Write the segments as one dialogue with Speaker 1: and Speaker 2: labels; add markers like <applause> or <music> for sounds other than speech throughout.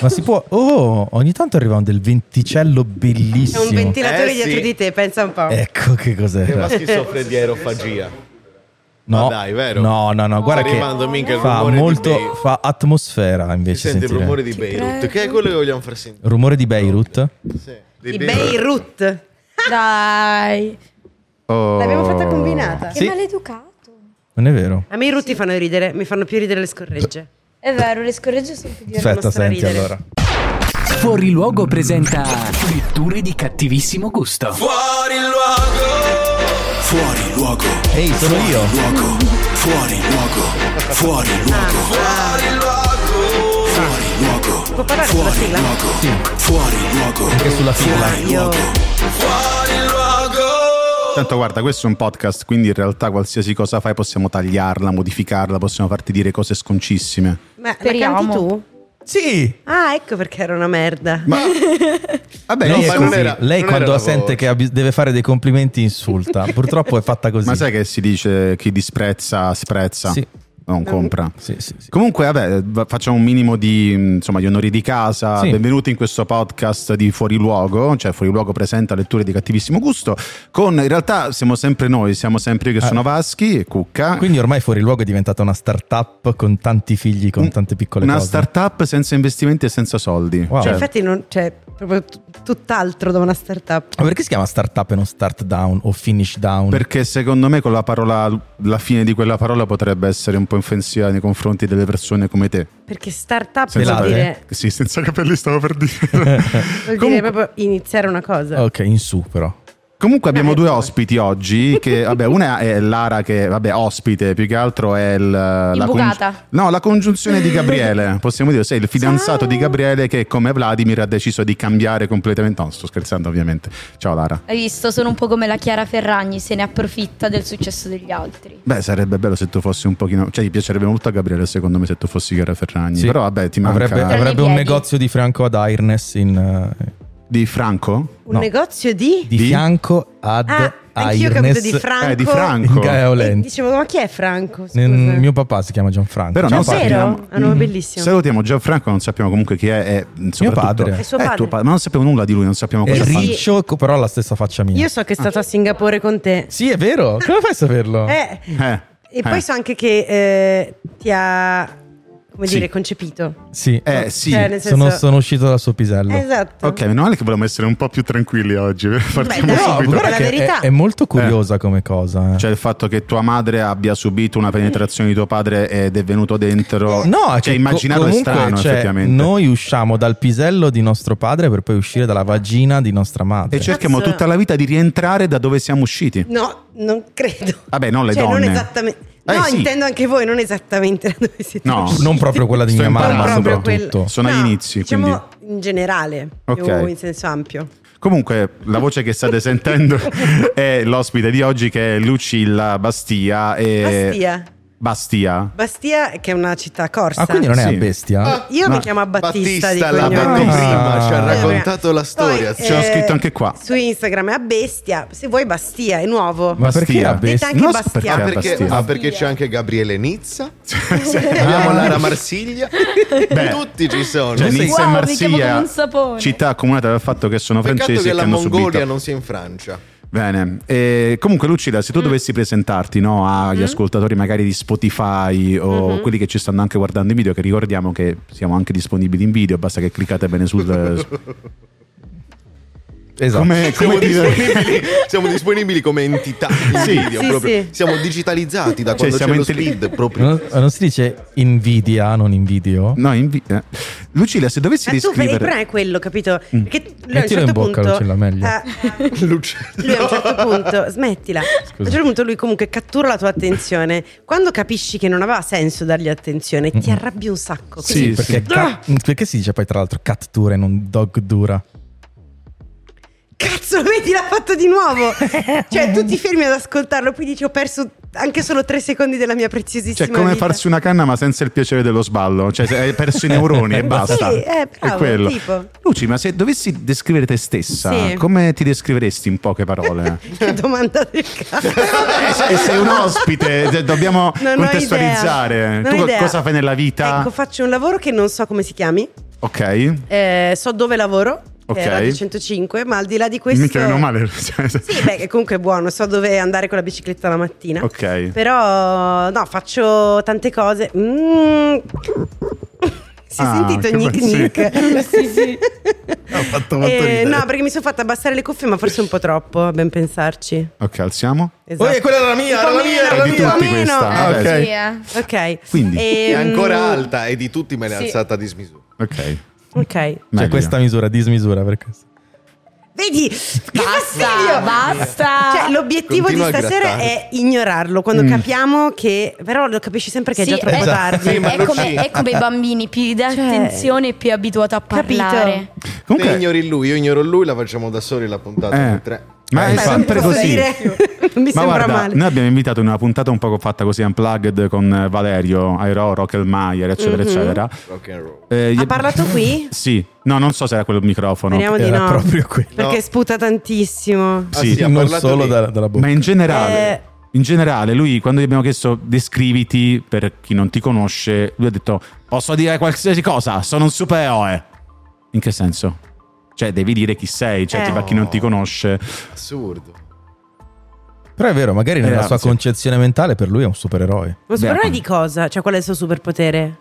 Speaker 1: Ma si può. Oh, ogni tanto arriva un del venticello
Speaker 2: È un
Speaker 1: bellissimo.
Speaker 2: ventilatore
Speaker 3: Eh,
Speaker 2: dietro
Speaker 3: sì. Eh,
Speaker 2: di te, pensa un po'.
Speaker 1: Ecco che
Speaker 3: Che
Speaker 1: cos'era.
Speaker 3: ma schizofrenia e aerofagia.
Speaker 1: No,
Speaker 3: Ma dai, vero?
Speaker 1: No, no, no, guarda
Speaker 3: Sta arrivando
Speaker 1: che
Speaker 3: mica il
Speaker 1: fa
Speaker 3: rumore di
Speaker 1: molto
Speaker 3: Beirut.
Speaker 1: fa atmosfera
Speaker 3: Si
Speaker 1: invece
Speaker 3: sente il
Speaker 1: sentire.
Speaker 3: rumore di Beirut, che è quello che vogliamo far sentire.
Speaker 1: Rumore di Beirut.
Speaker 3: Sì. Di
Speaker 2: Di Beirut.
Speaker 4: Dai,
Speaker 2: L'abbiamo fatta combinata.
Speaker 4: che
Speaker 1: Sì.
Speaker 4: maleducato.
Speaker 1: Non è vero?
Speaker 2: A me i rutti fanno ridere, mi fanno più ridere le scorregge.
Speaker 4: È vero, le scorregge sono più divertenti.
Speaker 1: Aspetta, senti
Speaker 2: straridere.
Speaker 1: allora.
Speaker 5: Fuori luogo presenta fritture di cattivissimo gusto.
Speaker 6: Fuori luogo,
Speaker 1: Ehi, sono io.
Speaker 6: luogo, fuori luogo, fuori luogo. Fuori luogo.
Speaker 2: Può parlare sulla
Speaker 6: Fuori
Speaker 2: sigla?
Speaker 6: luogo. Fuori luogo.
Speaker 1: Anche sulla fila.
Speaker 6: Fuori luogo.
Speaker 7: Tanto guarda, questo è un podcast, quindi in realtà qualsiasi cosa fai possiamo tagliarla, modificarla, possiamo farti dire cose sconcissime.
Speaker 2: Ma
Speaker 4: Speriamo.
Speaker 2: la canti tu?
Speaker 1: Sì.
Speaker 2: Ah, ecco perché era una merda.
Speaker 1: <laughs>
Speaker 7: Ma vabbè,
Speaker 1: Lei,
Speaker 7: io
Speaker 1: è
Speaker 3: ma
Speaker 7: sono-
Speaker 3: non
Speaker 1: così.
Speaker 3: era-
Speaker 1: Lei
Speaker 3: non era
Speaker 1: quando
Speaker 3: la
Speaker 1: sente
Speaker 3: voce.
Speaker 1: che ha bis- deve fare dei complimenti
Speaker 3: <laughs>
Speaker 1: insulta. Purtroppo è fatta così.
Speaker 7: ma sai che si dice chi disprezza sprezza,
Speaker 1: Sì.
Speaker 7: non compra.
Speaker 1: Sì, sì, sì.
Speaker 7: Comunque, vabbè, va- facciamo un minimo di, insomma, di onori di casa.
Speaker 1: Sì.
Speaker 7: Benvenuti in questo podcast di Fuori Luogo, cioè Fuori Luogo presenta letture di cattivissimo gusto. Con in realtà siamo sempre noi, siamo sempre io che
Speaker 1: Ah.
Speaker 7: sono Vaschi e Cucca.
Speaker 1: Quindi ormai fuori luogo è diventata una startup con tanti figli, con
Speaker 7: Un-
Speaker 1: tante piccole
Speaker 7: una
Speaker 1: cose.
Speaker 7: startup senza investimenti e senza soldi.
Speaker 1: Wow.
Speaker 2: Cioè,
Speaker 7: Cioè,
Speaker 2: infatti, non, cioè, proprio t- tutt'altro da una startup.
Speaker 1: Ma perché si chiama startup e non start down o finish down?
Speaker 7: perché secondo me con la parola, la fine di quella parola potrebbe essere un po' offensiva nei confronti delle persone come te.
Speaker 2: Perché startup
Speaker 7: Senza
Speaker 2: vuol
Speaker 1: capelli.
Speaker 2: dire,
Speaker 7: Sì, senza capelli stavo per dire.
Speaker 2: <laughs> vuol dire
Speaker 7: Comunque-
Speaker 2: proprio iniziare una cosa.
Speaker 1: Ok, in su però.
Speaker 7: Comunque abbiamo
Speaker 2: Eh,
Speaker 7: due
Speaker 2: <laughs> poi.
Speaker 7: ospiti oggi, che vabbè, una è Lara che vabbè ospite, più che altro è il, la,
Speaker 4: Imbucata.
Speaker 7: no, la congiunzione di Gabriele, possiamo dire, sei il fidanzato
Speaker 4: Ciao.
Speaker 7: di Gabriele che come Vladimir ha deciso di cambiare completamente, no sto scherzando ovviamente, ciao Lara.
Speaker 4: Hai visto? Sono un po' come la Chiara Ferragni, se ne approfitta del successo degli altri.
Speaker 7: Beh sarebbe bello se tu fossi un pochino, cioè gli piacerebbe molto a Gabriele secondo me se tu fossi Chiara Ferragni,
Speaker 1: Sì.
Speaker 7: però vabbè ti manca
Speaker 1: Avrebbe,
Speaker 4: Tra i
Speaker 1: avrebbe un
Speaker 4: piedi.
Speaker 1: negozio di fianco ad Airness in, eh,
Speaker 7: di Franco?
Speaker 2: Un
Speaker 1: no.
Speaker 2: negozio di.
Speaker 1: di,
Speaker 7: Di?
Speaker 1: fianco ad
Speaker 2: Ah, anch'io ho capito
Speaker 1: Airness
Speaker 2: di Franco.
Speaker 7: Eh, di
Speaker 1: in
Speaker 7: Franco.
Speaker 2: E
Speaker 1: Gaeolenti.
Speaker 2: dicevo, ma chi è Franco? Scusa.
Speaker 1: Nel- Mio papà si chiama Gianfranco.
Speaker 7: Però
Speaker 1: Cioè,
Speaker 7: non
Speaker 2: Cioè,
Speaker 7: sappiamo.
Speaker 2: vero? Ah, no, bellissimo.
Speaker 7: Salutiamo Gianfranco, non sappiamo comunque chi è, è soprattutto-
Speaker 1: padre. È
Speaker 2: suo
Speaker 7: è
Speaker 2: padre.
Speaker 7: tuo padre, ma non sappiamo nulla di lui, non sappiamo
Speaker 1: è
Speaker 7: cosa fa.
Speaker 2: Enrico.
Speaker 1: riccio, co- però ha la stessa faccia mia.
Speaker 2: Io so che è stato a Singapore con te.
Speaker 1: Sì, è vero. Come fai a saperlo?
Speaker 2: Eh,
Speaker 7: Eh,
Speaker 2: e poi
Speaker 7: eh.
Speaker 2: so anche che eh, ti ha. Come
Speaker 7: Sì.
Speaker 2: dire, concepito.
Speaker 1: Sì.
Speaker 7: Eh sì,
Speaker 2: Cioè, nel
Speaker 1: Sono,
Speaker 2: senso-
Speaker 1: sono uscito dal suo pisello.
Speaker 2: Esatto.
Speaker 7: Ok, meno male che volevamo essere un po' più tranquilli oggi. <laughs> Partiamo
Speaker 2: dai.
Speaker 1: No,
Speaker 7: subito.
Speaker 1: guarda
Speaker 2: La
Speaker 1: che è-
Speaker 2: verità.
Speaker 1: È, molto curiosa come cosa. eh.
Speaker 7: Cioè il fatto che tua madre abbia subito una penetrazione di tuo padre ed è venuto dentro.
Speaker 1: No, è
Speaker 7: cioè
Speaker 1: che
Speaker 7: immaginarlo
Speaker 1: co-
Speaker 7: è
Speaker 1: comunque,
Speaker 7: strano
Speaker 1: cioè,
Speaker 7: effettivamente.
Speaker 1: Noi usciamo dal pisello di nostro padre per poi uscire dalla vagina di nostra madre.
Speaker 7: E cioè, cerchiamo
Speaker 2: Cazzo.
Speaker 7: tutta la vita di rientrare da dove siamo usciti.
Speaker 2: No, non credo.
Speaker 7: Vabbè, non le
Speaker 2: cioè,
Speaker 7: donne.
Speaker 2: Non esattamente.
Speaker 7: Eh,
Speaker 2: no,
Speaker 7: sì.
Speaker 2: intendo anche voi, non esattamente da dove siete.
Speaker 7: No,
Speaker 2: usciti.
Speaker 1: Non proprio quella di
Speaker 7: Sto
Speaker 1: mia mamma,
Speaker 7: imparando.
Speaker 2: proprio
Speaker 1: soprattutto.
Speaker 2: quel-
Speaker 7: Sono agli inizi,
Speaker 2: Diciamo in generale,
Speaker 7: Ok.
Speaker 2: più in senso ampio.
Speaker 7: Comunque, la voce che state sentendo è l'ospite di oggi che è Lucilla Bastia. E...
Speaker 2: Bastia.
Speaker 7: Bastia?
Speaker 2: Bastia, che è una città corsa.
Speaker 1: Ah, quindi non è
Speaker 7: Sì. Ah,
Speaker 1: a bestia?
Speaker 2: Io mi
Speaker 7: Ma-
Speaker 2: chiamo Battista, di
Speaker 3: Ah, l'ha
Speaker 2: cognome.
Speaker 3: detto
Speaker 1: Battista.
Speaker 3: prima, ci ha
Speaker 1: Ah.
Speaker 3: raccontato la storia.
Speaker 2: Poi,
Speaker 7: Ce l'ho
Speaker 2: eh,
Speaker 7: scritto anche qua.
Speaker 2: Su Instagram è a bestia. Se vuoi Bastia, è nuovo.
Speaker 1: Ma perché
Speaker 7: Bastia.
Speaker 1: a
Speaker 2: Detta
Speaker 1: bestia?
Speaker 2: anche
Speaker 7: Non so
Speaker 2: Bastia.
Speaker 3: Ah,
Speaker 7: Perché
Speaker 3: perché,
Speaker 7: Bastia?
Speaker 3: ah, perché c'è anche Gabriele Nizza, <laughs> abbiamo
Speaker 1: Ah.
Speaker 3: Lara Marsiglia,
Speaker 7: Beh.
Speaker 3: tutti ci sono.
Speaker 7: Cioè,
Speaker 1: Sì.
Speaker 4: Wow,
Speaker 7: Nizza e
Speaker 4: mi chiamo come
Speaker 7: Marsiglia,
Speaker 4: un sapone.
Speaker 7: città accomunate dal fatto che sono
Speaker 3: Peccato
Speaker 7: francesi
Speaker 3: che
Speaker 7: e che
Speaker 3: la
Speaker 7: hanno
Speaker 3: Mongolia
Speaker 7: subito.
Speaker 3: non sia in Francia.
Speaker 7: Bene, e comunque Lucida,
Speaker 2: Mm.
Speaker 7: se tu dovessi presentarti no, agli ascoltatori magari di Spotify o
Speaker 2: Mm-hmm.
Speaker 7: quelli che ci stanno anche guardando in video, che ricordiamo che siamo anche disponibili in video, basta che cliccate bene
Speaker 2: <laughs>
Speaker 7: sul...
Speaker 1: Esatto.
Speaker 7: come,
Speaker 3: Siamo
Speaker 7: come dire-
Speaker 3: disponibili, siamo disponibili come entità in
Speaker 7: Sì.
Speaker 3: video,
Speaker 2: Sì,
Speaker 3: proprio.
Speaker 2: sì.
Speaker 3: Siamo digitalizzati da
Speaker 7: Cioè,
Speaker 3: quando c'è
Speaker 7: siamo
Speaker 3: lo
Speaker 7: intelli-
Speaker 3: speed proprio.
Speaker 1: Non, non si dice invidia, non in video?
Speaker 7: <laughs> No, in vi- eh. Lucilla, se dovessi
Speaker 2: Ma tu per- il problema
Speaker 7: descrivere...
Speaker 2: è quello, capito? Perché lui a un
Speaker 1: Mettilo Mm. Eh, in
Speaker 2: certo
Speaker 1: bocca,
Speaker 2: punto.
Speaker 1: Lucilla, meglio.
Speaker 2: eh,
Speaker 1: <laughs>
Speaker 3: Lucello.
Speaker 2: lui a un certo punto, smettila. A un certo punto lui comunque cattura la tua attenzione. Quando capisci che non aveva senso dargli attenzione, ti arrabbi un sacco.
Speaker 7: Sì, Ah!
Speaker 2: Quindi-
Speaker 1: Perché, ca- perché si dice poi tra l'altro cattura e non dog dura? Cioè,
Speaker 2: Cazzo, vedi, l'ha fatto di nuovo. cioè, tu ti fermi ad ascoltarlo, poi dici: Ho perso anche solo tre secondi della mia preziosissima.
Speaker 7: Cioè, come
Speaker 2: vita."
Speaker 7: farsi una canna ma senza il piacere dello sballo, cioè se hai perso i neuroni e basta.
Speaker 2: <laughs> Sì, eh, bravo,
Speaker 7: è quello.
Speaker 2: tipo.
Speaker 7: Luci, ma se dovessi descrivere te stessa,
Speaker 2: Sì.
Speaker 7: come ti descriveresti in
Speaker 2: <laughs>
Speaker 7: poche parole?
Speaker 2: Che domanda del cazzo.
Speaker 7: Eh, sei- sei un ospite, cioè, dobbiamo
Speaker 2: Non ho idea.
Speaker 7: contestualizzare.
Speaker 2: Non
Speaker 7: tu
Speaker 2: ho
Speaker 7: co-
Speaker 2: idea.
Speaker 7: cosa fai nella vita?
Speaker 2: Ecco, faccio un lavoro che non so come si chiami.
Speaker 7: Ok.
Speaker 2: Eh, so dove lavoro,
Speaker 7: Ok.
Speaker 2: che è Radio 105, ma al di là di questo...
Speaker 7: Minchia, meno male. <laughs> sì,
Speaker 2: Sì, beh, che comunque è buono, so dove andare con la bicicletta la mattina.
Speaker 7: Ok.
Speaker 2: Però no, faccio tante cose. Mm. <laughs> Si è
Speaker 7: Ah, che
Speaker 2: sentito
Speaker 7: be-
Speaker 2: gnick
Speaker 7: sì.
Speaker 2: gnick? <laughs> sì, sì.
Speaker 1: Ho fatto molto ridere.
Speaker 2: Eh, no, perché mi sono fatta abbassare le cuffie, ma forse un po' troppo, a ben pensarci.
Speaker 7: Ok, alziamo.
Speaker 2: Esatto.
Speaker 1: Oh, quella era la mia,
Speaker 2: Un
Speaker 1: era
Speaker 2: po'
Speaker 1: la mia,
Speaker 2: meno,
Speaker 1: era la
Speaker 2: un
Speaker 7: Di
Speaker 1: mia.
Speaker 2: po'
Speaker 7: tutti
Speaker 2: meno.
Speaker 7: questa. Ah,
Speaker 1: ok.
Speaker 4: Sì, eh.
Speaker 2: Ok.
Speaker 7: Quindi.
Speaker 3: È
Speaker 2: Ehm,
Speaker 3: ancora alta e di tutti me
Speaker 4: sì.
Speaker 3: alzata a dismisura.
Speaker 7: Ok.
Speaker 2: Ok.
Speaker 1: C'è
Speaker 7: Meglio.
Speaker 1: questa misura, dismisura per questo.
Speaker 2: Vedi, che
Speaker 4: Basta,
Speaker 2: fastidio!
Speaker 4: basta.
Speaker 2: Cioè, l'obiettivo
Speaker 3: Continua a
Speaker 2: di stasera
Speaker 3: grattare.
Speaker 2: è ignorarlo quando
Speaker 1: Mm.
Speaker 2: capiamo che. Però lo capisci sempre che è
Speaker 4: Sì,
Speaker 2: già troppo
Speaker 7: esatto.
Speaker 4: è-
Speaker 2: tardi. Eh,
Speaker 3: Sì, ma
Speaker 4: è,
Speaker 3: lo
Speaker 4: come,
Speaker 3: sì.
Speaker 4: è come i bambini, più gli dai
Speaker 2: Cioè,
Speaker 4: attenzione, più è abituato a
Speaker 2: capito?
Speaker 4: parlare.
Speaker 3: Te
Speaker 7: Comunque,
Speaker 3: ignori lui, io ignoro lui, la facciamo da soli la puntata
Speaker 7: Eh.
Speaker 3: noi tre.
Speaker 7: ma
Speaker 1: Eh,
Speaker 7: è
Speaker 1: infatti.
Speaker 7: sempre
Speaker 2: Posso
Speaker 7: così. <laughs>
Speaker 2: dire? non mi
Speaker 7: Ma
Speaker 2: sembra
Speaker 7: guarda,
Speaker 2: male.
Speaker 7: noi abbiamo invitato in una puntata un po' fatta così unplugged con eh, Valerio, Airo, Rockelmaier, eccetera,
Speaker 2: Mhm.
Speaker 7: eccetera.
Speaker 3: Rock and roll.
Speaker 7: Eh, gli-
Speaker 2: Ha parlato qui?
Speaker 7: Sì, no, non so se era quel microfono.
Speaker 2: Speriamo di
Speaker 1: Era
Speaker 2: no.
Speaker 1: proprio quello.
Speaker 2: Perché
Speaker 3: No.
Speaker 2: sputa tantissimo.
Speaker 3: Ah,
Speaker 7: Sì,
Speaker 3: sì, ha
Speaker 1: non
Speaker 3: parlato
Speaker 1: solo
Speaker 3: lì.
Speaker 1: dalla, dalla bocca.
Speaker 7: Ma in generale,
Speaker 2: Eh.
Speaker 7: in generale, lui quando gli abbiamo chiesto descriviti per chi non ti conosce, lui ha detto posso dire qualsiasi cosa, sono un supereroe. In che senso? Cioè, devi dire chi sei, cioè,
Speaker 2: Eh.
Speaker 7: tipo a chi non ti conosce.
Speaker 3: Assurdo.
Speaker 1: Però è vero, magari nella
Speaker 7: Eh,
Speaker 1: sua
Speaker 7: grazie.
Speaker 1: concezione mentale per lui è un supereroe.
Speaker 2: Ma
Speaker 7: Beh,
Speaker 2: supereroe di cosa? Cioè, qual è il suo superpotere?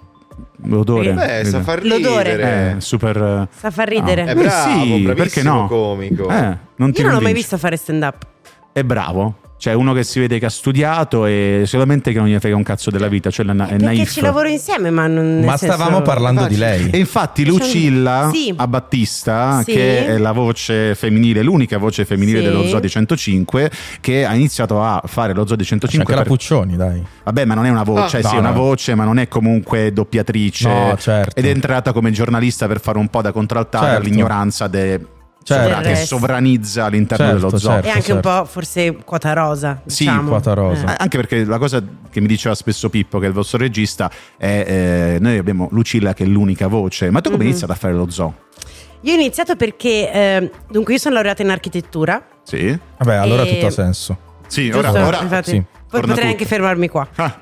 Speaker 7: L'odore.
Speaker 3: Beh, sa far
Speaker 2: L'odore.
Speaker 3: ridere.
Speaker 7: Eh, super.
Speaker 2: Sa far ridere.
Speaker 7: Ah.
Speaker 3: È
Speaker 7: Eh,
Speaker 3: bravo,
Speaker 7: sì,
Speaker 3: bravissimo
Speaker 7: perché no?
Speaker 3: comico.
Speaker 7: Eh, non ti
Speaker 2: Io non l'ho mai
Speaker 7: convince.
Speaker 2: visto fare stand up.
Speaker 7: È bravo. Cioè, uno che si vede che ha studiato e solamente che non gli frega un cazzo della vita. Cioè, è, na- è
Speaker 2: perché
Speaker 7: naif.
Speaker 2: ci lavoro insieme, ma non. nel
Speaker 1: Ma
Speaker 2: senso-
Speaker 1: stavamo parlando di lei.
Speaker 7: E infatti Lucilla
Speaker 2: Sì.
Speaker 7: Abbattista,
Speaker 2: Sì.
Speaker 7: che è la voce femminile, l'unica voce femminile
Speaker 2: Sì.
Speaker 7: dello Zoo di 105, che ha iniziato a fare lo Zoo di
Speaker 1: C'è
Speaker 7: 105.
Speaker 1: Cioè, anche la
Speaker 7: per-
Speaker 1: Puccioni, dai.
Speaker 7: Vabbè, ma non è una voce,
Speaker 3: Ah.
Speaker 7: cioè, sì,
Speaker 1: No,
Speaker 7: è una
Speaker 1: no.
Speaker 7: voce, ma non è comunque doppiatrice.
Speaker 1: No, certo.
Speaker 7: Ed è entrata come giornalista per fare un po' da contraltare
Speaker 1: Certo.
Speaker 7: all'ignoranza de-
Speaker 1: Certo.
Speaker 7: sovra-
Speaker 2: Del
Speaker 7: che
Speaker 2: resto.
Speaker 7: sovranizza all'interno
Speaker 1: Certo,
Speaker 7: dello zoo.
Speaker 1: certo.
Speaker 2: E anche un
Speaker 1: certo.
Speaker 2: po' forse quota rosa.
Speaker 7: Sì,
Speaker 2: diciamo.
Speaker 1: quota rosa.
Speaker 2: Eh.
Speaker 7: Eh, Anche perché la cosa che mi diceva spesso Pippo, che è il vostro regista, è eh, noi abbiamo Lucilla che è l'unica voce. Ma tu come
Speaker 2: Mhm.
Speaker 7: hai iniziato a fare lo zoo?
Speaker 2: Io ho iniziato perché, eh, dunque, io sono laureata in architettura.
Speaker 7: Sì?
Speaker 1: Vabbè, allora
Speaker 2: E-
Speaker 1: tutto ha senso.
Speaker 7: Sì,
Speaker 2: Giusto?
Speaker 7: ora, ora
Speaker 2: Infatti,
Speaker 1: sì,
Speaker 2: poi
Speaker 7: torna
Speaker 2: potrei
Speaker 7: tutto.
Speaker 2: anche fermarmi qua.
Speaker 7: Ah,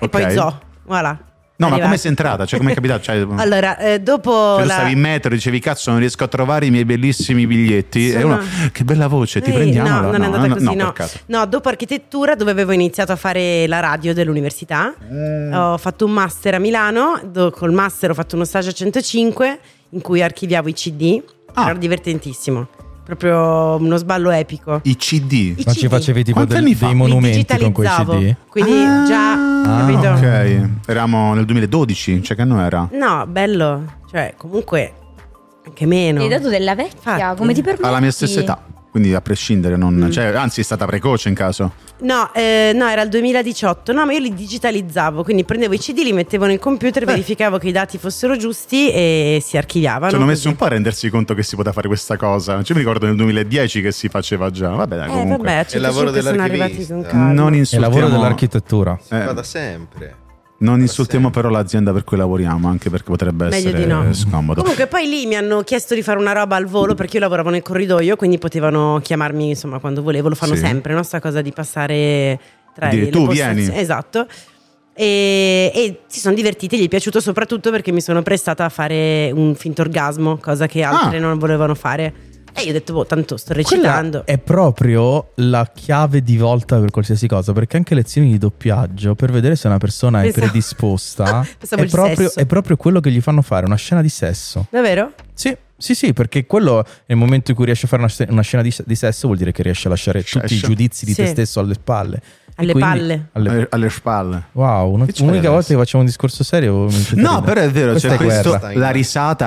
Speaker 2: E poi
Speaker 7: ok.
Speaker 2: zo, voilà.
Speaker 7: No, ma
Speaker 2: Arrivati.
Speaker 7: come sei entrata? Cioè, come è capitato? Cioè,
Speaker 2: <laughs>
Speaker 7: cioè,
Speaker 2: Allora, eh, dopo
Speaker 7: tu
Speaker 2: la-
Speaker 7: stavi in metro, dicevi cazzo, non riesco a trovare i miei bellissimi biglietti. E
Speaker 2: Sono-
Speaker 7: uno, che bella voce, ti
Speaker 2: Eh,
Speaker 7: prendiamo.
Speaker 2: No, non è andata così,
Speaker 7: per
Speaker 2: no.
Speaker 7: caso.
Speaker 2: No, dopo architettura, dove avevo iniziato a fare la radio dell'università,
Speaker 7: Mm.
Speaker 2: ho fatto un master a Milano, do- col master ho fatto uno stage a 105 in cui archiviavo i CD,
Speaker 7: Ah.
Speaker 2: era divertentissimo, proprio uno sballo epico.
Speaker 7: I CD.
Speaker 2: I
Speaker 1: Ma
Speaker 2: CD.
Speaker 1: ci facevi tipo
Speaker 7: Quanti
Speaker 1: del-
Speaker 7: anni fa?
Speaker 1: dei
Speaker 7: Li
Speaker 2: Li
Speaker 1: monumenti con quei
Speaker 2: digitalizzavo,
Speaker 1: CD?
Speaker 2: Quindi
Speaker 7: Ah,
Speaker 2: già,
Speaker 1: ah,
Speaker 2: capito?
Speaker 7: Ok, eravamo nel 2012, cioè che anno era?
Speaker 2: No, bello, cioè comunque anche meno.
Speaker 4: Gli hai dato della vecchia,
Speaker 2: Infatti.
Speaker 4: come ti permetti?
Speaker 7: Alla mia stessa età. Quindi a prescindere, non,
Speaker 2: Mm.
Speaker 7: cioè, anzi è stata precoce in caso.
Speaker 2: No, eh, no, era il 2018. No, ma io li digitalizzavo, quindi prendevo i CD, li mettevo nel computer, verificavo che i dati fossero giusti e si archiviavano.
Speaker 7: Ci hanno
Speaker 2: così.
Speaker 7: messo un po' a rendersi conto che si poteva fare questa cosa. Cioè, mi ricordo nel 2010 che si faceva già. Vabbè, dai,
Speaker 2: Eh,
Speaker 7: comunque.
Speaker 2: vabbè, a 105
Speaker 3: il lavoro
Speaker 2: sono
Speaker 3: dell'archivista.
Speaker 2: arrivati con calma.
Speaker 7: Non
Speaker 1: È il
Speaker 7: insultiamo,
Speaker 1: lavoro dell'architettura.
Speaker 3: Si
Speaker 7: Eh.
Speaker 3: fa da sempre.
Speaker 7: non
Speaker 3: Da
Speaker 7: insultiamo
Speaker 3: sempre.
Speaker 7: però l'azienda per cui lavoriamo, anche perché potrebbe
Speaker 2: Meglio
Speaker 7: essere
Speaker 2: di no.
Speaker 7: scomodo.
Speaker 2: Comunque, poi lì mi hanno chiesto di fare una roba al volo perché io lavoravo nel corridoio, quindi potevano chiamarmi insomma quando volevo. Lo fanno
Speaker 7: Sì.
Speaker 2: sempre, no? Sta cosa di passare tra
Speaker 7: Dire,
Speaker 2: le
Speaker 7: "Tu
Speaker 2: postazioni".
Speaker 7: vieni.
Speaker 2: Esatto. E, e si sono divertiti, gli è piaciuto soprattutto perché mi sono prestata a fare un finto orgasmo, cosa che altre
Speaker 7: Ah.
Speaker 2: non volevano fare. E io ho detto, boh, tanto sto
Speaker 1: Quella
Speaker 2: recitando.
Speaker 1: è proprio la chiave di volta per qualsiasi cosa, perché anche lezioni di doppiaggio, per vedere se una persona è
Speaker 2: Pensavo-
Speaker 1: predisposta,
Speaker 2: Esatto. <laughs> Pensavo
Speaker 1: è
Speaker 2: il
Speaker 1: proprio,
Speaker 2: sesso.
Speaker 1: è proprio quello che gli fanno fare, una scena di sesso.
Speaker 2: Davvero?
Speaker 1: Sì, sì, sì, perché quello nel momento in cui riesci a fare una, sc- una scena di, se- di sesso vuol dire che riesci a lasciare tutti i
Speaker 7: Sesso.
Speaker 1: giudizi di te
Speaker 2: Sì.
Speaker 1: stesso alle spalle. E
Speaker 2: Alle
Speaker 1: quindi-
Speaker 2: palle.
Speaker 1: alle-
Speaker 7: Alle, Eh, alle spalle.
Speaker 1: Wow, un-
Speaker 7: Che c'è
Speaker 1: un'unica
Speaker 7: adesso?
Speaker 1: volta che facciamo un discorso serio. mi siete
Speaker 7: No,
Speaker 1: ridendo.
Speaker 7: però è vero,
Speaker 1: Questa
Speaker 7: cioè,
Speaker 1: è
Speaker 7: questo-
Speaker 1: guerra.
Speaker 3: guerra.
Speaker 7: la risata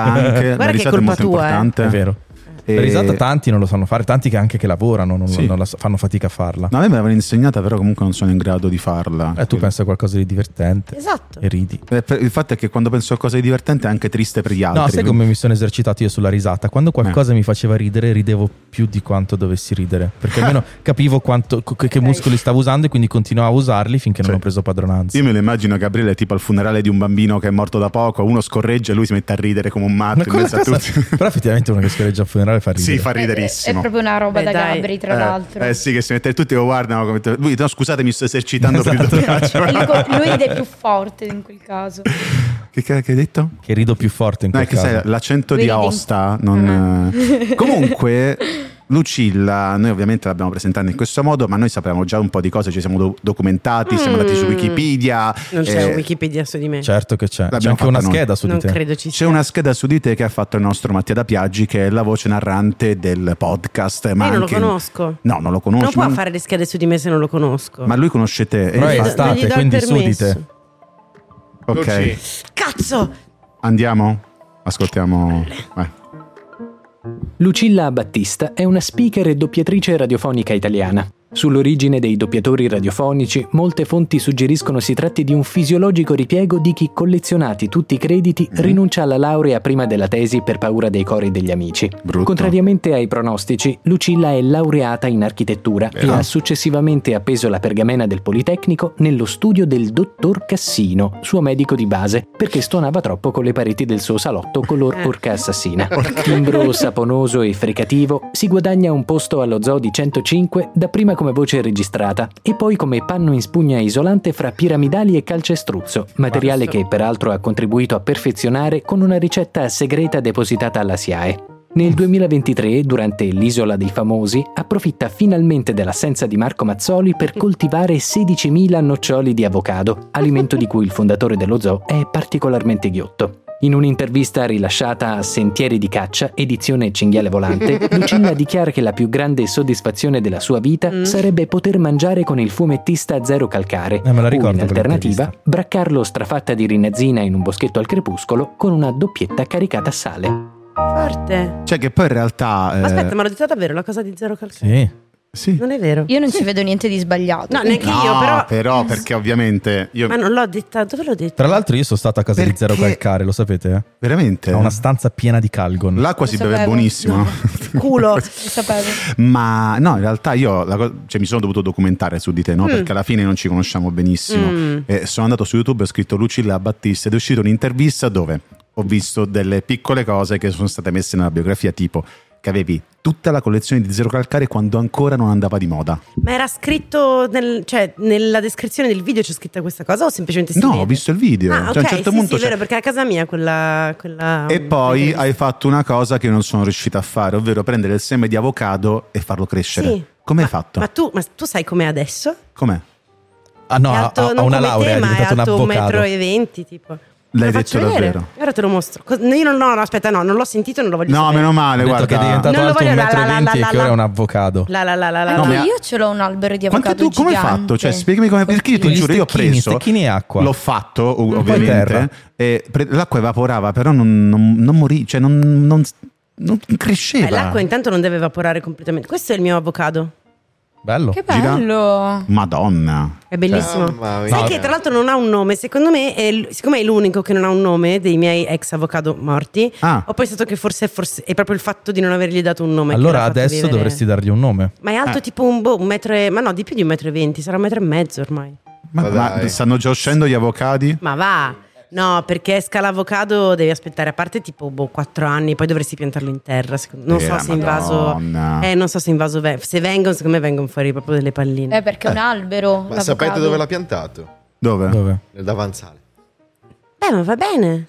Speaker 2: <laughs>
Speaker 7: anche, la
Speaker 2: che è
Speaker 7: risata è
Speaker 2: colpa
Speaker 7: molto
Speaker 2: tua, eh.
Speaker 7: importante.
Speaker 1: È vero.
Speaker 7: E-
Speaker 1: La risata tanti non lo sanno fare, tanti che anche che lavorano non,
Speaker 7: Eh, Sì.
Speaker 1: non la s- fanno fatica a farla.
Speaker 7: No, a me me l'avevano insegnata, però comunque non sono in grado di farla.
Speaker 1: Eh, tu pensi a qualcosa di divertente
Speaker 2: Esatto.
Speaker 1: e ridi.
Speaker 7: Eh, per- Il fatto è che quando penso a cose divertenti è anche triste per gli altri. Eh.
Speaker 1: No, sai come mi sono esercitato io sulla risata? Quando qualcosa mi faceva ridere, ridevo più di quanto dovessi ridere. Perché
Speaker 7: <laughs>
Speaker 1: almeno capivo quanto- co- che, che muscoli stavo usando e quindi continuavo a usarli finché
Speaker 7: Sì.
Speaker 1: non ho preso padronanza.
Speaker 7: Io me lo immagino Gabriele tipo al funerale di un bambino che è morto da poco, uno scorreggia e lui si mette a ridere come un matto
Speaker 1: Ma
Speaker 7: in
Speaker 1: quella
Speaker 7: mezzo a
Speaker 1: cosa-
Speaker 7: tutti.
Speaker 1: <laughs> Però effettivamente uno che scorreggia al funerale fa ridere.
Speaker 7: sì, fa
Speaker 4: Eh, È,
Speaker 7: riderissimo.
Speaker 4: proprio una roba
Speaker 2: Beh,
Speaker 4: da
Speaker 2: dai.
Speaker 4: Gabri, tra
Speaker 7: Eh,
Speaker 4: l'altro.
Speaker 7: Eh sì, che si mette tutti lo guardano come te-
Speaker 4: <laughs>
Speaker 7: lui no, scusate, mi sto esercitando per il
Speaker 1: Esatto.
Speaker 7: doppiaggio.
Speaker 4: E lui, co- lui ed è più forte in quel caso.
Speaker 7: <laughs> Che, che, che hai detto?
Speaker 1: Che rido più forte in
Speaker 7: No, è
Speaker 1: quel
Speaker 7: che
Speaker 1: caso.
Speaker 7: sai, l'accento di
Speaker 4: Vedi? Ah.
Speaker 7: Aosta non...
Speaker 4: <laughs>
Speaker 7: eh, Comunque, Lucilla, noi ovviamente l'abbiamo presentata in questo modo, ma noi sapevamo già un po' di cose, ci siamo do- documentati, siamo andati su
Speaker 2: Mm.
Speaker 7: Wikipedia.
Speaker 2: Non c'è
Speaker 7: eh,
Speaker 2: Wikipedia su di me.
Speaker 1: Certo che c'è. C'è
Speaker 7: L'abbiamo
Speaker 1: anche una
Speaker 7: fatta noi.
Speaker 1: scheda su di
Speaker 2: non
Speaker 1: te.
Speaker 2: credo ci
Speaker 7: C'è
Speaker 2: sia.
Speaker 7: una scheda su di te che ha fatto il nostro Mattia da Piaggi, che è la voce narrante del podcast. Ma
Speaker 2: Io non lo
Speaker 7: anche-
Speaker 2: conosco.
Speaker 7: No, non lo conosco.
Speaker 2: Non può
Speaker 7: ma-
Speaker 2: fare le schede su di me se non lo conosco.
Speaker 7: Ma lui conosce te. e
Speaker 1: Però è
Speaker 2: Non gli do-
Speaker 7: infatti-
Speaker 1: estate,
Speaker 2: non gli do il
Speaker 1: quindi
Speaker 2: permesso.
Speaker 1: sudite.
Speaker 7: Ok,
Speaker 3: Luci,
Speaker 2: Cazzo!
Speaker 7: andiamo? Ascoltiamo. vai.
Speaker 5: Lucilla Battista è una speaker e doppiatrice radiofonica italiana. Sull'origine dei doppiatori radiofonici, molte fonti suggeriscono si tratti di un fisiologico ripiego di chi, collezionati tutti i crediti, rinuncia alla laurea prima della tesi per paura dei cori degli amici.
Speaker 7: Brutto.
Speaker 5: Contrariamente ai pronostici, Lucilla è laureata in architettura e
Speaker 7: Ah.
Speaker 5: ha successivamente appeso la pergamena del Politecnico nello studio del dottor Cassino, suo medico di base, perché stonava troppo con le pareti del suo salotto color
Speaker 2: Eh.
Speaker 5: orca assassina. Timbro saponoso e fricativo, si guadagna un posto allo zoo di 105 dapprima come voce registrata e poi come panno in spugna isolante fra piramidali e calcestruzzo, materiale che peraltro ha contribuito a perfezionare con una ricetta segreta depositata alla SIAE. Nel 2023, durante l'Isola dei Famosi, approfitta finalmente dell'assenza di Marco Mazzoli per coltivare 16.000 noccioli di avocado, alimento di cui il fondatore dello zoo è particolarmente ghiotto. In un'intervista rilasciata a Sentieri di Caccia, edizione Cinghiale Volante, Lucilla dichiara che la più grande soddisfazione della sua vita
Speaker 2: Mm.
Speaker 5: sarebbe poter mangiare con il fumettista zero calcare,
Speaker 1: Eh, me la ricordo
Speaker 5: o in
Speaker 1: quell'intervista.
Speaker 5: alternativa braccarlo strafatta di rinazzina in un boschetto al crepuscolo con una doppietta caricata a sale.
Speaker 2: Forte.
Speaker 7: Cioè, che poi in realtà. eh,
Speaker 2: Aspetta, ma l'ho detta davvero la cosa di zero calcare?
Speaker 1: Sì.
Speaker 7: Sì.
Speaker 2: Non è vero.
Speaker 4: Io non ci vedo niente di sbagliato.
Speaker 2: No, neanche
Speaker 7: No,
Speaker 2: io, però.
Speaker 7: perché ovviamente. Io...
Speaker 2: Ma non l'ho detta. Dove l'ho detta?
Speaker 1: Tra l'altro io sono stato a casa di
Speaker 7: Perché?
Speaker 1: Zero Calcare, lo sapete? Eh?
Speaker 7: Veramente.
Speaker 1: Ho una stanza piena di Calgon.
Speaker 7: L'acqua
Speaker 4: Lo
Speaker 7: si beve
Speaker 4: sapevo.
Speaker 7: buonissimo.
Speaker 2: <laughs>
Speaker 4: No.
Speaker 2: Culo.
Speaker 4: Lo sapevo.
Speaker 7: Ma no, in realtà io la co- cioè, mi sono dovuto documentare su di te, no?
Speaker 2: Mm.
Speaker 7: Perché alla fine non ci conosciamo benissimo.
Speaker 2: Mm.
Speaker 7: E sono andato su YouTube, ho scritto Lucilla Battista ed è uscita un'intervista dove ho visto delle piccole cose che sono state messe nella biografia, tipo che avevi tutta la collezione di Zero Calcare quando ancora non andava di moda.
Speaker 2: Ma era scritto nel- cioè, nella descrizione del video c'è scritta questa cosa o semplicemente si
Speaker 7: no,
Speaker 2: vede?
Speaker 7: ho visto il video.
Speaker 2: Ah,
Speaker 7: Cioè,
Speaker 2: ok,
Speaker 7: a un certo
Speaker 2: sì,
Speaker 7: punto
Speaker 2: sì,
Speaker 7: c'è-
Speaker 2: vero, perché è a casa mia quella... quella-
Speaker 7: E poi hai fatto una cosa che io non sono riuscita a fare, ovvero prendere il seme di avocado e farlo crescere.
Speaker 2: Sì.
Speaker 7: Come hai
Speaker 2: Ma-
Speaker 7: fatto?
Speaker 2: Ma tu, ma tu sai com'è adesso?
Speaker 7: Com'è?
Speaker 1: Ah no,
Speaker 2: È
Speaker 1: ha,
Speaker 2: alto-
Speaker 1: ha- ha
Speaker 2: non
Speaker 1: una
Speaker 2: come
Speaker 1: laurea,
Speaker 2: te,
Speaker 1: è
Speaker 2: ma
Speaker 1: diventato un
Speaker 2: alto un metro
Speaker 1: avvocato.
Speaker 2: e venti, tipo.
Speaker 7: L'hai
Speaker 2: Te lo faccio
Speaker 7: detto
Speaker 2: vedere.
Speaker 7: davvero?
Speaker 2: Ora te lo mostro. Cos- Io non, no, no, aspetta, no, non l'ho sentito, non lo voglio
Speaker 7: No,
Speaker 2: sapere.
Speaker 7: meno male,
Speaker 1: Ho detto
Speaker 7: Ah, guarda.
Speaker 1: che è diventato
Speaker 2: Non lo
Speaker 1: alto
Speaker 2: voglio-
Speaker 1: 1,20
Speaker 2: la- la- la-
Speaker 1: m e
Speaker 2: la-
Speaker 1: che ora è
Speaker 2: la-
Speaker 1: un avvocato.
Speaker 2: La la la la la.
Speaker 7: Eh Ah, No,
Speaker 2: la.
Speaker 7: ma-
Speaker 4: Anche io ce l'ho un albero di
Speaker 7: Quanto
Speaker 4: avocado
Speaker 7: tu come hai
Speaker 4: gigante.
Speaker 7: fatto? Cioè, spiegami come perché io ti
Speaker 1: Gli
Speaker 7: giuro io ho
Speaker 1: stecchini,
Speaker 7: preso
Speaker 1: stecchini e acqua.
Speaker 7: L'ho fatto ov-
Speaker 1: Un po'
Speaker 7: ovviamente
Speaker 1: terra.
Speaker 7: e pre- l'acqua evaporava, però non, non, non morì, cioè non, non- non cresceva.
Speaker 2: Eh, l'acqua intanto non deve evaporare completamente. Questo è il mio avocado.
Speaker 1: Bello.
Speaker 4: Che
Speaker 7: Gira.
Speaker 4: bello.
Speaker 7: Madonna.
Speaker 2: È bellissimo.
Speaker 3: Mamma mia.
Speaker 2: Sai che tra l'altro non ha un nome, secondo me, è l- siccome è l'unico che non ha un nome dei miei ex avocado morti,
Speaker 7: Ah,
Speaker 4: Oh.
Speaker 2: ho pensato che forse, forse è proprio il fatto di non avergli dato un nome. che l'ha
Speaker 1: Allora
Speaker 2: fatto
Speaker 1: adesso
Speaker 2: vivere.
Speaker 1: dovresti dargli un nome.
Speaker 2: Ma è alto
Speaker 7: Ah.
Speaker 2: tipo un, boh, un metro e... Ma no, di più di un metro e venti, sarà un metro e mezzo ormai.
Speaker 7: ma,
Speaker 3: Ma
Speaker 7: ma
Speaker 3: dai.
Speaker 7: stanno già uscendo gli avocadi?
Speaker 2: Ma va! No, perché esca l'avocado devi aspettare a parte tipo boh, 4 anni, poi dovresti piantarlo in terra. secondo- Non so
Speaker 7: Eh,
Speaker 2: se in vaso...
Speaker 7: Madonna.
Speaker 2: Eh, non so se in vaso... ve- Se vengono, secondo me vengono fuori proprio delle palline.
Speaker 4: Eh, perché è un albero.
Speaker 3: Ma
Speaker 4: l'avocado.
Speaker 3: sapete dove l'ha piantato?
Speaker 7: Dove?
Speaker 1: Dove?
Speaker 3: Nel davanzale.
Speaker 2: Beh, ma va bene.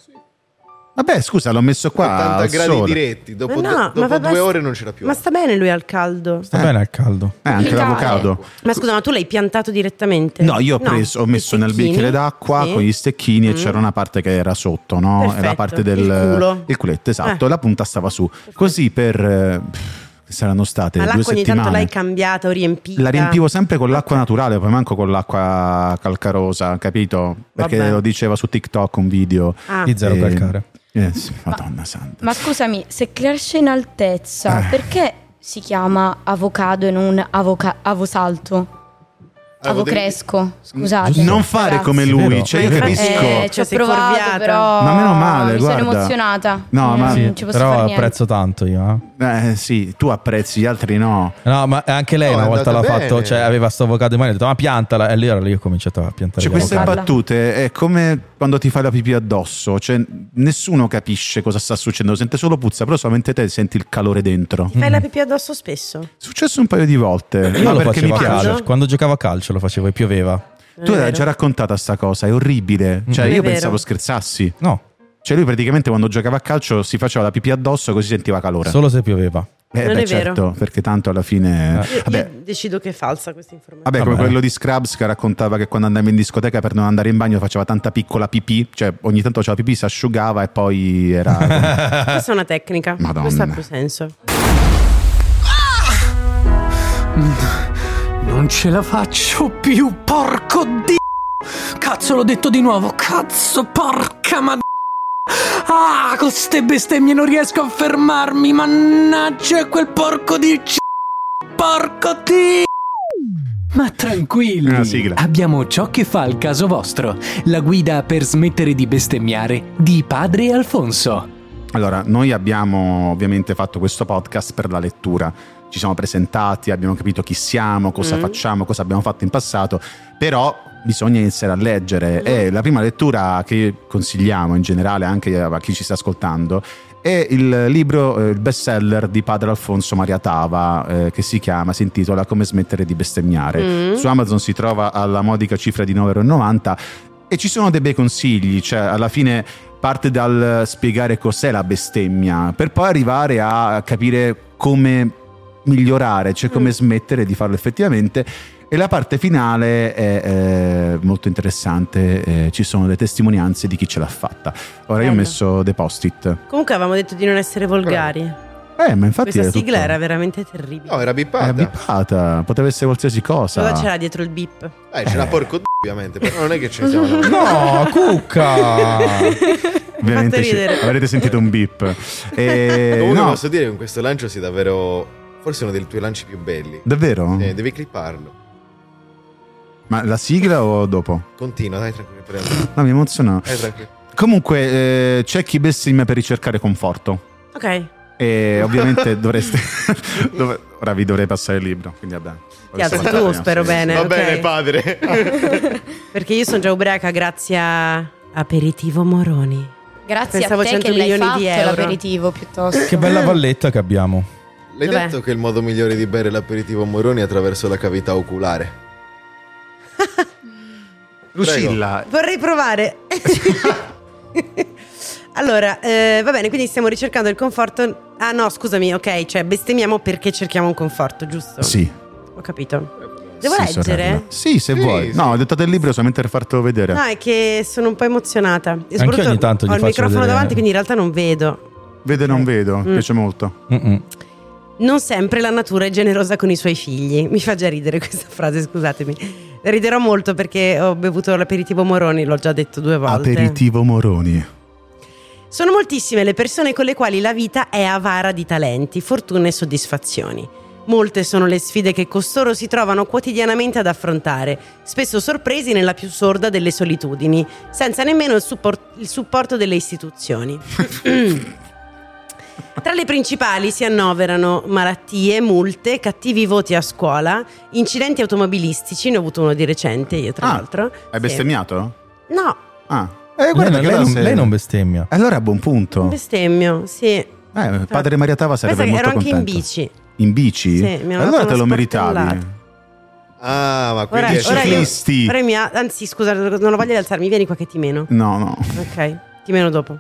Speaker 7: Vabbè, scusa, l'ho messo qua
Speaker 3: 80
Speaker 7: al
Speaker 3: gradi
Speaker 7: sole. Eh,
Speaker 3: diretti. Dopo,
Speaker 2: ma no, ma
Speaker 3: do- dopo
Speaker 2: va-
Speaker 3: due
Speaker 2: ma-
Speaker 3: ore non c'era più.
Speaker 2: Ma
Speaker 3: acqua.
Speaker 2: sta bene lui al caldo.
Speaker 1: Sta bene al caldo.
Speaker 7: Eh, anche
Speaker 4: Dai.
Speaker 7: l'avocado.
Speaker 2: Ma scusa, ma tu l'hai piantato direttamente?
Speaker 7: No, io ho, preso- ho
Speaker 2: i
Speaker 7: messo nel
Speaker 2: stecchini.
Speaker 7: bicchiere d'acqua
Speaker 2: Sì.
Speaker 7: con gli stecchini e
Speaker 2: Mm.
Speaker 7: c'era una parte che era sotto, no?
Speaker 2: Perfetto,
Speaker 7: Era la parte del
Speaker 2: il culo.
Speaker 7: il culetto, esatto,
Speaker 2: Eh.
Speaker 7: e la punta stava su. Così per eh, pff, saranno state
Speaker 2: Ma
Speaker 7: due
Speaker 2: l'acqua ogni tanto l'hai
Speaker 7: settimane.
Speaker 2: cambiata o riempita?
Speaker 7: La riempivo sempre con l'acqua naturale, poi manco con l'acqua calcarosa, capito? Perché
Speaker 2: Vabbè.
Speaker 7: lo diceva su TikTok un video.
Speaker 2: Ah.
Speaker 1: Di Zero
Speaker 7: Eh,
Speaker 1: Calcare.
Speaker 7: eh, sì, Madonna santa.
Speaker 4: Ma scusami, se cresce in altezza,
Speaker 7: Eh.
Speaker 4: perché si chiama avocado e non avoca- avosalto?
Speaker 3: Avevo dei-
Speaker 4: Avocresco, scusate.
Speaker 7: non fare
Speaker 4: ragazzi.
Speaker 7: come
Speaker 1: Vero.
Speaker 7: lui, cioè io
Speaker 2: Ma
Speaker 7: capisco.
Speaker 2: infatti-
Speaker 4: Eh,
Speaker 2: Cioè,
Speaker 4: ci ho
Speaker 2: sei
Speaker 4: provato,
Speaker 2: fuorviata.
Speaker 4: però.
Speaker 7: Ma meno male,
Speaker 4: mi
Speaker 7: guarda.
Speaker 4: sono emozionata.
Speaker 7: No,
Speaker 4: Eh,
Speaker 7: ma-
Speaker 4: non
Speaker 1: Sì,
Speaker 4: ci posso fare
Speaker 1: però
Speaker 4: niente.
Speaker 1: apprezzo tanto io. eh.
Speaker 7: Eh, sì, tu apprezzi, gli altri no.
Speaker 1: No, ma anche lei
Speaker 3: No,
Speaker 1: una
Speaker 3: è
Speaker 1: volta l'ha
Speaker 3: andata
Speaker 1: fatto,
Speaker 3: bene.
Speaker 1: cioè aveva sto avvocato in mano e ha detto ma piantala e allora io ho cominciato a piantare
Speaker 7: Cioè,
Speaker 1: gli
Speaker 7: queste
Speaker 1: avvocati.
Speaker 4: avvocati.
Speaker 7: battute è come quando ti fai la pipì addosso, cioè nessuno capisce cosa sta succedendo, sente solo puzza, però solamente te senti il calore dentro.
Speaker 2: Ti fai la pipì addosso spesso?
Speaker 7: È successo un paio di volte,
Speaker 1: Io
Speaker 7: ma
Speaker 1: lo
Speaker 7: perché mi
Speaker 1: facevo a
Speaker 7: piace.
Speaker 1: calcio, quando giocavo a calcio lo facevo e pioveva.
Speaker 2: Non
Speaker 7: Tu
Speaker 2: è
Speaker 7: l'hai
Speaker 2: vero.
Speaker 7: già raccontata sta cosa, è
Speaker 1: Mm.
Speaker 7: orribile. Cioè,
Speaker 2: Mhm. È
Speaker 7: io
Speaker 2: vero.
Speaker 7: pensavo scherzassi.
Speaker 1: No,
Speaker 7: Cioè, lui praticamente quando giocava a calcio si faceva la pipì addosso così sentiva calore.
Speaker 1: solo se pioveva.
Speaker 7: Eh,
Speaker 2: Non
Speaker 7: beh,
Speaker 2: è vero.
Speaker 7: certo, perché tanto alla
Speaker 1: Eh.
Speaker 7: fine.
Speaker 2: Io, io
Speaker 7: Vabbè,
Speaker 2: decido che è falsa questa informazione.
Speaker 7: Vabbè, come
Speaker 1: Vabbè.
Speaker 7: quello di Scrubs che raccontava che quando andava in discoteca per non andare in bagno faceva tanta piccola pipì, cioè ogni tanto faceva pipì, si asciugava e poi
Speaker 1: <laughs>
Speaker 7: era.
Speaker 2: Questa è una tecnica.
Speaker 7: Madonna.
Speaker 2: Questo ha più senso.
Speaker 8: Non ce la faccio più, porco di... Cazzo, l'ho detto di nuovo, cazzo, porca ma... Ah, con ste bestemmie non riesco a fermarmi, mannaggia quel porco di... c- Porco di... Ma tranquilli,
Speaker 7: Una sigla.
Speaker 8: abbiamo ciò che fa il caso vostro, la guida per smettere di bestemmiare di Padre Alfonso.
Speaker 7: allora, noi abbiamo ovviamente fatto questo podcast per la lettura. Ci siamo presentati, abbiamo capito chi siamo, cosa
Speaker 2: Mm.
Speaker 7: facciamo, cosa abbiamo fatto in passato, però bisogna iniziare a leggere.
Speaker 2: Mm.
Speaker 7: E la prima lettura che consigliamo in generale anche a chi ci sta ascoltando è il libro, eh, il bestseller di padre Alfonso Mariatava, eh, che si chiama, si intitola Come smettere di bestemmiare.
Speaker 2: Mm.
Speaker 7: Su Amazon si trova alla modica cifra di 9,90 e ci sono dei bei consigli, cioè alla fine parte dal spiegare cos'è la bestemmia, per poi arrivare a capire come migliorare, cioè
Speaker 2: Mm.
Speaker 7: come smettere di farlo effettivamente. E la parte finale è eh, molto interessante, eh, ci sono le testimonianze di chi ce l'ha fatta. Ora io ho
Speaker 2: Bello.
Speaker 7: messo dei post-it.
Speaker 2: Comunque avevamo detto di non essere volgari.
Speaker 7: Eh, ma infatti
Speaker 2: Questa
Speaker 7: era
Speaker 2: sigla
Speaker 7: tutto-
Speaker 2: era veramente terribile.
Speaker 3: No, era bippata.
Speaker 7: era bippata, poteva essere qualsiasi cosa.
Speaker 2: Cosa c'era dietro il bip?
Speaker 3: Dai, Eh,
Speaker 7: Eh.
Speaker 3: c'era porco d- ovviamente, però non è che ce
Speaker 2: <laughs>
Speaker 3: ne siamo andati.
Speaker 2: Oh,
Speaker 1: No, Oh, cucca!
Speaker 7: <laughs> Ovviamente
Speaker 2: Fatto
Speaker 7: ci-
Speaker 2: ridere.
Speaker 7: avrete sentito un beep.
Speaker 2: <laughs>
Speaker 7: E,
Speaker 3: Comunque
Speaker 7: Eh, no,
Speaker 3: posso dire che con questo lancio sei davvero... Forse uno dei tuoi lanci più belli.
Speaker 7: davvero?
Speaker 3: Eh, devi clipparlo.
Speaker 7: Ma la sigla o dopo?
Speaker 3: Continua, dai, tranquillo. prego.
Speaker 7: No, mi emoziona.
Speaker 3: Dai, tranquillo.
Speaker 7: Comunque, eh, c'è chi bestemmia per ricercare conforto.
Speaker 2: Ok,
Speaker 7: <laughs> E ovviamente dovreste. dov- ora vi dovrei passare il libro. Quindi, vabbè.
Speaker 2: Ti alzo tu, spero bene.
Speaker 3: Va
Speaker 2: ok? <laughs>
Speaker 3: bene, padre.
Speaker 2: Perché io sono già ubriaca grazie a Aperitivo Moroni.
Speaker 4: Grazie
Speaker 2: Pensavo
Speaker 4: a te
Speaker 2: 100
Speaker 4: che l'hai
Speaker 2: milioni
Speaker 4: fatto
Speaker 2: di euro.
Speaker 4: l'aperitivo piuttosto.
Speaker 1: Che bella valletta che abbiamo.
Speaker 3: L'hai
Speaker 2: Dov'è?
Speaker 3: detto che il modo migliore di bere l'aperitivo Moroni è attraverso la cavità oculare.
Speaker 1: Ah.
Speaker 7: Lucilla,
Speaker 1: <laughs>
Speaker 2: Vorrei provare. allora, eh, va bene, quindi stiamo ricercando il conforto. Ah no, scusami, ok, cioè bestemmiamo perché cerchiamo un conforto, giusto?
Speaker 7: sì.
Speaker 2: Ho capito. Devo
Speaker 7: sì,
Speaker 2: leggere? Ah.
Speaker 7: sorella. Sì, se
Speaker 3: Sì,
Speaker 7: vuoi.
Speaker 3: sì.
Speaker 7: No, ho dettato il libro solamente per fartelo vedere.
Speaker 2: No, è che sono un po' emozionata. E
Speaker 1: Anch'io ogni tanto gli
Speaker 2: ho il
Speaker 1: faccio
Speaker 2: microfono
Speaker 1: vedere-
Speaker 2: davanti, quindi in realtà non vedo.
Speaker 7: Vede, non vedo.
Speaker 2: Mm.
Speaker 7: Piace molto.
Speaker 1: Mm-mm.
Speaker 2: Non sempre la natura è generosa con i suoi figli. Mi fa già ridere questa frase, scusatemi. Riderò molto perché ho bevuto l'aperitivo Moroni, l'ho già detto due volte.
Speaker 7: Aperitivo Moroni.
Speaker 2: Sono moltissime le persone con le quali la vita è avara di talenti, fortune e soddisfazioni. Molte sono le sfide che costoro si trovano quotidianamente ad affrontare, spesso sorpresi nella più sorda delle solitudini, senza nemmeno il, suppor- il supporto delle
Speaker 7: <laughs>
Speaker 2: istituzioni. Tra le principali si annoverano malattie, multe, cattivi voti a scuola, incidenti automobilistici, ne ho avuto uno di recente io tra
Speaker 7: Ah,
Speaker 2: l'altro.
Speaker 7: Hai
Speaker 2: Sì.
Speaker 7: bestemmiato?
Speaker 2: No,
Speaker 7: Ah. Eh,
Speaker 1: Lei,
Speaker 7: guarda,
Speaker 1: non- lei
Speaker 7: che allora
Speaker 1: non,
Speaker 7: se-
Speaker 1: lei non bestemmia.
Speaker 7: Allora, a buon punto.
Speaker 2: bestemmio, sì.
Speaker 7: Eh, padre Maria Tava sarebbe
Speaker 2: Pensa che
Speaker 7: molto
Speaker 2: ero anche
Speaker 7: contento.
Speaker 2: in bici.
Speaker 7: In bici?
Speaker 2: Sì, mi hanno
Speaker 7: allora
Speaker 2: dato
Speaker 7: te lo
Speaker 2: una
Speaker 7: meritavi.
Speaker 2: sportellata.
Speaker 3: Ah, ma quindi
Speaker 2: Ora-
Speaker 3: è
Speaker 2: ora io-
Speaker 7: Ciclisti.
Speaker 2: Ora mi ha- anzi, scusa, non ho voglia di alzarmi, vieni qua che ti
Speaker 7: <laughs>
Speaker 2: meno.
Speaker 7: No, no.
Speaker 2: Ok, ti meno dopo.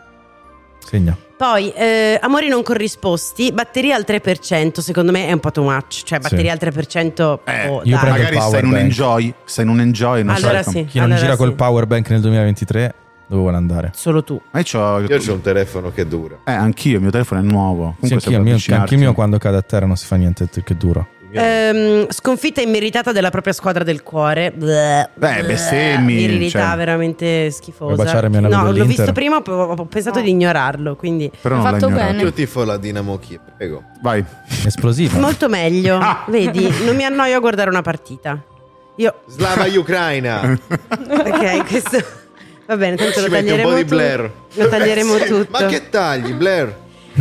Speaker 1: Segna.
Speaker 2: Poi, eh, amori non corrisposti, batteria al 3%, secondo me è un po' too much, cioè batteria al 3%...
Speaker 7: Eh,
Speaker 2: oh,
Speaker 1: io
Speaker 2: dai.
Speaker 1: prendo-
Speaker 7: Magari stai in un
Speaker 1: Powerbank.
Speaker 7: enjoy, stai in un enjoy, non so
Speaker 2: Allora
Speaker 7: come-
Speaker 2: sì.
Speaker 1: Chi non
Speaker 2: Allora
Speaker 1: gira col
Speaker 2: sì.
Speaker 1: power bank nel 2023, dove vuole andare?
Speaker 2: Solo tu.
Speaker 7: Ma io c'ho il-
Speaker 3: Io ho un telefono che dura.
Speaker 7: Eh, anch'io, il mio telefono è nuovo.
Speaker 1: Sì,
Speaker 7: Comunque
Speaker 1: anch'io, il mio- anche il mio quando cade a terra non si fa niente che dura.
Speaker 3: Il mio-
Speaker 2: Ehm, sconfitta immeritata della propria squadra del cuore. Bleh, bleh.
Speaker 7: bestemmi,
Speaker 2: Virilità
Speaker 7: cioè.
Speaker 2: veramente schifosa.
Speaker 1: Vuoi baciare mia nave
Speaker 2: no, l'ho
Speaker 1: dell'Inter?
Speaker 2: visto prima, ho, ho pensato
Speaker 4: No.
Speaker 2: di ignorarlo, quindi...
Speaker 7: Però
Speaker 4: Hai
Speaker 7: non l'ho
Speaker 4: fatto
Speaker 7: ignorato.
Speaker 4: bene.
Speaker 3: Io tifo la Dinamo Kiev, prego.
Speaker 7: Vai.
Speaker 2: <laughs>
Speaker 1: Esplosiva.
Speaker 2: Molto meglio,
Speaker 7: Ah.
Speaker 2: vedi, non mi annoio a guardare una partita. Io <laughs>
Speaker 3: Slava Ucraina.
Speaker 2: Ok, questo va bene, tanto lo
Speaker 3: Ci mette un
Speaker 2: taglieremo
Speaker 3: po' di
Speaker 2: tutto.
Speaker 3: Blair.
Speaker 2: Lo taglieremo
Speaker 3: <laughs> Sì,
Speaker 2: tutto.
Speaker 3: Ma che tagli, Blair?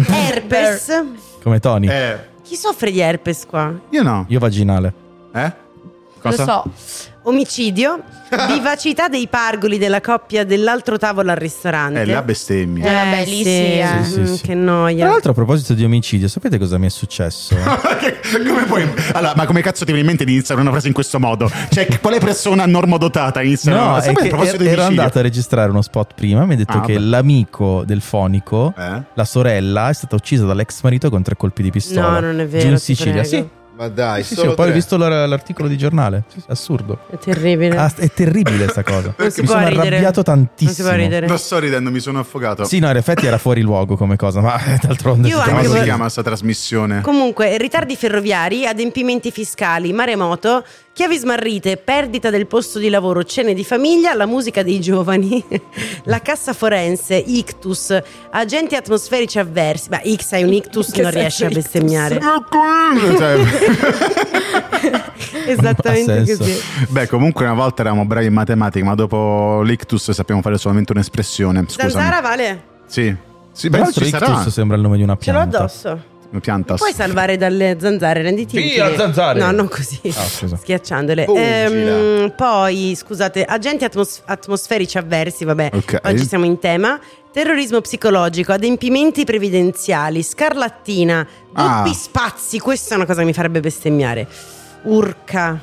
Speaker 2: herpes?
Speaker 1: Come Tony.
Speaker 7: Eh,
Speaker 2: Chi soffre di herpes qua?
Speaker 7: io no.
Speaker 1: Io vaginale.
Speaker 7: Eh? Cosa?
Speaker 4: Lo so.
Speaker 2: Omicidio, vivacità dei pargoli della coppia dell'altro tavolo al ristorante.
Speaker 7: Eh, la bestemmia.
Speaker 4: Eh, vabbè, lì sì, eh.
Speaker 1: Sì, sì,
Speaker 2: Mm,
Speaker 1: sì.
Speaker 2: Che
Speaker 1: Tra
Speaker 2: noia.
Speaker 1: l'altro, a proposito di omicidio, sapete cosa mi è successo?
Speaker 4: Eh.
Speaker 7: <laughs> come puoi... Allora, ma come cazzo ti viene in mente di iniziare una frase in questo modo? Cioè, che- quale persona normodotata inizia una
Speaker 1: No,
Speaker 7: frase?
Speaker 1: è
Speaker 7: Sempre
Speaker 1: che
Speaker 7: a proposito
Speaker 1: ero
Speaker 7: di
Speaker 1: ero
Speaker 7: omicidio.
Speaker 1: andato a registrare uno spot prima. Mi ha detto
Speaker 7: Ah,
Speaker 1: che
Speaker 7: vabbè.
Speaker 1: l'amico del fonico,
Speaker 7: Eh?
Speaker 1: la sorella, è stata uccisa dall'ex marito con tre colpi di pistola.
Speaker 2: No, non è vero,
Speaker 1: Giù in
Speaker 2: ti
Speaker 1: Sicilia.
Speaker 2: prego.
Speaker 1: Sì,
Speaker 3: Ma dai,
Speaker 1: sì, sì,
Speaker 3: solo
Speaker 1: ho poi ho
Speaker 3: tre.
Speaker 1: visto la- l'articolo di giornale. Assurdo.
Speaker 2: È terribile.
Speaker 1: Ah, è terribile sta cosa.
Speaker 2: Eh. non si
Speaker 1: Mi
Speaker 2: può
Speaker 1: sono
Speaker 2: ridere.
Speaker 1: arrabbiato
Speaker 2: Non si
Speaker 1: tantissimo.
Speaker 2: può ridere.
Speaker 7: Non Eh? sto ridendo, mi sono affogato.
Speaker 1: Sì, no, in effetti era fuori luogo come cosa, ma eh, d'altronde
Speaker 2: Io
Speaker 1: si
Speaker 7: Come
Speaker 1: chiama
Speaker 2: anche
Speaker 7: si
Speaker 1: così.
Speaker 2: voi-
Speaker 7: chiama questa trasmissione?
Speaker 2: Comunque, ritardi ferroviari, adempimenti fiscali, maremoto, chiavi smarrite, perdita del posto di lavoro, cene di famiglia, la musica dei giovani, <laughs> la cassa forense, ictus, agenti atmosferici avversi. Ma X hai un ictus,
Speaker 4: Che
Speaker 2: non
Speaker 4: senso
Speaker 2: riesce a
Speaker 4: ictus? <laughs>
Speaker 2: bestemmiare.
Speaker 7: Cioè,
Speaker 1: Non ha
Speaker 2: Esattamente
Speaker 1: senso.
Speaker 2: così.
Speaker 7: beh, comunque una volta eravamo bravi in matematica, ma dopo l'ictus sappiamo fare solamente un'espressione.
Speaker 2: Zanzara
Speaker 7: Scusa.
Speaker 2: vale?
Speaker 7: Sì. Sì,
Speaker 1: Tra
Speaker 7: beh,
Speaker 1: l'altro
Speaker 7: ci sarà. Eh,
Speaker 1: Ictus sembra il nome di una
Speaker 2: Ce l'ho
Speaker 1: pianta.
Speaker 2: addosso.
Speaker 7: Piantas.
Speaker 2: Puoi salvare dalle zanzare, renditi
Speaker 1: Via,
Speaker 2: utile.
Speaker 1: zanzare!
Speaker 2: No, non così.
Speaker 1: Ah, scusa.
Speaker 2: Schiacciandole.
Speaker 3: Pungila.
Speaker 2: Ehm, poi, scusate, agenti atmos- atmosferici avversi, vabbè,
Speaker 7: Ok.
Speaker 2: oggi siamo in tema. Terrorismo psicologico, adempimenti previdenziali, scarlattina, doppi
Speaker 7: Ah.
Speaker 2: spazi, questa è una cosa che mi farebbe bestemmiare. Urca,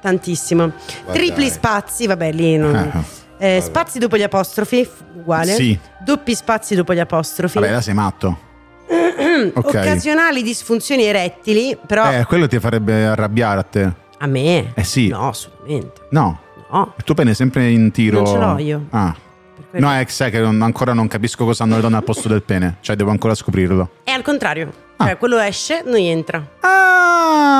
Speaker 2: tantissimo. Tripli
Speaker 3: dai.
Speaker 2: spazi, vabbè, lì non...
Speaker 7: Ah.
Speaker 2: Eh, spazi dopo gli apostrofi, f- uguale.
Speaker 7: Sì.
Speaker 2: Doppi spazi dopo gli apostrofi. Mm,
Speaker 7: Vabbè, là sei matto.
Speaker 2: <clears throat>
Speaker 7: Ok.
Speaker 2: Occasionali disfunzioni erettili, però
Speaker 7: Eh, quello ti farebbe arrabbiare a te.
Speaker 2: a me.
Speaker 7: Eh sì.
Speaker 2: No, assolutamente.
Speaker 7: No,
Speaker 2: No.
Speaker 7: il tuo pene è sempre in tiro.
Speaker 2: Non ce l'ho io.
Speaker 7: Ah.
Speaker 2: per quello.
Speaker 7: No, è sai che non- ancora non capisco cosa hanno le donne al posto del pene. Cioè, devo ancora scoprirlo.
Speaker 2: È al contrario.
Speaker 7: Ah.
Speaker 2: Cioè, quello esce, noi entra.
Speaker 7: Ah,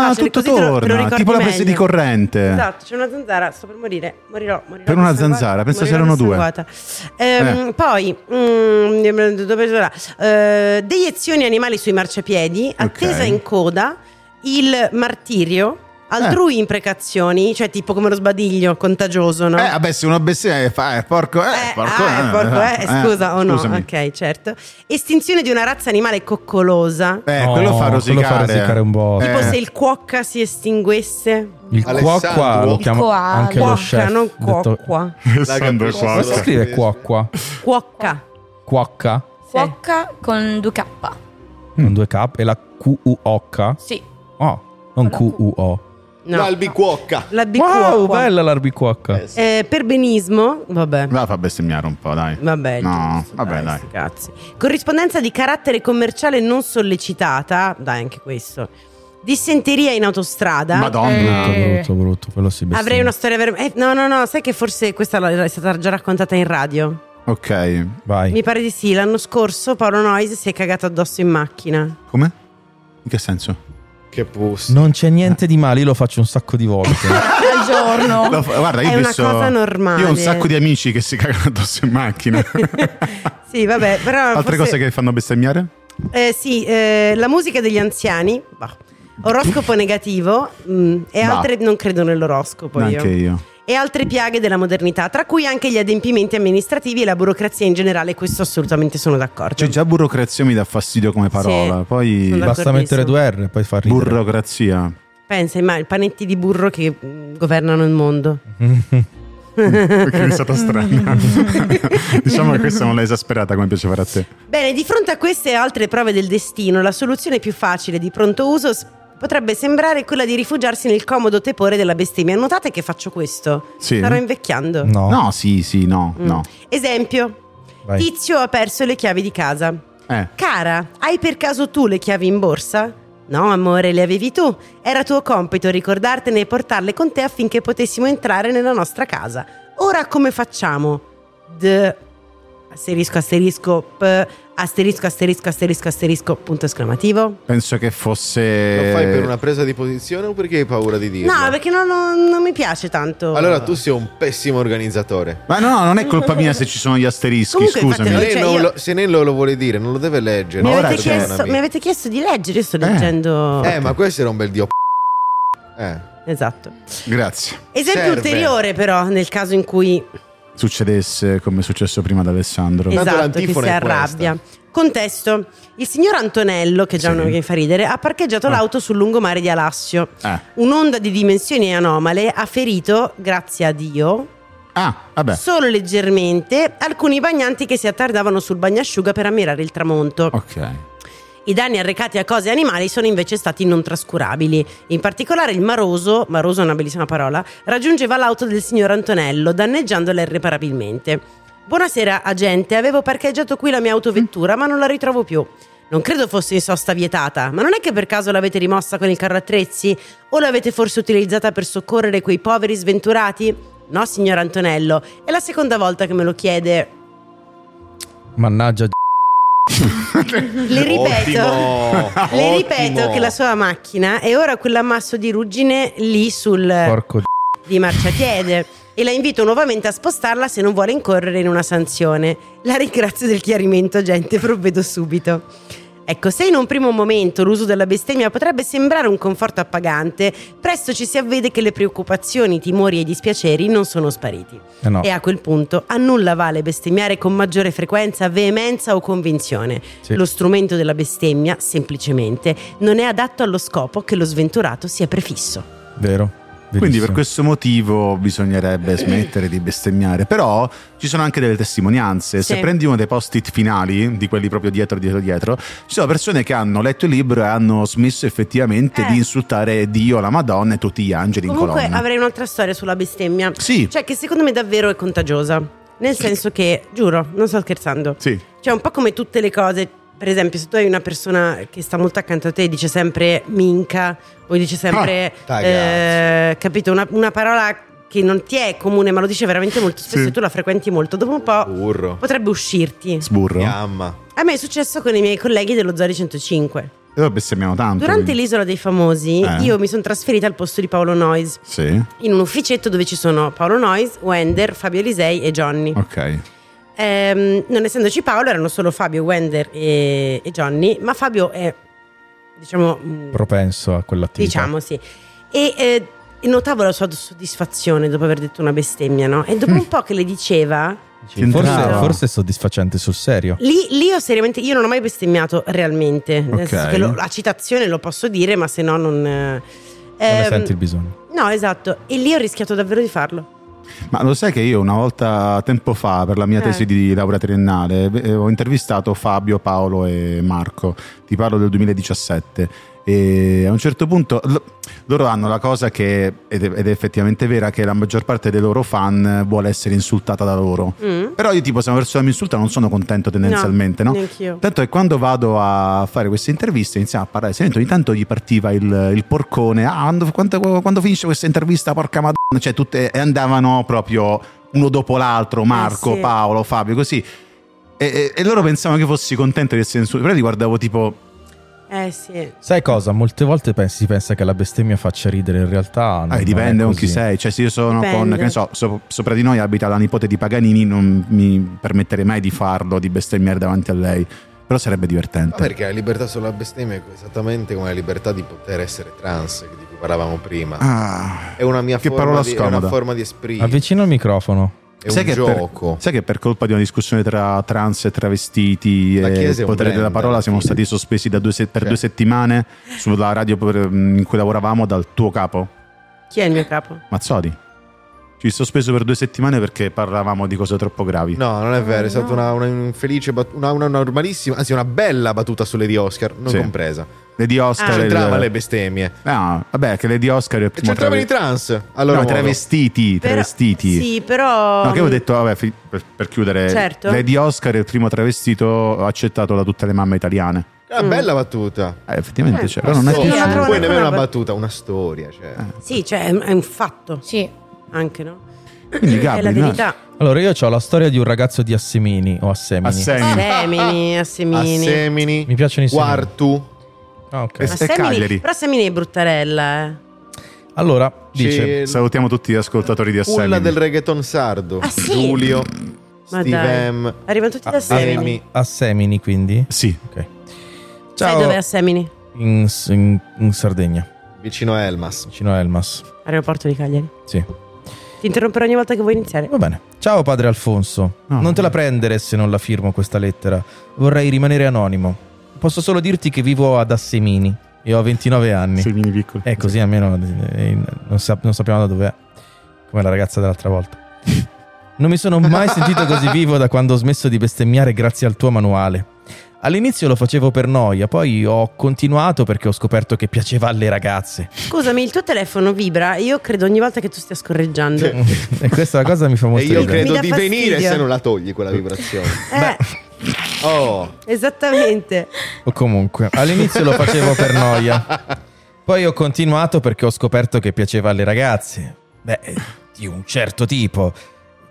Speaker 2: Ah, cioè,
Speaker 7: tutto
Speaker 2: così te lo- te lo
Speaker 7: torna.
Speaker 2: ricordi
Speaker 7: tipo la presa
Speaker 2: meglio.
Speaker 7: di corrente.
Speaker 2: Esatto, c'è una zanzara, sto per morire, morirò, morirò.
Speaker 7: Eh. Per una
Speaker 2: sanguata,
Speaker 7: zanzara, penso
Speaker 2: morirò
Speaker 7: c'erano due. Eh.
Speaker 2: sanguata. Ehm, Poi, mm, dove sarà? Eh, deiezioni animali sui marciapiedi, attesa in coda, il
Speaker 7: Eh.
Speaker 2: martirio, altrui imprecazioni, cioè tipo come lo sbadiglio contagioso, no?
Speaker 7: Eh, vabbè, se uno bestemmia fa, eh, porco, eh,
Speaker 2: Eh,
Speaker 7: porco,
Speaker 2: ah,
Speaker 7: eh,
Speaker 2: è porco, eh,
Speaker 7: eh,
Speaker 2: scusa o no?
Speaker 7: scusami.
Speaker 2: Ok, certo. Estinzione di una razza animale coccolosa.
Speaker 7: Eh,
Speaker 1: No,
Speaker 7: quello fa
Speaker 1: quello
Speaker 7: rosicare.
Speaker 1: fa rosicare un botto.
Speaker 2: Tipo
Speaker 7: Eh,
Speaker 2: se il cuocca si estinguesse.
Speaker 1: Il
Speaker 3: Alessandro?
Speaker 1: cuocqua lo
Speaker 3: Il
Speaker 1: chiama
Speaker 4: koala.
Speaker 1: anche lo
Speaker 2: Cuocca,
Speaker 1: chef.
Speaker 2: non
Speaker 1: detto-
Speaker 2: cuocqua.
Speaker 7: Sandro
Speaker 3: Raga,
Speaker 1: Come
Speaker 7: Quark.
Speaker 1: si scrive cuocqua?
Speaker 2: Cuocca.
Speaker 1: Cuocca
Speaker 2: Sì.
Speaker 4: Cuocca con 2K.
Speaker 7: Mm.
Speaker 1: con due K e la Q-U-O-K.
Speaker 4: Sì.
Speaker 1: Oh, Ah, non
Speaker 4: Con la Q.
Speaker 1: Q-U-O.
Speaker 2: No.
Speaker 3: L'albicuocca.
Speaker 2: La bicuocqua.
Speaker 1: Wow, bella l'arbicuocca.
Speaker 3: Eh, sì.
Speaker 2: Eh, per benismo, vabbè.
Speaker 7: La fa bestemmiare un po', dai.
Speaker 2: Vabbè,
Speaker 7: No,
Speaker 2: giusto,
Speaker 7: vabbè, dai.
Speaker 2: sti Cazzi. Corrispondenza di carattere commerciale non sollecitata, dai, anche questo. Dissenteria in autostrada.
Speaker 7: Madonna.
Speaker 4: Eh.
Speaker 1: Brutto, brutto, brutto, quello si bestemmia.
Speaker 2: Avrei una storia ver- eh, No, no, no, sai che forse questa la- è stata già raccontata in radio.
Speaker 7: Ok.
Speaker 1: Vai.
Speaker 2: Mi pare di sì, l'anno scorso Paolo Noyes si è cagato addosso in macchina.
Speaker 7: Come? In che senso?
Speaker 3: Che pus.
Speaker 1: Non c'è niente di male, io lo faccio un sacco di
Speaker 2: <laughs>
Speaker 1: volte.
Speaker 4: Al giorno.
Speaker 7: Lo fa- guarda, io
Speaker 2: È una
Speaker 7: penso-
Speaker 2: cosa normale.
Speaker 7: Io ho un sacco di amici che si cagano addosso in
Speaker 2: <laughs>
Speaker 7: macchina.
Speaker 2: Sì, vabbè, però
Speaker 7: Altre
Speaker 2: forse-
Speaker 7: cose che fanno bestemmiare?
Speaker 2: Eh, sì, eh, la musica degli anziani. bah. Oroscopo negativo mm, e
Speaker 7: Bah.
Speaker 2: altre non credo nell'oroscopo io.
Speaker 7: Neanche io.
Speaker 2: E altre piaghe della modernità, tra cui anche gli adempimenti amministrativi e la burocrazia in generale, questo assolutamente sono d'accordo.
Speaker 7: Cioè, già burocrazia mi dà fastidio come parola.
Speaker 2: Sì. Sono
Speaker 7: Poi.
Speaker 2: d'accordo.
Speaker 1: Basta mettere due R e poi far ridere.
Speaker 7: Burocrazia.
Speaker 2: Pensa, ma i panetti di burro che mm, governano il mondo.
Speaker 7: Perché è
Speaker 2: <laughs>
Speaker 7: stata strana. diciamo che questa non l'hai esasperata come piace fare a te.
Speaker 2: Bene, di fronte a queste e altre prove del destino, la soluzione più facile di pronto uso s- potrebbe sembrare quella di rifugiarsi nel comodo tepore della bestemmia. Notate che faccio questo?
Speaker 7: Sì.
Speaker 2: Starò invecchiando.
Speaker 1: <laughs> No,
Speaker 7: No, sì, sì, no,
Speaker 2: Mm.
Speaker 7: no.
Speaker 2: Esempio,
Speaker 1: vai.
Speaker 2: tizio ha perso le chiavi di casa.
Speaker 7: Eh.
Speaker 2: Cara, hai per caso tu le chiavi in borsa? No, amore, le avevi tu. Era tuo compito ricordartene e portarle con te affinché potessimo entrare nella nostra casa. Ora come facciamo? D. Asterisco, asterisco, p. Asterisco, asterisco, asterisco, asterisco, punto esclamativo.
Speaker 7: Penso che fosse.
Speaker 3: Lo fai per una presa di posizione o perché hai paura di dirlo?
Speaker 2: No, perché non, non- non mi piace tanto.
Speaker 3: Allora tu sei un pessimo organizzatore.
Speaker 7: Ma no, no, non è colpa mia se ci sono gli asterischi,
Speaker 2: Comunque,
Speaker 7: scusami.
Speaker 2: Eh, infatti,
Speaker 3: Lei
Speaker 2: cioè,
Speaker 3: non
Speaker 2: io-
Speaker 3: lo- se Nello lo vuole dire, non lo deve leggere.
Speaker 2: mi
Speaker 7: ora
Speaker 2: avete,
Speaker 7: ragiona,
Speaker 2: chiesto, mi avete chiesto di leggere, io sto leggendo.
Speaker 3: Eh, ma questo era un bel dio. p- Eh.
Speaker 2: Esatto.
Speaker 7: Grazie.
Speaker 2: Esempio
Speaker 3: Serve.
Speaker 2: ulteriore, però, nel caso in cui
Speaker 7: succedesse come è successo prima ad Alessandro.
Speaker 3: Tanto
Speaker 2: Esatto, che si
Speaker 3: l'antifona è questa.
Speaker 2: arrabbia. Contesto. Il signor Antonello, che è già
Speaker 7: Sì.
Speaker 2: un nome che mi fa ridere, ha parcheggiato
Speaker 7: Ah.
Speaker 2: l'auto sul lungomare di Alassio.
Speaker 7: Eh.
Speaker 2: Un'onda di dimensioni anomale ha ferito, grazie a Dio,
Speaker 7: Ah, vabbè,
Speaker 2: solo leggermente alcuni bagnanti che si attardavano sul bagnasciuga per ammirare il tramonto.
Speaker 7: ok.
Speaker 2: I danni arrecati a cose e animali sono invece stati non trascurabili. In particolare il maroso, maroso è una bellissima parola, raggiungeva l'auto del signor Antonello, danneggiandola irreparabilmente. Buonasera, agente, avevo parcheggiato qui la mia autovettura, ma non la ritrovo più. Non credo fosse in sosta vietata, ma non è che per caso l'avete rimossa con il carro attrezzi? O l'avete forse utilizzata per soccorrere quei poveri sventurati? No, signor Antonello, è la seconda volta che me lo chiede.
Speaker 1: Mannaggia,
Speaker 2: Eh. Le ripeto.
Speaker 3: Ottimo,
Speaker 2: Le
Speaker 7: Ah,
Speaker 3: ottimo.
Speaker 2: ripeto che la sua macchina è ora quell'ammasso di ruggine lì sul
Speaker 1: porco.
Speaker 2: di marciapiede e la invito nuovamente a spostarla se non vuole incorrere in una sanzione. La ringrazio del chiarimento, gente, provvedo subito. Ecco, se in un primo momento l'uso della bestemmia potrebbe sembrare un conforto appagante, presto ci si avvede che le preoccupazioni, i timori e i dispiaceri non sono spariti.
Speaker 1: Eh no.
Speaker 2: E a quel punto a nulla vale bestemmiare con maggiore frequenza, veemenza o convinzione.
Speaker 1: Sì.
Speaker 2: Lo strumento della bestemmia, semplicemente, non è adatto allo scopo che lo sventurato si è prefisso.
Speaker 1: Vero.
Speaker 7: Quindi
Speaker 1: verissimo.
Speaker 7: per questo motivo bisognerebbe smettere di bestemmiare, però ci sono anche delle testimonianze, se
Speaker 2: Sì.
Speaker 7: prendi uno dei post-it finali, di quelli proprio dietro, dietro, dietro, ci sono persone che hanno letto il libro e hanno smesso effettivamente
Speaker 2: Eh.
Speaker 7: di insultare Dio, la Madonna e tutti gli angeli in
Speaker 2: Comunque
Speaker 7: colonna.
Speaker 2: avrei un'altra storia sulla bestemmia.
Speaker 7: Sì,
Speaker 2: Cioè, che secondo me davvero è contagiosa. Nel senso che, giuro, non sto scherzando.
Speaker 7: sì,
Speaker 2: Cioè, un po' come tutte le cose. Per esempio, se tu hai una persona che sta molto accanto a te e dice sempre minca, o dice sempre.
Speaker 3: Ah,
Speaker 2: eh, capito? Una, una parola che non ti è comune, ma lo dice veramente molto spesso
Speaker 7: Sì. Uh.
Speaker 2: e tu la frequenti molto. Dopo un po'
Speaker 3: Burro.
Speaker 2: potrebbe uscirti.
Speaker 7: sburro. E
Speaker 3: Mamma.
Speaker 2: A me è successo con i miei colleghi dello Zari 105.
Speaker 7: Noi bestemmiamo tanto.
Speaker 2: Durante
Speaker 7: quindi.
Speaker 2: l'isola dei famosi,
Speaker 7: Eh.
Speaker 2: io mi sono trasferita al posto di Paolo Noyes
Speaker 7: Sì,
Speaker 2: in un ufficetto dove ci sono Paolo Noyes, Wender, Fabio Lisei e Johnny.
Speaker 7: ok.
Speaker 2: Ehm, non essendoci Paolo, erano solo Fabio, Wender e, e Johnny, ma Fabio è, diciamo, mh,
Speaker 1: Propenso a quell'attività.
Speaker 2: diciamo sì. E eh, notavo la sua soddisfazione dopo aver detto una bestemmia, no? E
Speaker 7: <laughs>
Speaker 2: dopo un po' che le diceva,
Speaker 7: Ci
Speaker 1: Forse,
Speaker 7: entrava.
Speaker 1: forse è soddisfacente sul serio.
Speaker 2: lì, lì ho seriamente, io non ho mai bestemmiato realmente, nel
Speaker 7: Ok.
Speaker 2: senso che lo- la citazione lo posso dire, ma se no non... eh,
Speaker 1: Non ne
Speaker 2: ehm,
Speaker 1: senti il bisogno.
Speaker 2: No, esatto, e lì ho rischiato davvero di farlo.
Speaker 7: Ma lo sai che io una volta, tempo fa, per la mia
Speaker 2: Eh.
Speaker 7: tesi di laurea triennale, eh, ho intervistato Fabio, Paolo e Marco, ti parlo del 2017. E a un certo punto l- loro hanno la cosa che, ed è, ed è effettivamente vera, che la maggior parte dei loro fan vuole essere insultata da loro.
Speaker 2: Mm.
Speaker 7: Però io tipo se una persona mi insulta non sono contento tendenzialmente, no?
Speaker 2: Neanch'io.
Speaker 7: Tanto che quando vado a fare queste interviste iniziamo a parlare, sento ogni tanto gli partiva il, il porcone, ah quando, quanto- quando finisce questa intervista porca madonna, cioè tutte e andavano proprio uno dopo l'altro, Marco,
Speaker 2: Eh, sì.
Speaker 7: Paolo, Fabio, così. E, e- e loro pensavano che fossi contento di essere insultato, però li guardavo tipo...
Speaker 2: Eh sì.
Speaker 1: Sai cosa? Molte volte pens- si pensa che la bestemmia faccia ridere, in realtà. non
Speaker 7: Ah, dipende
Speaker 1: è
Speaker 7: con
Speaker 1: Eh, così.
Speaker 7: chi sei. Cioè, se io sono con,
Speaker 2: Dipende.
Speaker 7: che ne so, so- sopra di noi abita la nipote di Paganini, non mi permetterei mai di farlo, di bestemmiare davanti a lei. Però sarebbe divertente.
Speaker 3: Ma perché la libertà sulla bestemmia è esattamente come la libertà di poter essere trans, di cui parlavamo prima.
Speaker 7: Ah.
Speaker 3: È una mia
Speaker 7: Che
Speaker 3: forma
Speaker 7: parola
Speaker 3: di, è una
Speaker 7: scomoda.
Speaker 3: forma di esprimere.
Speaker 1: Avvicina il microfono.
Speaker 3: È un gioco.
Speaker 7: Per, sai che per colpa di una discussione tra trans e travestiti
Speaker 3: La
Speaker 7: e
Speaker 3: Chiesa è
Speaker 7: il
Speaker 3: un
Speaker 7: potere della
Speaker 3: brand,
Speaker 7: parola
Speaker 3: alla
Speaker 7: siamo
Speaker 3: fine.
Speaker 7: stati sospesi da due se- per
Speaker 3: Cioè.
Speaker 7: due settimane sulla radio per- mm, in cui lavoravamo dal tuo capo,
Speaker 2: Chi è il mio capo?
Speaker 7: Mazzoli. Ci sospeso per due settimane perché parlavamo di cose troppo gravi.
Speaker 3: No, non è vero, è stata una, una infelice, bat- una, una normalissima, anzi una bella battuta sulle di Oscar, non
Speaker 7: Sì.
Speaker 3: compresa.
Speaker 7: Le di Oscar.
Speaker 2: Ah.
Speaker 7: e il-
Speaker 3: C'entrava le bestemmie.
Speaker 7: No, vabbè, che le di Oscar.
Speaker 3: E c'entravano i trans. Allora,
Speaker 7: no,
Speaker 3: modo.
Speaker 7: travestiti,
Speaker 2: Però-
Speaker 7: travestiti.
Speaker 2: Sì, però.
Speaker 7: No, che avevo detto, vabbè, fi- per, per chiudere,
Speaker 2: Certo.
Speaker 7: Lady Oscar è il primo travestito accettato da tutte le mamme italiane.
Speaker 3: Una bella battuta.
Speaker 7: Eh, effettivamente
Speaker 2: Eh,
Speaker 7: c'è, però non è
Speaker 2: sì,
Speaker 7: più
Speaker 2: Mm. la
Speaker 7: scelta.
Speaker 2: trovo-
Speaker 3: Poi nemmeno una
Speaker 2: una
Speaker 3: battuta, una storia. Cioè.
Speaker 2: Sì, cioè è un- è un fatto
Speaker 4: Sì.
Speaker 2: anche, no?
Speaker 7: Quindi
Speaker 2: <laughs> è la
Speaker 7: Gabri, no?
Speaker 2: verità.
Speaker 1: Allora, io ho la storia di un ragazzo di Assemini o Assemini.
Speaker 2: Ah,
Speaker 7: Assegni.
Speaker 2: Semini, assemini.
Speaker 3: Assemini,
Speaker 1: Mi piacciono i semini.
Speaker 3: Quartu,
Speaker 1: Ah, ok.
Speaker 7: Eh, E Cagliari.
Speaker 2: Però Semini è bruttarella, eh.
Speaker 1: Allora, dice...
Speaker 3: Cel-
Speaker 7: Salutiamo tutti gli ascoltatori di
Speaker 3: cioè, Culla
Speaker 7: Assemini.
Speaker 3: del reggaeton sardo,
Speaker 2: Ah, sì?
Speaker 3: Giulio,
Speaker 2: Ma
Speaker 3: Steve
Speaker 2: dai.
Speaker 3: M,
Speaker 2: Arrivano tutti da
Speaker 3: Ah,
Speaker 2: Semini.
Speaker 3: Assemini.
Speaker 1: Assemini, quindi.
Speaker 7: Sì,
Speaker 1: Ok.
Speaker 2: Sai
Speaker 1: Ciao.
Speaker 2: dov'è Assemini?
Speaker 1: In, in- in Sardegna,
Speaker 3: vicino a Elmas.
Speaker 1: vicino a Elmas.
Speaker 2: Aeroporto di Cagliari.
Speaker 1: Sì.
Speaker 2: Ti interromperò ogni volta che vuoi iniziare.
Speaker 1: Va bene. Ciao padre Alfonso.
Speaker 7: No.
Speaker 1: Non te la prendere se non la firmo questa lettera. Vorrei rimanere anonimo. Posso solo dirti che vivo ad Assemini e ho 29 anni.
Speaker 7: Sì, mini Ecco. piccoli.
Speaker 1: È così almeno eh, non, sa- non sappiamo da dov'è. Come la ragazza dell'altra volta. Non mi sono
Speaker 7: <laughs>
Speaker 1: mai sentito così vivo da quando ho smesso di bestemmiare grazie al tuo manuale. All'inizio lo facevo per noia, poi ho continuato perché ho scoperto che piaceva alle ragazze. <laughs>
Speaker 2: Scusami, il tuo telefono vibra. Io credo ogni volta che tu stia scorreggiando. Eh,
Speaker 1: e questa cosa mi fa
Speaker 3: E
Speaker 1: molto
Speaker 3: io
Speaker 1: ridere.
Speaker 2: Mi
Speaker 3: credo
Speaker 2: dà
Speaker 3: di
Speaker 2: fastidio.
Speaker 3: venire se non la togli quella vibrazione.
Speaker 2: <laughs>
Speaker 3: Oh,
Speaker 2: Eh, esattamente.
Speaker 1: O comunque, all'inizio lo facevo per noia. Poi ho continuato perché ho scoperto che piaceva alle ragazze. Beh, di un certo tipo.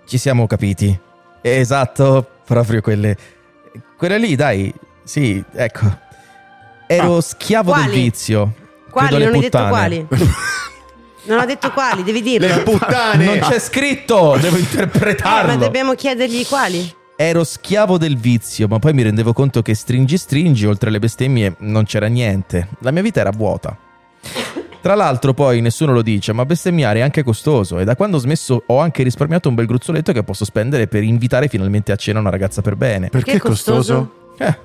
Speaker 1: Ci siamo capiti. Esatto, proprio quelle. Quella lì, dai. Sì, ecco. Ero schiavo del
Speaker 2: Ah. Quali?
Speaker 1: vizio.
Speaker 2: Quali?
Speaker 1: Credo
Speaker 2: Non
Speaker 1: le
Speaker 2: hai detto
Speaker 1: puttane.
Speaker 2: quali. Non ho detto quali, devi dirlo.
Speaker 3: le puttane!
Speaker 1: Non
Speaker 3: <laughs>
Speaker 1: c'è scritto, devo
Speaker 2: Eh,
Speaker 1: interpretarlo.
Speaker 2: ma dobbiamo chiedergli quali.
Speaker 1: Ero schiavo del vizio, ma poi mi rendevo conto che stringi stringi, oltre alle bestemmie, non c'era niente. La mia vita era vuota. Tra l'altro poi nessuno lo dice, ma bestemmiare è anche costoso e da quando ho smesso ho anche risparmiato un bel gruzzoletto che posso spendere per invitare finalmente a cena una ragazza per bene.
Speaker 7: Perché
Speaker 2: Che
Speaker 7: è costoso?
Speaker 1: Eh,